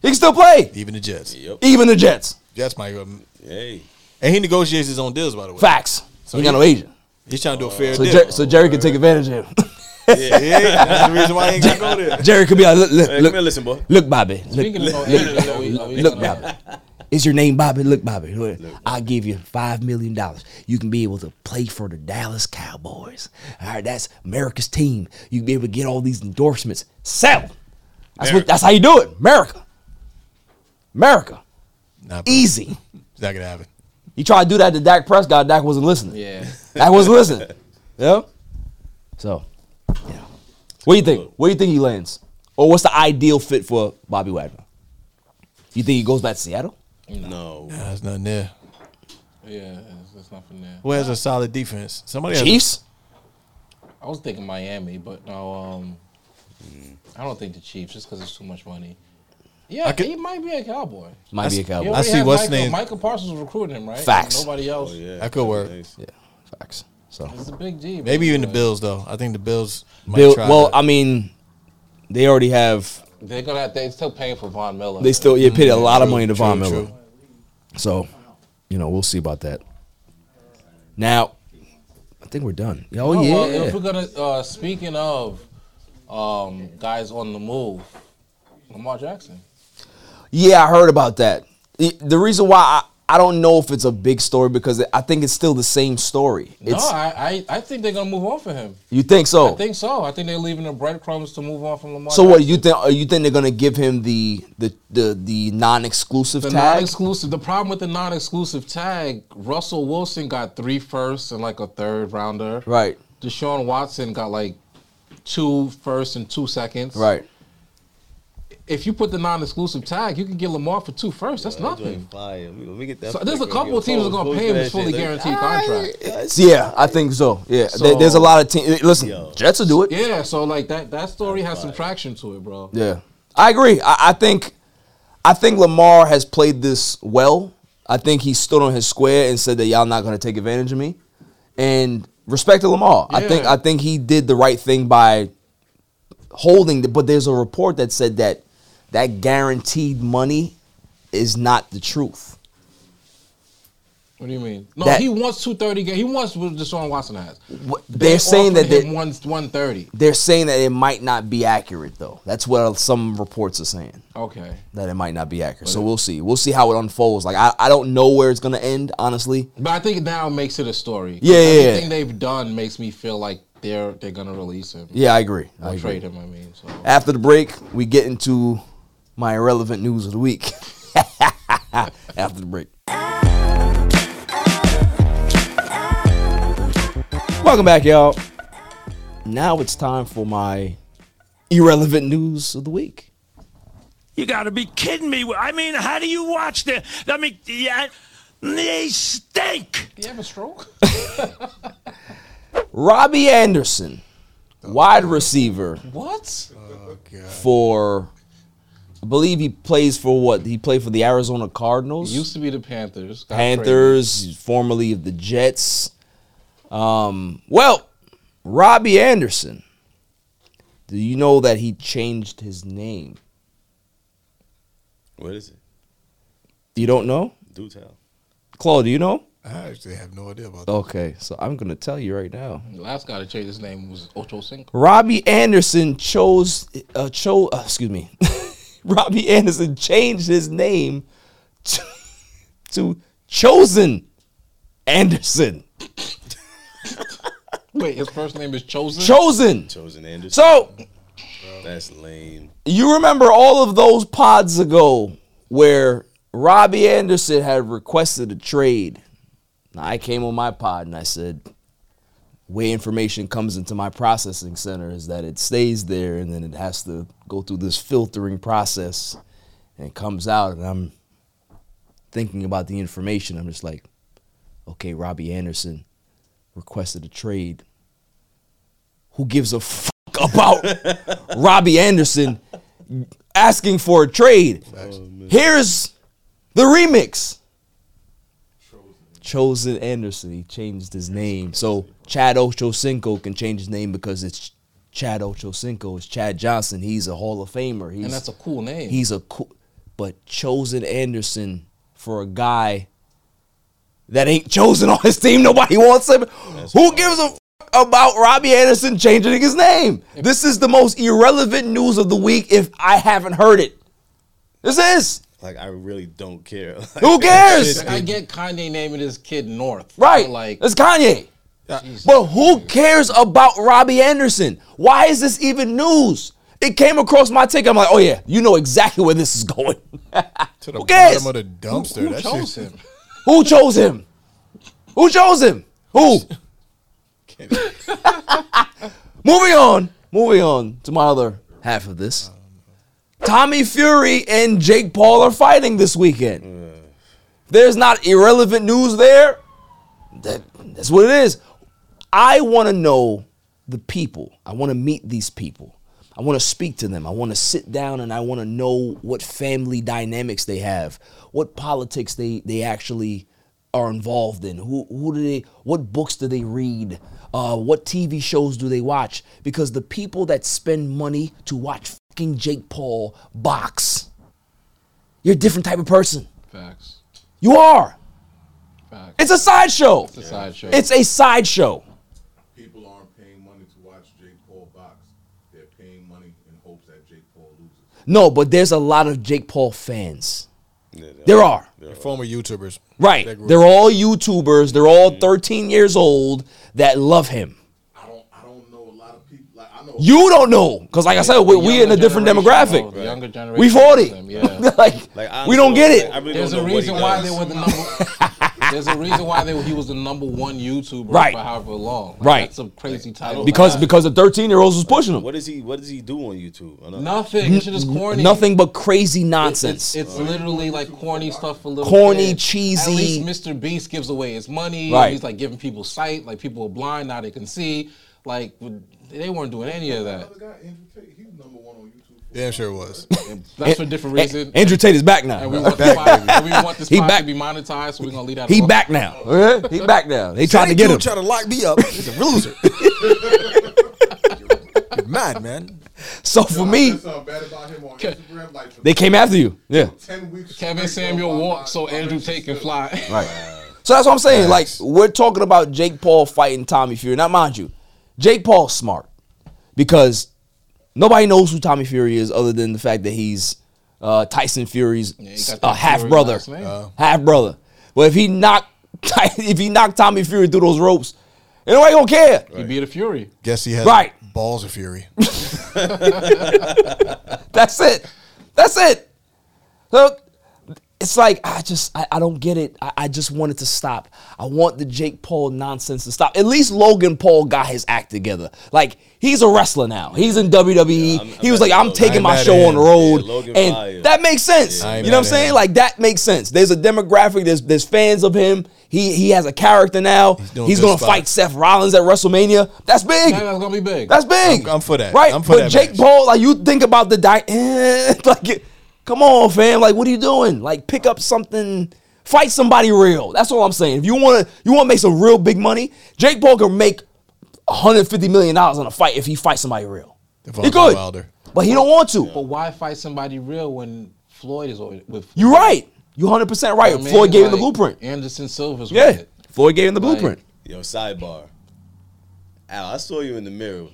Speaker 2: He can still play.
Speaker 9: Even the Jets.
Speaker 2: Even the Jets.
Speaker 9: Jets might. Um,
Speaker 5: hey.
Speaker 9: And he negotiates his own deals, by the way.
Speaker 2: Facts. So he got no agent.
Speaker 9: He's trying to do a fair
Speaker 2: So,
Speaker 9: deal.
Speaker 2: Jer- so Jerry can take advantage of him.
Speaker 9: yeah, yeah, that's the reason why he ain't gonna go there.
Speaker 2: Jerry could be like, look, look,
Speaker 9: Hey, come
Speaker 2: look,
Speaker 9: here, listen, boy.
Speaker 2: look, Bobby, look,
Speaker 9: Speaking of
Speaker 2: look,
Speaker 9: no agent, are we-
Speaker 2: look,
Speaker 9: are we
Speaker 2: look,
Speaker 9: gonna-
Speaker 2: Bobby. Is your name Bobby? Look, Bobby. I'll give you five million dollars. You can be able to play for the Dallas Cowboys. All right, that's America's team. You can be able to get all these endorsements. Sell. That's what.
Speaker 9: America.
Speaker 2: That's how you do it, America. America.
Speaker 9: Nah, bro.
Speaker 2: Easy.
Speaker 9: It's not gonna happen.
Speaker 2: He tried to do that to Dak Prescott. Dak wasn't listening.
Speaker 4: Yeah.
Speaker 2: Dak wasn't listening. yeah. So, yeah. What do you think? Where do you think he lands? Or what's the ideal fit for Bobby Wagner? You think he goes back to Seattle?
Speaker 5: No.
Speaker 9: Nah, there's nothing there.
Speaker 4: Yeah, there's, there's nothing there.
Speaker 9: Who has a solid defense? Somebody has a-
Speaker 2: Chiefs?
Speaker 4: I was thinking Miami, but no, um, I don't think the Chiefs just because it's too much money. Yeah,
Speaker 9: I could-
Speaker 4: he might be a cowboy.
Speaker 2: Might be a Cowboy.
Speaker 4: He
Speaker 9: I
Speaker 4: already
Speaker 9: see
Speaker 4: had
Speaker 9: what's
Speaker 4: Michael,
Speaker 9: name.
Speaker 4: Michael Parsons was recruiting him, right?
Speaker 9: Facts.
Speaker 4: Nobody else.
Speaker 9: That could work.
Speaker 2: Yeah, facts. So
Speaker 4: He's a big G.
Speaker 9: maybe even the Bills though. I think the Bills. Might
Speaker 2: Bill,
Speaker 9: try
Speaker 2: well,
Speaker 9: that.
Speaker 2: I mean, they already have.
Speaker 4: They're gonna. Have, they're still paying for Von Miller.
Speaker 2: They still yeah, paid a lot of
Speaker 4: True,
Speaker 2: money to
Speaker 4: true,
Speaker 2: Von Miller.
Speaker 4: true.
Speaker 2: So, you know, we'll see about that. Now, I think we're done. Oh,
Speaker 4: No,
Speaker 2: yeah.
Speaker 4: well, if we're gonna uh, speaking of um, guys on the move, Lamar Jackson.
Speaker 2: Yeah, I heard about that. The the reason why I, I don't know if it's a big story because I think it's still the same story.
Speaker 4: No,
Speaker 2: It's
Speaker 4: I, I I think they're gonna move on for him.
Speaker 2: you think
Speaker 4: I
Speaker 2: so?
Speaker 4: think so. I think they're leaving the breadcrumbs to move on from Lamar.
Speaker 2: So what
Speaker 4: Jackson.
Speaker 2: you think? Are you think they're gonna give him the the the, the non-exclusive
Speaker 4: The
Speaker 2: tag?
Speaker 4: non-exclusive. The problem with the non-exclusive tag, Russell Wilson got three firsts and like a third rounder.
Speaker 2: Right.
Speaker 4: Deshaun Watson got like two firsts and two seconds.
Speaker 2: Right.
Speaker 4: If you put the non-exclusive tag, you can get Lamar for two firsts. That's nothing. So there's a couple of teams that are going to pay him his fully guaranteed contract.
Speaker 2: yeah, I think so. Yeah, there- there's a lot of teams. Listen, Jets will do it.
Speaker 4: Yeah, so like that that story has some traction to it, bro.
Speaker 2: Yeah, I agree. I, I think, I think Lamar has played this well. I think he stood on his square and said that y'all not gonna take advantage of me. And respect to Lamar. I think
Speaker 4: Yeah.
Speaker 2: I think he did the right thing by holding the, but there's a report that said that that guaranteed money is not the truth.
Speaker 4: What do you mean? No,
Speaker 2: That-
Speaker 4: he wants two thirty. He wants what Deshaun Watson has.
Speaker 2: They're, saying that
Speaker 4: they
Speaker 2: they,
Speaker 4: one one thirty.
Speaker 2: they're saying that it might not be accurate though. That's what some reports are saying.
Speaker 4: Okay.
Speaker 2: That it might not be accurate. So we'll see. We'll see how it unfolds. Like I, I don't know where it's gonna end, honestly.
Speaker 4: But I think now makes it a story.
Speaker 2: Yeah, yeah, yeah.
Speaker 4: Everything they've done makes me feel like they're they're gonna release him.
Speaker 2: Yeah, I agree.
Speaker 4: Or
Speaker 2: I agree.
Speaker 4: trade him. I mean, so
Speaker 2: After the break, we get into my irrelevant news of the week. After the break. Welcome back, y'all. Now it's time for my irrelevant news of the week.
Speaker 15: You got to be kidding me. I mean, how do you watch the? I mean, yeah, they stink.
Speaker 4: Do you have a stroke?
Speaker 2: Robbie Anderson, wide receiver
Speaker 4: what?
Speaker 2: for I believe he plays for what? He played for the Arizona Cardinals.
Speaker 4: Used to be the Panthers. Got
Speaker 2: Panthers, formerly of the Jets. Um, well, Robbie Anderson. Do you know that he changed his name?
Speaker 5: What is it?
Speaker 2: You don't know?
Speaker 5: Do tell.
Speaker 2: Claude, do you know?
Speaker 9: I actually have no idea about that.
Speaker 2: Okay, so I'm going to tell you right now.
Speaker 4: traded. The last guy to change his name was Ocho Cinco.
Speaker 2: Robbie Anderson chose uh, chose uh, excuse me. Robbie Anderson changed his name to, to Chosen Anderson.
Speaker 4: Wait, his first name is Chosen.
Speaker 2: Chosen.
Speaker 5: Chosen Anderson.
Speaker 2: So,
Speaker 5: That's lame.
Speaker 2: You remember all of those pods ago where Robbie Anderson had requested a trade. Now, I came on my pod and I said, way information comes into my processing center is that it stays there and then it has to go through this filtering process and it comes out and I'm thinking about the information. I'm just like, okay, Robbie Anderson requested a trade. Who gives a fuck about Robbie Anderson asking for a trade? Here's the remix. Chosen Anderson. He changed his name. So Chad Ochocinco can change his name because it's Chad Ochocinco. It's Chad Johnson. He's a Hall of Famer. He's,
Speaker 4: and that's a cool name.
Speaker 2: He's a cool, but Chosen Anderson for a guy that ain't chosen on his team. Nobody wants him. Who gives a fuck about Robbie Anderson changing his name? This is the most irrelevant news of the week if I haven't heard it. This is.
Speaker 5: Like I really don't care. Like,
Speaker 2: Who cares?
Speaker 4: Like, I get Kanye naming his kid North.
Speaker 2: Right.
Speaker 4: But, Like
Speaker 2: It's Kanye. But who cares about Robbie Anderson? Why is this even news? It came across my ticket. I'm like, oh yeah, you know exactly where this is going.
Speaker 9: To the
Speaker 2: Who cares?
Speaker 9: bottom of the dumpster.
Speaker 2: Who- who
Speaker 9: that
Speaker 2: chose
Speaker 9: shit-
Speaker 2: Who chose him? Who chose him? Who? moving on. Moving on to my other half of this. Tommy Fury and Jake Paul are fighting this weekend. There's not irrelevant news there. That, that's what it is. I want to know the people. I want to meet these people. I want to speak to them. I want to sit down and I want to know what family dynamics they have, what politics they they actually are involved in. Who who do they? What books do they read? Uh, what TV shows do they watch? Because the people that spend money to watch fucking Jake Paul box, you're a different type of person.
Speaker 4: facts.
Speaker 2: You are.
Speaker 4: Facts.
Speaker 2: It's a sideshow. It's
Speaker 4: a sideshow.
Speaker 2: It's a sideshow.
Speaker 8: People aren't paying money to watch Jake Paul box. They're paying money in hopes that Jake Paul loses.
Speaker 2: No, but there's a lot of Jake Paul fans. There are.
Speaker 9: They're former YouTubers.
Speaker 2: Right.
Speaker 9: That group.
Speaker 2: They're all YouTubers. They're all 13 years old that love him. I don't, I don't know a lot of people. Like, I know. You don't know. Because, like I said, we, we in a different demographic.
Speaker 4: The younger generation.
Speaker 2: We 40.
Speaker 4: loves him, Yeah.
Speaker 2: like, we don't get it.
Speaker 4: there's a reason why they were the number. there's a reason why they were, he was the number one YouTuber
Speaker 2: Right.
Speaker 4: for however long. Like,
Speaker 2: Right.
Speaker 4: That's a crazy title.
Speaker 2: because because the 13 year olds was pushing him.
Speaker 5: What does he What does he do on YouTube? I don't-
Speaker 4: nothing. This shit is corny.
Speaker 2: Nothing but crazy nonsense.
Speaker 4: It's literally like corny stuff for little
Speaker 2: Corny,
Speaker 4: kids.
Speaker 2: cheesy.
Speaker 4: At least Mr. Beast gives away his money.
Speaker 2: Right.
Speaker 4: He's like giving people sight, like people are blind now they can see. Like they weren't doing any of that.
Speaker 9: Damn sure it was.
Speaker 4: That's for different reason.
Speaker 2: Andrew Tate is back now.
Speaker 4: And we want,
Speaker 2: Back,
Speaker 4: the spot,
Speaker 2: baby.
Speaker 4: and we want the
Speaker 2: He
Speaker 4: spot
Speaker 2: back.
Speaker 4: to be monetized, so we're gonna leave that.
Speaker 2: He
Speaker 4: alone.
Speaker 2: back now. Eh? He back now. They tried to get him.
Speaker 3: Try to lock me up. He's a loser. You're mad, man.
Speaker 2: So for me,
Speaker 8: Instagram, like
Speaker 2: they came after you. Yeah.
Speaker 4: Kevin Samuel walked so Andrew Tate can fly.
Speaker 2: Right. So that's what I'm saying. Like we're talking about Jake Paul fighting Tommy Fury. Now, mind you, Jake Paul's smart because nobody knows who Tommy Fury is other than the fact that he's uh, Tyson Fury's
Speaker 4: he got
Speaker 2: uh,
Speaker 4: that
Speaker 2: half
Speaker 4: Fury
Speaker 2: brother.
Speaker 4: last name. Uh.
Speaker 2: Half brother. Well, if he knocked if he knocked Tommy Fury through those ropes, ain't nobody gonna care.
Speaker 4: He beat a Fury.
Speaker 9: Guess he has
Speaker 2: Right.
Speaker 9: balls of fury.
Speaker 2: That's it. That's it. Look, it's like I just I, I don't get it. I, I just want it to stop. I want the Jake Paul nonsense to stop. At least Logan Paul got his act together. Like he's a wrestler now. He's in WWE. he was like, I'm taking
Speaker 9: I'm
Speaker 2: my
Speaker 9: mad
Speaker 2: show on
Speaker 9: at
Speaker 2: the
Speaker 9: him.
Speaker 2: road,
Speaker 9: Yeah, Logan
Speaker 2: and
Speaker 9: fire.
Speaker 2: that makes sense.
Speaker 9: Yeah. I ain't
Speaker 2: You know what I'm
Speaker 9: mad at
Speaker 2: saying?
Speaker 9: him.
Speaker 2: Like that makes sense. There's a demographic. There's there's fans of him. He he has a character now. He's,
Speaker 9: doing good
Speaker 2: gonna
Speaker 9: spots.
Speaker 2: fight Seth Rollins at WrestleMania. That's big.
Speaker 4: Nah, that's gonna be big.
Speaker 2: That's big.
Speaker 9: I'm- I'm for that.
Speaker 2: Right.
Speaker 9: I'm for
Speaker 2: but
Speaker 9: that
Speaker 2: Jake
Speaker 9: match.
Speaker 2: Paul, like you think about the di- eh, like, it- come on, fam. Like, what are you doing? Like, pick up something. Fight somebody real. That's all I'm saying. If you want to, you want to make some real big money. Jake Paul can make 150 million dollars on a fight if he fights somebody real. he
Speaker 9: Devontae
Speaker 2: could,
Speaker 9: Wilder.
Speaker 2: but he don't want to.
Speaker 4: But why fight somebody real when Floyd is with? with
Speaker 2: You're right. You're 100 percent right.
Speaker 4: I mean,
Speaker 2: Floyd gave him the
Speaker 4: like,
Speaker 2: blueprint.
Speaker 4: Anderson Silva's with
Speaker 2: Yeah,
Speaker 4: it.
Speaker 2: Floyd gave him the
Speaker 4: Like,
Speaker 2: blueprint.
Speaker 5: Yo, sidebar. Al, I saw you in the mirror.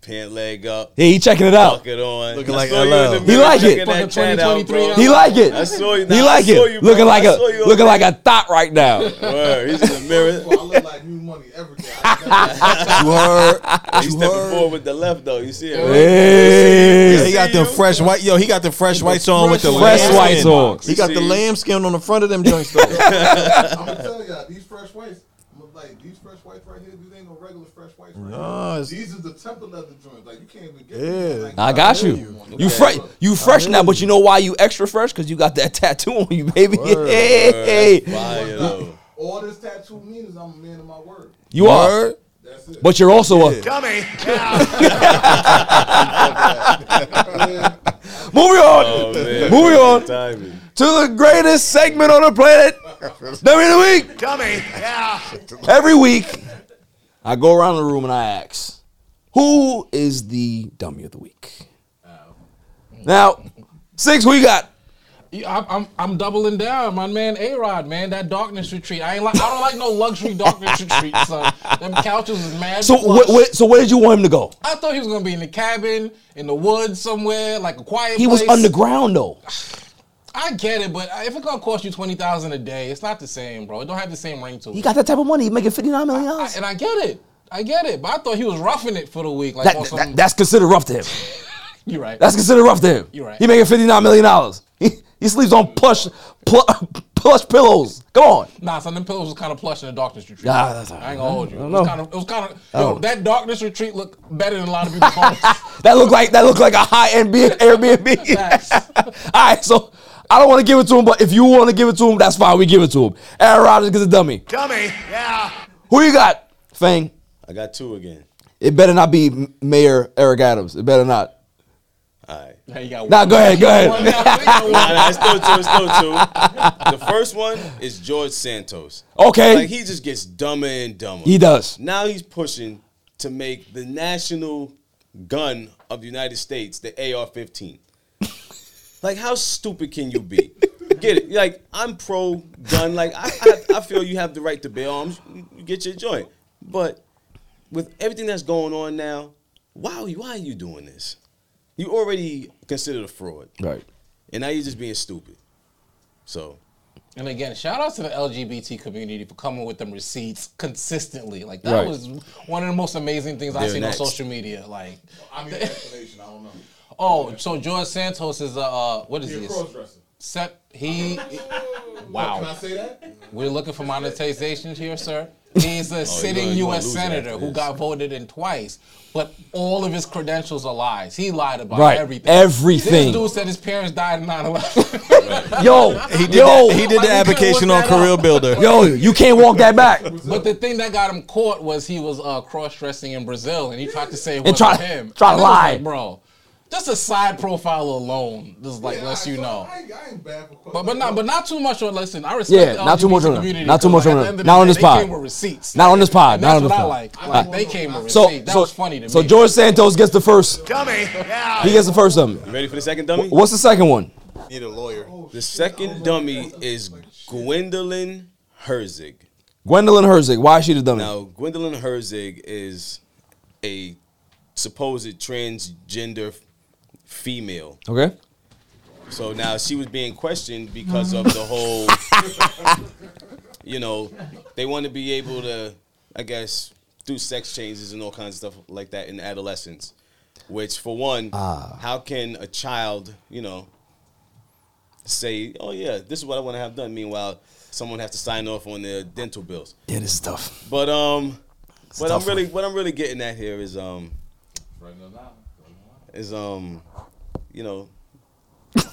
Speaker 5: Pant leg up.
Speaker 2: Yeah, he checking it out.
Speaker 5: Bucket on.
Speaker 2: Looking
Speaker 5: I
Speaker 2: like
Speaker 5: saw you in
Speaker 2: LL.
Speaker 5: the
Speaker 2: He
Speaker 5: mirror
Speaker 2: like it.
Speaker 5: checking that
Speaker 2: Fucking
Speaker 5: tat out, bro.
Speaker 2: He like it.
Speaker 5: I saw you.
Speaker 2: he
Speaker 5: nah,
Speaker 2: like
Speaker 5: I saw
Speaker 2: it.
Speaker 5: you, bro.
Speaker 2: looking like
Speaker 5: I
Speaker 2: a
Speaker 5: saw you
Speaker 2: looking
Speaker 5: up
Speaker 2: like a thought right now.
Speaker 5: Word, he's in the mirror.
Speaker 9: You heard?
Speaker 5: He's stepping forward with the left though. You see it? Right?
Speaker 9: Yeah, he got the fresh white. Yo, he got the fresh whites on with the
Speaker 2: fresh
Speaker 9: lamb
Speaker 2: whites
Speaker 9: skin.
Speaker 2: on.
Speaker 9: He got the
Speaker 5: See?
Speaker 9: lamb skin on the front of them joints. though.
Speaker 8: I'm gonna tell y'all, these fresh whites, I'm like these fresh whites right here, these ain't no regular fresh whites. Right
Speaker 9: No,
Speaker 8: here.
Speaker 9: Oh, it's-
Speaker 8: these are the temple leather joints. Like you can't even get.
Speaker 9: Yeah.
Speaker 8: Like,
Speaker 2: I got you. You fresh, you fresh now, but you know why you extra fresh? Cause you got that tattoo on you, baby.
Speaker 9: Word.
Speaker 2: Hey,
Speaker 5: Fire, though.
Speaker 8: All this tattoo means is I'm a man of my word.
Speaker 2: you are, but you're also a
Speaker 8: Dummy.
Speaker 2: Moving
Speaker 5: Oh,
Speaker 2: on,
Speaker 5: man.
Speaker 2: moving on
Speaker 5: Timing.
Speaker 2: to the greatest segment on the planet, Dummy of the Week.
Speaker 15: Dummy. Yeah.
Speaker 2: Every week, I go around the room and I ask, who is the dummy of the week? Now, six, who you got?
Speaker 4: Yeah, I'm, I'm I'm doubling down, my man. A Rod, man, that darkness retreat. I ain't like I don't like no luxury darkness retreat. son. them couches is mad.
Speaker 2: So,
Speaker 4: plush.
Speaker 2: wh- wh- so where did you want him to go?
Speaker 4: I thought he was gonna be in the cabin, in the woods somewhere, like a quiet.
Speaker 2: He was
Speaker 4: place.
Speaker 2: underground though.
Speaker 4: I get it, but if it's gonna cost you twenty thousand a day, it's not the same, bro. It don't have the same ring to it.
Speaker 2: He got that type of money. He making fifty nine million
Speaker 4: I-
Speaker 2: dollars.
Speaker 4: and I get it, I get it. But I thought he was roughing it for the week. Like
Speaker 2: That,
Speaker 4: on some,
Speaker 2: that- that's considered rough to him.
Speaker 4: you're right.
Speaker 2: That's considered rough to him.
Speaker 4: You're right.
Speaker 2: He making fifty nine million dollars. He, he sleeps on plush pl- plush pillows. Come on.
Speaker 4: Nah, son, them pillows was kind of plush in the darkness retreat.
Speaker 2: Nah, that's all
Speaker 4: I ain't gonna hold you.
Speaker 2: I
Speaker 4: It was
Speaker 2: don't know. Oh.
Speaker 4: kind of, it was kind of,
Speaker 2: I don't
Speaker 4: yo,
Speaker 2: know.
Speaker 4: that darkness retreat looked better than a lot of people's homes.
Speaker 2: That look like that look like a high end Airbnb. All right, so I don't want to give it to him, but if you want to give it to him, that's fine. We give it to him. Aaron Rodgers gets a dummy.
Speaker 15: Dummy. Yeah.
Speaker 2: Who you got, Fang?
Speaker 5: I got two again.
Speaker 2: It better not be M- Mayor Eric Adams. It better not.
Speaker 5: All right.
Speaker 4: Now you got
Speaker 2: Nah, go ahead, go ahead.
Speaker 5: Nah, nah, it's still two. It's still two. The first one is George Santos.
Speaker 2: Okay.
Speaker 5: Like he just gets dumber and dumber.
Speaker 2: He does.
Speaker 5: Now he's pushing to make the national gun of the United States the AR-15. like how stupid can you be? Get it? Like I'm pro gun. Like I, I, I feel you have the right to bear arms. You get your joint. But with everything that's going on now, why are you, why are you doing this? You already considered a fraud.
Speaker 2: Right.
Speaker 5: And now you're just being stupid. So
Speaker 4: And again, shout out to the LGBT community for coming with them receipts consistently. Like that
Speaker 5: Right.
Speaker 4: was one of the most amazing things I've
Speaker 5: They're
Speaker 4: seen
Speaker 5: next.
Speaker 4: on social media. Like,
Speaker 8: I mean, explanation. I don't know.
Speaker 4: oh, so George Santos is a uh, what is
Speaker 8: He a
Speaker 4: this?
Speaker 8: cross-dresser.
Speaker 4: Sep, he. wow.
Speaker 8: Can I say that?
Speaker 4: We're looking for monetization here, sir. He's a sitting
Speaker 8: gonna- you gonna
Speaker 4: U.S.
Speaker 8: lose
Speaker 4: senator
Speaker 8: after
Speaker 4: who got voted in twice, but all of his credentials are lies. He lied about
Speaker 2: Right.
Speaker 4: everything.
Speaker 2: Everything.
Speaker 4: This dude said his parents died in 9 11.
Speaker 2: Yo,
Speaker 4: He did that- he
Speaker 2: yo,
Speaker 4: did the Why you couldn't application work on that out? Career Builder.
Speaker 2: Yo, you can't walk that back.
Speaker 4: But the thing that got him caught was he was uh, cross dressing in Brazil, and he tried to say it
Speaker 2: And
Speaker 4: wasn't
Speaker 2: try-
Speaker 4: him.
Speaker 2: try
Speaker 4: And it
Speaker 2: to
Speaker 4: was
Speaker 2: lie.
Speaker 4: like, bro. Just a side profile alone, just like lets you know. but but not but not too much on. Listen, I respect.
Speaker 2: Yeah,
Speaker 4: the
Speaker 2: not too much
Speaker 4: LGBT
Speaker 2: on
Speaker 4: community
Speaker 2: it. Not too
Speaker 4: because,
Speaker 2: much
Speaker 4: like,
Speaker 2: on
Speaker 4: at the end
Speaker 2: it.
Speaker 4: of the
Speaker 2: Not on
Speaker 4: day,
Speaker 2: this
Speaker 4: they
Speaker 2: pod.
Speaker 4: came with receipts.
Speaker 2: Not on this pod.
Speaker 4: And
Speaker 2: Not
Speaker 4: that's
Speaker 2: on this
Speaker 4: what I
Speaker 2: pod.
Speaker 4: like.
Speaker 2: All
Speaker 4: Like,
Speaker 2: right.
Speaker 4: they came with
Speaker 2: so,
Speaker 4: receipts. That
Speaker 2: so,
Speaker 4: was funny to
Speaker 2: so
Speaker 4: me.
Speaker 2: George Santos gets the first. He gets the first of them.
Speaker 5: You ready for the second dummy?
Speaker 2: Wh- What's the second one?
Speaker 5: Need a lawyer. The second dummy is Gwendolyn Herzig.
Speaker 2: Gwendolyn Herzig. Why is she the dummy?
Speaker 5: Now, Gwendolyn Herzig is a supposed transgender f- female.
Speaker 2: Okay.
Speaker 5: So now she was being questioned because of the whole, you know, they want to be able to, I guess, do sex changes and all kinds of stuff like that in adolescence. Which, for one,
Speaker 2: Ah.
Speaker 5: how can a child, you know, say, "Oh yeah, this is what I want to have done"? Meanwhile, someone has to sign off on their dental bills.
Speaker 2: Yeah, this is tough.
Speaker 5: But um,
Speaker 2: It's
Speaker 5: what
Speaker 2: a
Speaker 5: I'm
Speaker 2: tough
Speaker 5: really what I'm really getting at here is um, is um, you know.
Speaker 4: I'm,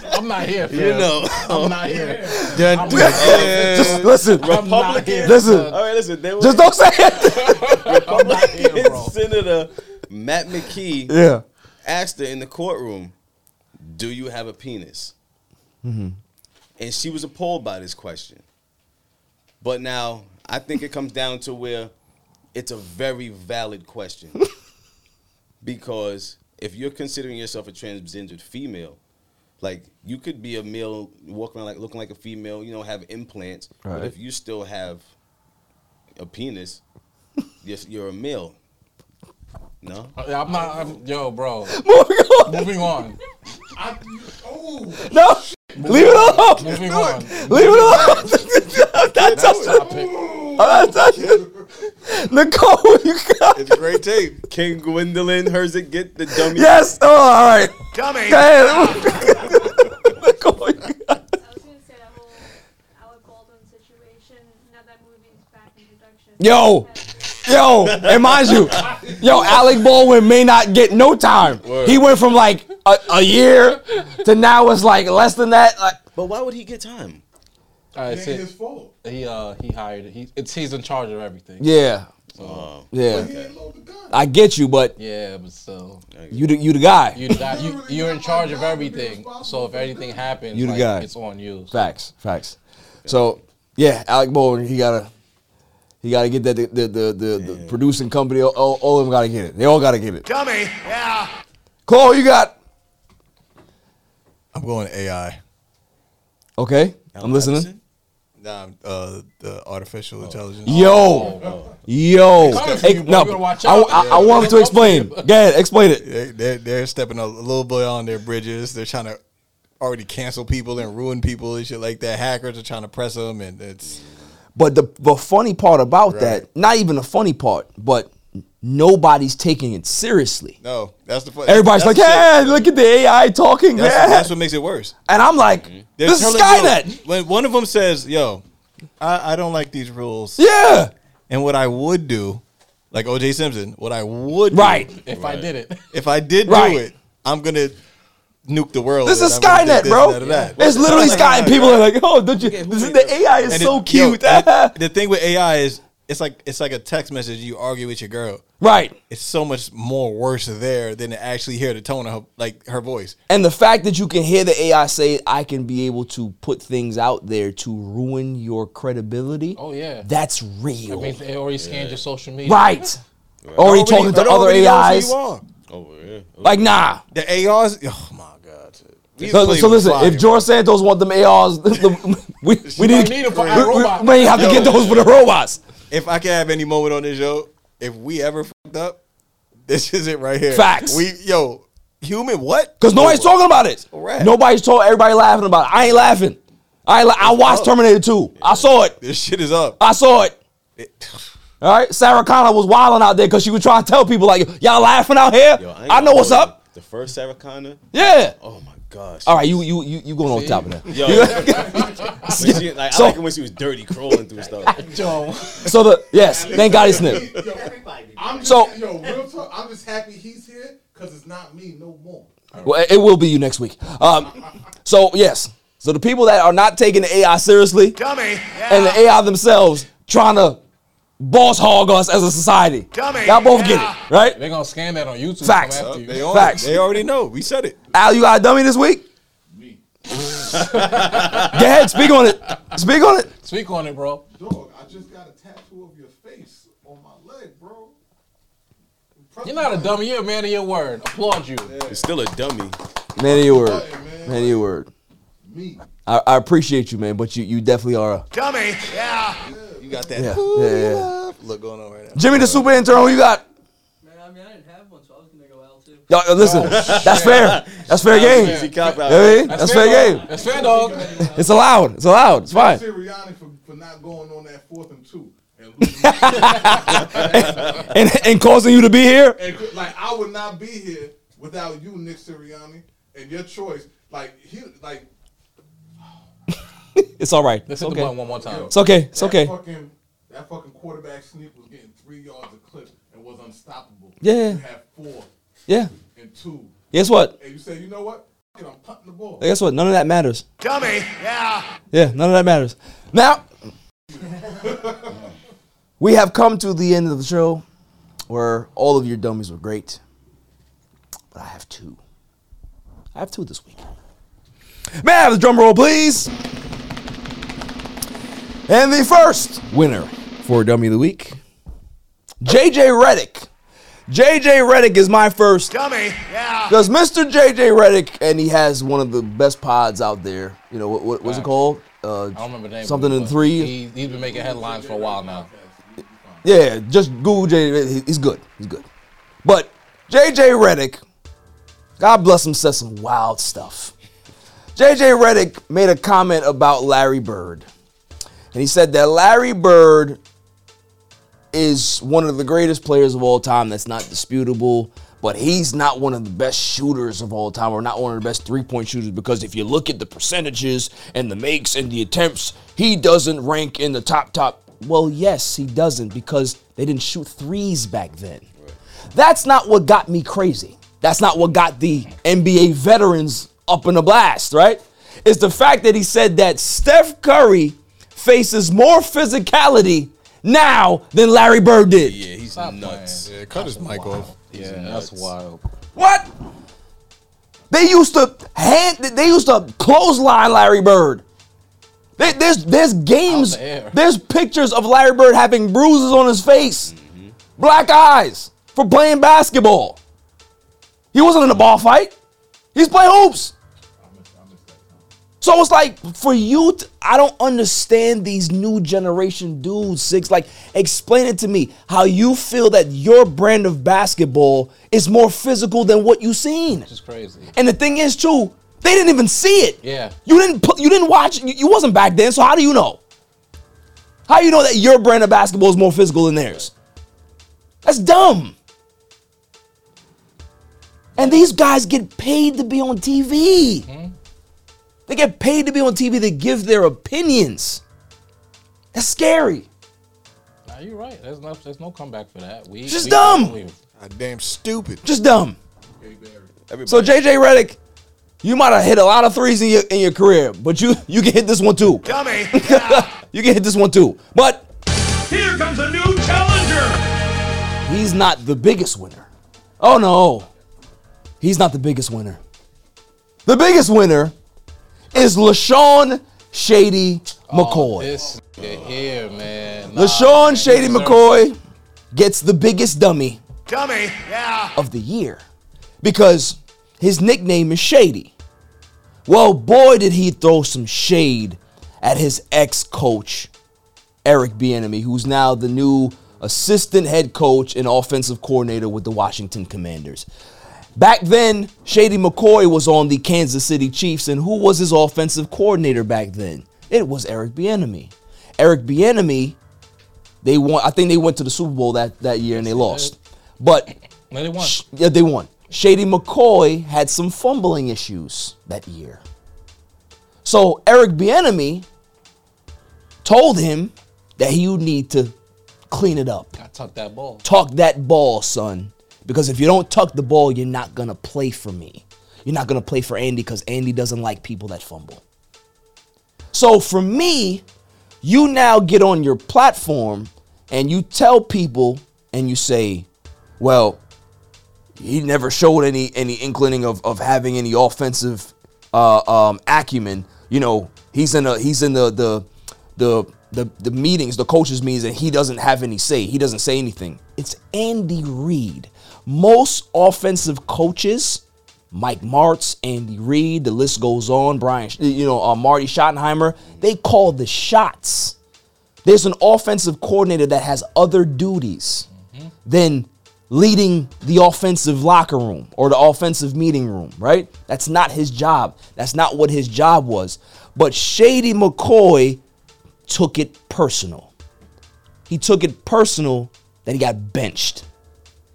Speaker 4: I'm not here. Fam.
Speaker 5: You know.
Speaker 4: I'm not here.
Speaker 5: Dun,
Speaker 4: I'm
Speaker 5: dun,
Speaker 4: not
Speaker 5: dun.
Speaker 4: here.
Speaker 5: Just listen.
Speaker 4: I'm not
Speaker 5: Republican-
Speaker 4: here,
Speaker 5: Listen.
Speaker 4: son.
Speaker 5: All right, listen, they were- Just don't say it. Republican Senator Matt McKee
Speaker 2: Yeah.
Speaker 5: asked her in the courtroom, Do you have a penis?
Speaker 2: Mm-hmm.
Speaker 5: And she was appalled by this question. But now I think it comes down to where it's a very valid question. because if you're considering yourself a transgendered female, like you could be a male walking around like looking like a female, you know, have implants.
Speaker 2: Right.
Speaker 5: But if you still have a penis, yes, you're a male. No?
Speaker 4: Yeah, I'm not. I'm, yo, bro.
Speaker 2: Moving on.
Speaker 4: Moving on.
Speaker 2: No, leave it alone.
Speaker 4: Moving on.
Speaker 2: Leave it alone. I'm not touching. I'm not touching. Nicole, what you got?
Speaker 5: It's great tape. Can Gwendolyn Herzig get the dummy?
Speaker 2: Yes. Oh, all right.
Speaker 5: Dummy.
Speaker 2: Go ahead. Yo, yo, and mind you, yo, Alec Baldwin may not get no time.
Speaker 5: Word.
Speaker 2: He went from like a, a year to now it's like less than that. Like,
Speaker 5: But why would he get time?
Speaker 4: All right,
Speaker 8: It
Speaker 4: so
Speaker 8: ain't his fault.
Speaker 4: he uh he hired he it's he's in charge of everything.
Speaker 2: yeah,
Speaker 4: So-
Speaker 2: yeah. I get you, but
Speaker 4: Yeah, but so
Speaker 2: you the you the guy.
Speaker 4: you got you you're in charge of everything. So if anything happens,
Speaker 2: You the
Speaker 4: like,
Speaker 2: guy.
Speaker 4: it's on you.
Speaker 2: Facts, facts. So yeah, Alec Baldwin, he gotta, he gotta get that the the the, the, the producing company. All, all all of them gotta get it. They all gotta get it.
Speaker 15: Dummy. Yeah.
Speaker 2: Cole, you got
Speaker 9: I'm going AI.
Speaker 2: okay. I'm listening.
Speaker 9: Nah, uh, the artificial intelligence.
Speaker 2: Yo, yo.
Speaker 9: Coming for
Speaker 2: Hey,
Speaker 9: you, boy.
Speaker 2: no,
Speaker 9: You better watch
Speaker 2: I,
Speaker 9: out.
Speaker 2: I, I want him to explain. Go ahead, explain it.
Speaker 9: They, they're, they're stepping a little bit on their bridges. They're trying to already cancel people and ruin people and shit like that. Hackers are trying to press them, and it's
Speaker 2: But the the funny part about
Speaker 9: Right.
Speaker 2: that, not even the funny part, but nobody's taking it seriously.
Speaker 9: no. That's the fun.
Speaker 2: Everybody's like,
Speaker 9: that's the shit.
Speaker 2: yeah, look at the AI talking.
Speaker 9: That's,
Speaker 2: yeah."
Speaker 9: that's what makes it worse.
Speaker 2: and I'm like,
Speaker 9: They're
Speaker 2: this is
Speaker 9: telling- yo,
Speaker 2: Skynet.
Speaker 9: when one of them says, "Yo, I, I don't like these rules,"
Speaker 2: yeah,
Speaker 9: and what I would do, like OJ Simpson, what I would
Speaker 2: Right.
Speaker 9: do,
Speaker 4: If I did it.
Speaker 9: if I did
Speaker 2: Right.
Speaker 9: do it, I'm gonna nuke the world.
Speaker 2: This
Speaker 9: and
Speaker 2: is
Speaker 9: I'm gonna do
Speaker 2: Skynet,
Speaker 9: this,
Speaker 2: bro.
Speaker 9: that, and that.
Speaker 2: It's literally
Speaker 9: Like,
Speaker 2: Skynet.
Speaker 9: right,
Speaker 2: People
Speaker 9: right.
Speaker 2: are like, oh, don't you? This is, the AI is
Speaker 9: And
Speaker 2: so
Speaker 9: it- yo,
Speaker 2: cute.
Speaker 9: and the thing with AI is it's like it's like a text message you argue with your girl.
Speaker 2: Right.
Speaker 9: It's so much more worse there than to actually hear the tone of her, like her voice.
Speaker 2: and the fact that you can hear the AI say, "I can be able to put things out there to ruin your credibility."
Speaker 4: Oh yeah.
Speaker 2: that's
Speaker 4: I
Speaker 2: real,
Speaker 4: mean, they already scanned your social media.
Speaker 2: right? Or you talking to other AIs?
Speaker 5: Oh yeah.
Speaker 2: Like, nah.
Speaker 9: The ARs. Oh my god.
Speaker 2: So, so listen, if George Santos want them ARs, the- we, we
Speaker 9: You
Speaker 2: need,
Speaker 9: don't need 'em for
Speaker 2: we,
Speaker 9: our
Speaker 2: we-
Speaker 9: robot.
Speaker 2: we may have to
Speaker 9: Yo.
Speaker 2: get those for the robots.
Speaker 9: If I can have any moment on this show, if we ever fucked up, this is it right here.
Speaker 2: Facts.
Speaker 9: We yo, human what?
Speaker 2: Because nobody's talking about it.
Speaker 9: Correct.
Speaker 2: Nobody's talking. Everybody laughing about it. I ain't laughing. I ain't la- I watched Terminator 2. I saw it.
Speaker 9: This shit is up.
Speaker 2: I saw it. All right. Sarah Connor was wilding out there because she was trying to tell people like, y'all laughing out here. I, know what's up.
Speaker 5: The first Saracana?
Speaker 2: Yeah.
Speaker 5: Oh my gosh.
Speaker 2: All right, you you you, you going on
Speaker 5: See?
Speaker 2: top of that.
Speaker 5: Yo. When she- like, I like it when she was dirty crawling through stuff.
Speaker 8: Yo.
Speaker 2: So the yes, thank God it's new.
Speaker 8: I'm just,
Speaker 2: So-
Speaker 8: yo, real talk, I'm just happy he's here because it's not me no more.
Speaker 2: Well, it will be you next week. Um, so yes, so the people that are not taking the AI seriously, and the AI themselves trying to boss hog us as a society.
Speaker 4: Dummy,
Speaker 2: Y'all both get
Speaker 4: yeah.
Speaker 2: it, right?
Speaker 4: They're gonna scan that on YouTube.
Speaker 2: Facts.
Speaker 4: Come after you.
Speaker 2: Facts.
Speaker 9: know. We said it.
Speaker 2: Al, you got a dummy this week? Go ahead, speak on it. Speak on it.
Speaker 4: Speak on it, bro.
Speaker 8: Dog, I just got a tattoo of your face on my leg, bro.
Speaker 4: You're not a dummy. You're a man of your word. Applaud you.
Speaker 5: You're still a dummy.
Speaker 2: Man of your word. Man of your word. I, I appreciate you, man, but you you definitely are a
Speaker 9: Dummy. Yeah. You got that
Speaker 2: yeah, yeah, yeah.
Speaker 9: look going on right now.
Speaker 2: Jimmy the super intern, who you got? Man, I mean, I didn't have one, so I was gonna go L too. Yo, yo, listen, that's fair. Oh, That's fair
Speaker 5: That was
Speaker 2: game.
Speaker 5: an easy cop out.
Speaker 2: You know what I mean?
Speaker 5: That's
Speaker 2: That's
Speaker 5: fair,
Speaker 2: fair
Speaker 5: dog.
Speaker 2: game.
Speaker 4: That's fair, dog.
Speaker 2: It's allowed. It's allowed. It's fine.
Speaker 8: Sirianni for, for not going on that fourth and two. And,
Speaker 2: and, and causing you to be here.
Speaker 8: And, like I would not be here without you, Nick Sirianni, and your choice. Like he, like
Speaker 2: It's all right.
Speaker 4: Let's
Speaker 2: It's
Speaker 4: hit the
Speaker 2: okay.
Speaker 4: button one more time.
Speaker 2: It's okay. It's
Speaker 8: that
Speaker 2: okay.
Speaker 8: Fucking, that fucking quarterback sneak was getting three yards a clip and was unstoppable.
Speaker 2: Yeah.
Speaker 8: you have four
Speaker 2: Yeah.
Speaker 8: and two.
Speaker 2: Guess what?
Speaker 8: And you say, you know what? Fuck it, I'm punting the ball.
Speaker 2: Guess what? None of that matters.
Speaker 8: Dummy. Yeah.
Speaker 2: Yeah, none of that matters. Now, we have come to the end of the show where all of your dummies were great. But I have two. I have two this week. May I have the drum roll, please? And the first winner for Dummy of the Week, JJ Reddick. JJ Reddick is my first
Speaker 15: Dummy. Yeah.
Speaker 2: Does Mr. JJ Reddick, and he has one of the best pods out there. You know what, what what's it called? Uh,
Speaker 4: I don't remember the name.
Speaker 2: Something in
Speaker 4: but
Speaker 2: three.
Speaker 4: He, he's been making headlines for a while now.
Speaker 2: yeah, just Google JJ. Reddick. He- He's good. He's good. But JJ Reddick, God bless him, says some wild stuff. JJ Reddick made a comment about Larry Bird, and he said that Larry Bird is one of the greatest players of all time. That's not disputable. But he's not one of the best shooters of all time, or not one of the best three point shooters, because if you look at the percentages and the makes and the attempts, he doesn't rank in the top, top. Well, yes, he doesn't, because they didn't shoot threes back then. That's not what got me crazy. That's not what got the NBA veterans up in a blast, right? It's the fact that he said that Steph Curry faces more physicality now than Larry Bird did.
Speaker 5: Yeah, he's nuts.
Speaker 9: Yeah, cut his mic off.
Speaker 5: Yeah,
Speaker 4: that's wild.
Speaker 2: What? They used to hand. They used to clothesline Larry Bird. There- There's there's games.
Speaker 4: air.
Speaker 2: there's pictures of Larry Bird having bruises on his face, black eyes for playing basketball. He wasn't in a ball fight. He's playing hoops. So it's like for you, t- I don't understand these new generation dudes. Six, like, explain it to me how you feel that your brand of basketball is more physical than what you've seen.
Speaker 4: It's crazy.
Speaker 2: And the thing is, too, they didn't even see it.
Speaker 4: Yeah.
Speaker 2: You didn't. Put, you didn't watch. You, you wasn't back then. So how do you know? How do you know that your brand of basketball is more physical than theirs? That's dumb. And these guys get paid to be on TV. They get paid to be on TV to give their opinions. That's scary.
Speaker 4: Nah, you're right. There's no, there's no comeback for that. We
Speaker 2: Just
Speaker 4: we-
Speaker 2: dumb.
Speaker 4: we-
Speaker 9: damn stupid.
Speaker 2: Just dumb. So JJ Reddick, you might have hit a lot of threes in your in your career, but you you can hit this one too.
Speaker 15: Dummy.
Speaker 2: you can hit this one too. But
Speaker 15: Here comes a new challenger.
Speaker 2: he's not the biggest winner. Oh no. He's not the biggest winner. The biggest winner is LaShawn Shady McCoy.
Speaker 4: This nigga here, man. Nah,
Speaker 2: Uh, LaShawn
Speaker 4: man,
Speaker 2: Shady
Speaker 4: he deserves-
Speaker 2: McCoy gets the biggest dummy
Speaker 15: Dummy. Yeah.
Speaker 2: of the year because his nickname is Shady. Well, boy, did he throw some shade at his ex coach, Eric Bieniemy, who's now the new assistant head coach and offensive coordinator with the Washington Commanders. Back then, Shady McCoy was on the Kansas City Chiefs, and who was his offensive coordinator back then? It was Eric Bieniemy. Eric Bieniemy, they won. I think they went to the Super Bowl that, that year and they lost. But
Speaker 4: No, they won.
Speaker 2: yeah, they won. Shady McCoy had some fumbling issues that year. So Eric Bieniemy told him that he would need to clean it up.
Speaker 4: I tucked that ball.
Speaker 2: Tuck that ball, son. Because if you don't tuck the ball, you're not gonna play for me. You're not gonna play for Andy because Andy doesn't like people that fumble. So for me, you now get on your platform and you tell people and you say, well, he never showed any any inkling of, of having any offensive uh, um, acumen. You know, he's in a he's in the the the the, the meetings, the coaches meetings, and he doesn't have any say. He doesn't say anything. It's Andy Reid. Most offensive coaches, Mike Martz, Andy Reid, the list goes on. Brian, you know, uh, Marty Schottenheimer, they call the shots. There's an offensive coordinator that has other duties than leading the offensive locker room or the offensive meeting room, right? That's not his job. That's not what his job was. But Shady McCoy took it personal. He took it personal that he got benched.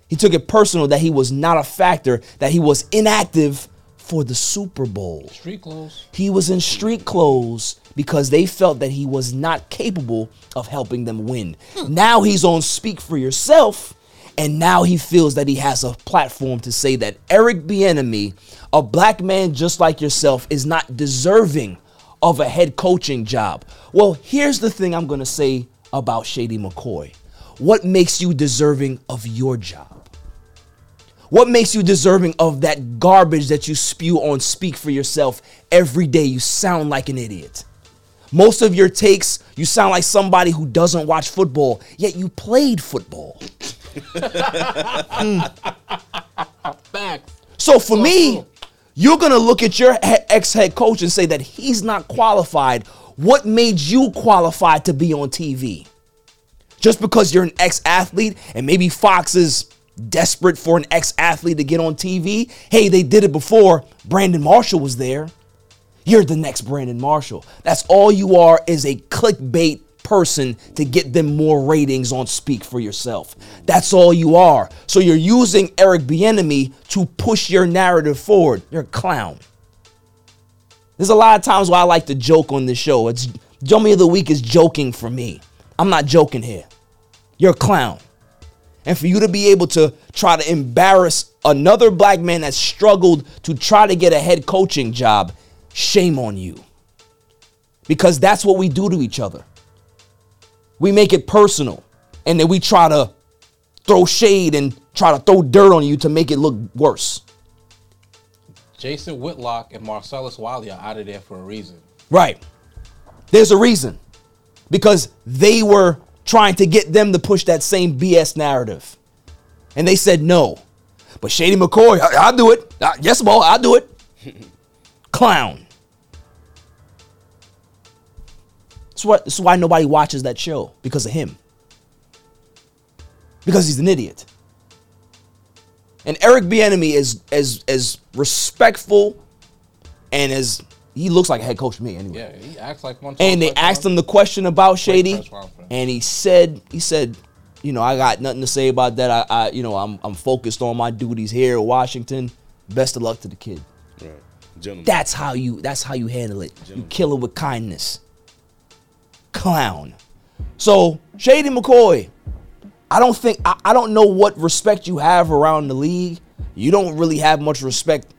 Speaker 2: He took it personal that he was not a factor, that he was inactive for the Super Bowl.
Speaker 4: Street clothes.
Speaker 2: He was in street clothes because they felt that he was not capable of helping them win. Now he's on Speak for Yourself, and now he feels that he has a platform to say that Eric Bieniemy, a black man just like yourself, is not deserving of a head coaching job. Well, here's the thing I'm going to say about Shady McCoy. What makes you deserving of your job? What makes you deserving of that garbage that you spew on Speak for Yourself every day? You sound like an idiot. Most of your takes, you sound like somebody who doesn't watch football, yet you played football. So for me, you're going to look at your ex head coach and say that he's not qualified. What made you qualified to be on TV? Just because you're an ex athlete and maybe Fox is desperate for an ex athlete to get on TV. Hey, they did it before. Brandon Marshall was there. You're the next Brandon Marshall. That's all you are is a clickbait person to get them more ratings on Speak for Yourself. That's all you are. So you're using Eric Bieniemy to push your narrative forward. You're a clown. There's a lot of times where I like to joke on this show. It's Dummy of the Week is joking for me. I'm not joking here. You're a clown. And for you to be able to try to embarrass another black man that struggled to try to get a head coaching job, shame on you. Because that's what we do to each other. We make it personal and then we try to throw shade and try to throw dirt on you to make it look worse.
Speaker 4: Jason Whitlock and Marcellus Wiley are out of there for a reason.
Speaker 2: Right. There's a reason. Because they were trying to get them to push that same BS narrative. And they said no. But Shady McCoy, I, will do it. I- yes, ball, I'll do it. Clown. That's, what, that's why nobody watches that show because of him. Because he's an idiot. And Eric Bieniemy is as as respectful and as he looks like a head coach to me anyway.
Speaker 4: Yeah, he acts like one.
Speaker 2: And they asked him the question about Shady,
Speaker 4: press conference.
Speaker 2: and he said, he said, you know, I got nothing to say about that. I, I you know, I'm, I'm focused on my duties here in Washington. Best of luck to the kid.
Speaker 5: Right. Gentlemen.
Speaker 2: That's how you. That's how you handle it. You kill it with kindness. Clown. So Shady McCoy, I don't think I, I don't know what respect you have around the league. You don't really have much respect,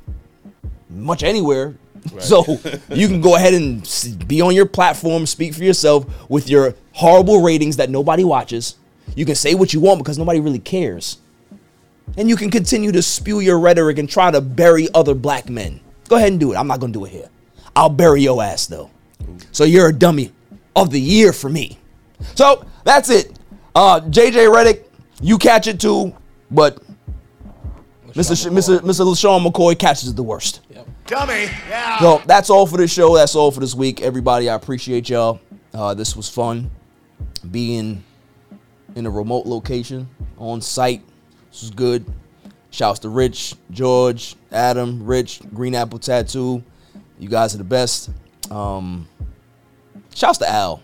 Speaker 2: much anywhere.
Speaker 16: Right.
Speaker 2: So you can go ahead and s- be on your platform, speak for yourself with your horrible ratings that nobody watches. You can say what you want because nobody really cares. And you can continue to spew your rhetoric and try to bury other black men. Go ahead and do it. I'm not going to do it here. I'll bury your ass though. So you're a dummy of the year for me. So that's it. Uh, JJ Reddick, you catch it too, but Mr. Sh- Mr. Mr. LaShawn McCoy catches the worst.
Speaker 16: Dummy. Yeah.
Speaker 2: So that's all for this show. That's all for this week, everybody. I appreciate y'all. Uh, this was fun being in a remote location on site. This was good. Shouts to Rich, George, Adam, Rich, Green Apple Tattoo. You guys are the best. Um, shouts to Al.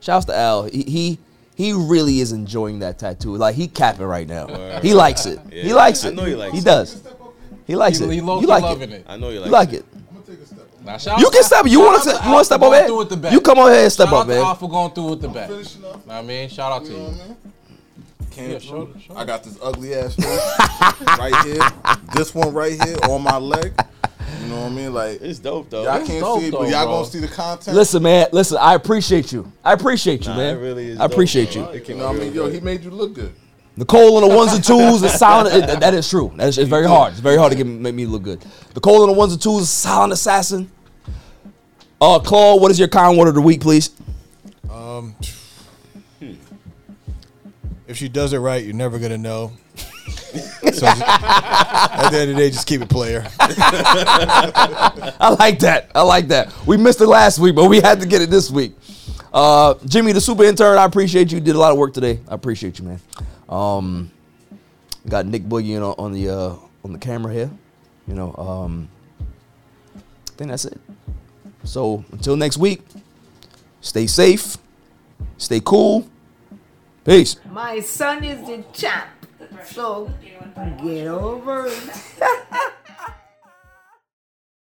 Speaker 2: Shouts to Al. He he, he really is enjoying that tattoo. Like he capping right now.
Speaker 5: Word.
Speaker 2: He likes it.
Speaker 5: Yeah.
Speaker 2: He likes
Speaker 5: I
Speaker 2: it.
Speaker 5: know he likes
Speaker 2: He
Speaker 5: it.
Speaker 2: does. He likes
Speaker 4: He-
Speaker 2: it.
Speaker 4: he low-key
Speaker 2: you like
Speaker 4: loving
Speaker 2: it.
Speaker 4: it. I know he
Speaker 2: You
Speaker 4: likes
Speaker 2: like it.
Speaker 4: Now, shout
Speaker 2: You
Speaker 4: out
Speaker 2: can
Speaker 4: to-
Speaker 2: step. You
Speaker 4: shout
Speaker 2: want
Speaker 4: out
Speaker 2: to?
Speaker 4: to
Speaker 2: You want to step
Speaker 4: Alpha
Speaker 2: over
Speaker 4: going through with the
Speaker 2: here?
Speaker 4: back.
Speaker 2: You come over here and step
Speaker 4: Shout
Speaker 2: up,
Speaker 4: out to
Speaker 2: man.
Speaker 4: Alpha going through with the back. Know what I mean, shout out to you.
Speaker 8: Can't
Speaker 4: Yeah, show- show.
Speaker 8: I got this ugly ass one right here. This one right here on my leg. You know what I mean? Like
Speaker 5: it's dope though.
Speaker 8: Y'all
Speaker 5: It's
Speaker 8: can't
Speaker 5: dope,
Speaker 8: see it,
Speaker 9: Oh,
Speaker 5: though,
Speaker 8: but y'all
Speaker 5: bro.
Speaker 8: gonna see the content.
Speaker 2: Listen, man. Listen, I appreciate you. I appreciate you,
Speaker 5: Nah,
Speaker 2: man.
Speaker 5: it really is
Speaker 2: I
Speaker 5: dope,
Speaker 2: appreciate
Speaker 5: bro.
Speaker 2: you.
Speaker 5: It
Speaker 8: You
Speaker 5: came
Speaker 8: know
Speaker 5: out
Speaker 8: what I
Speaker 5: real
Speaker 8: mean? Yo,
Speaker 5: good.
Speaker 8: he made you look good.
Speaker 2: The cold on the ones and twos is silent. it- that is true. That is, it's very hard. It's very hard to get, make me look good. The cold on the ones and twos is silent assassin. Uh, Claude, what is your kind word of the week, please?
Speaker 9: Um, if she does it right, you're never gonna know. so just- at the end of the day, just keep it player.
Speaker 2: I like that. I like that. We missed it last week, but we had to get it this week. Uh, Jimmy, the super intern, I appreciate you. Did a lot of work today. I appreciate you, man. Um, got Nick Boogie in on, on the uh, on the camera here. You know, um, I think that's it. So until next week, stay safe, stay cool. Peace.
Speaker 16: My son is the champ. So get over it.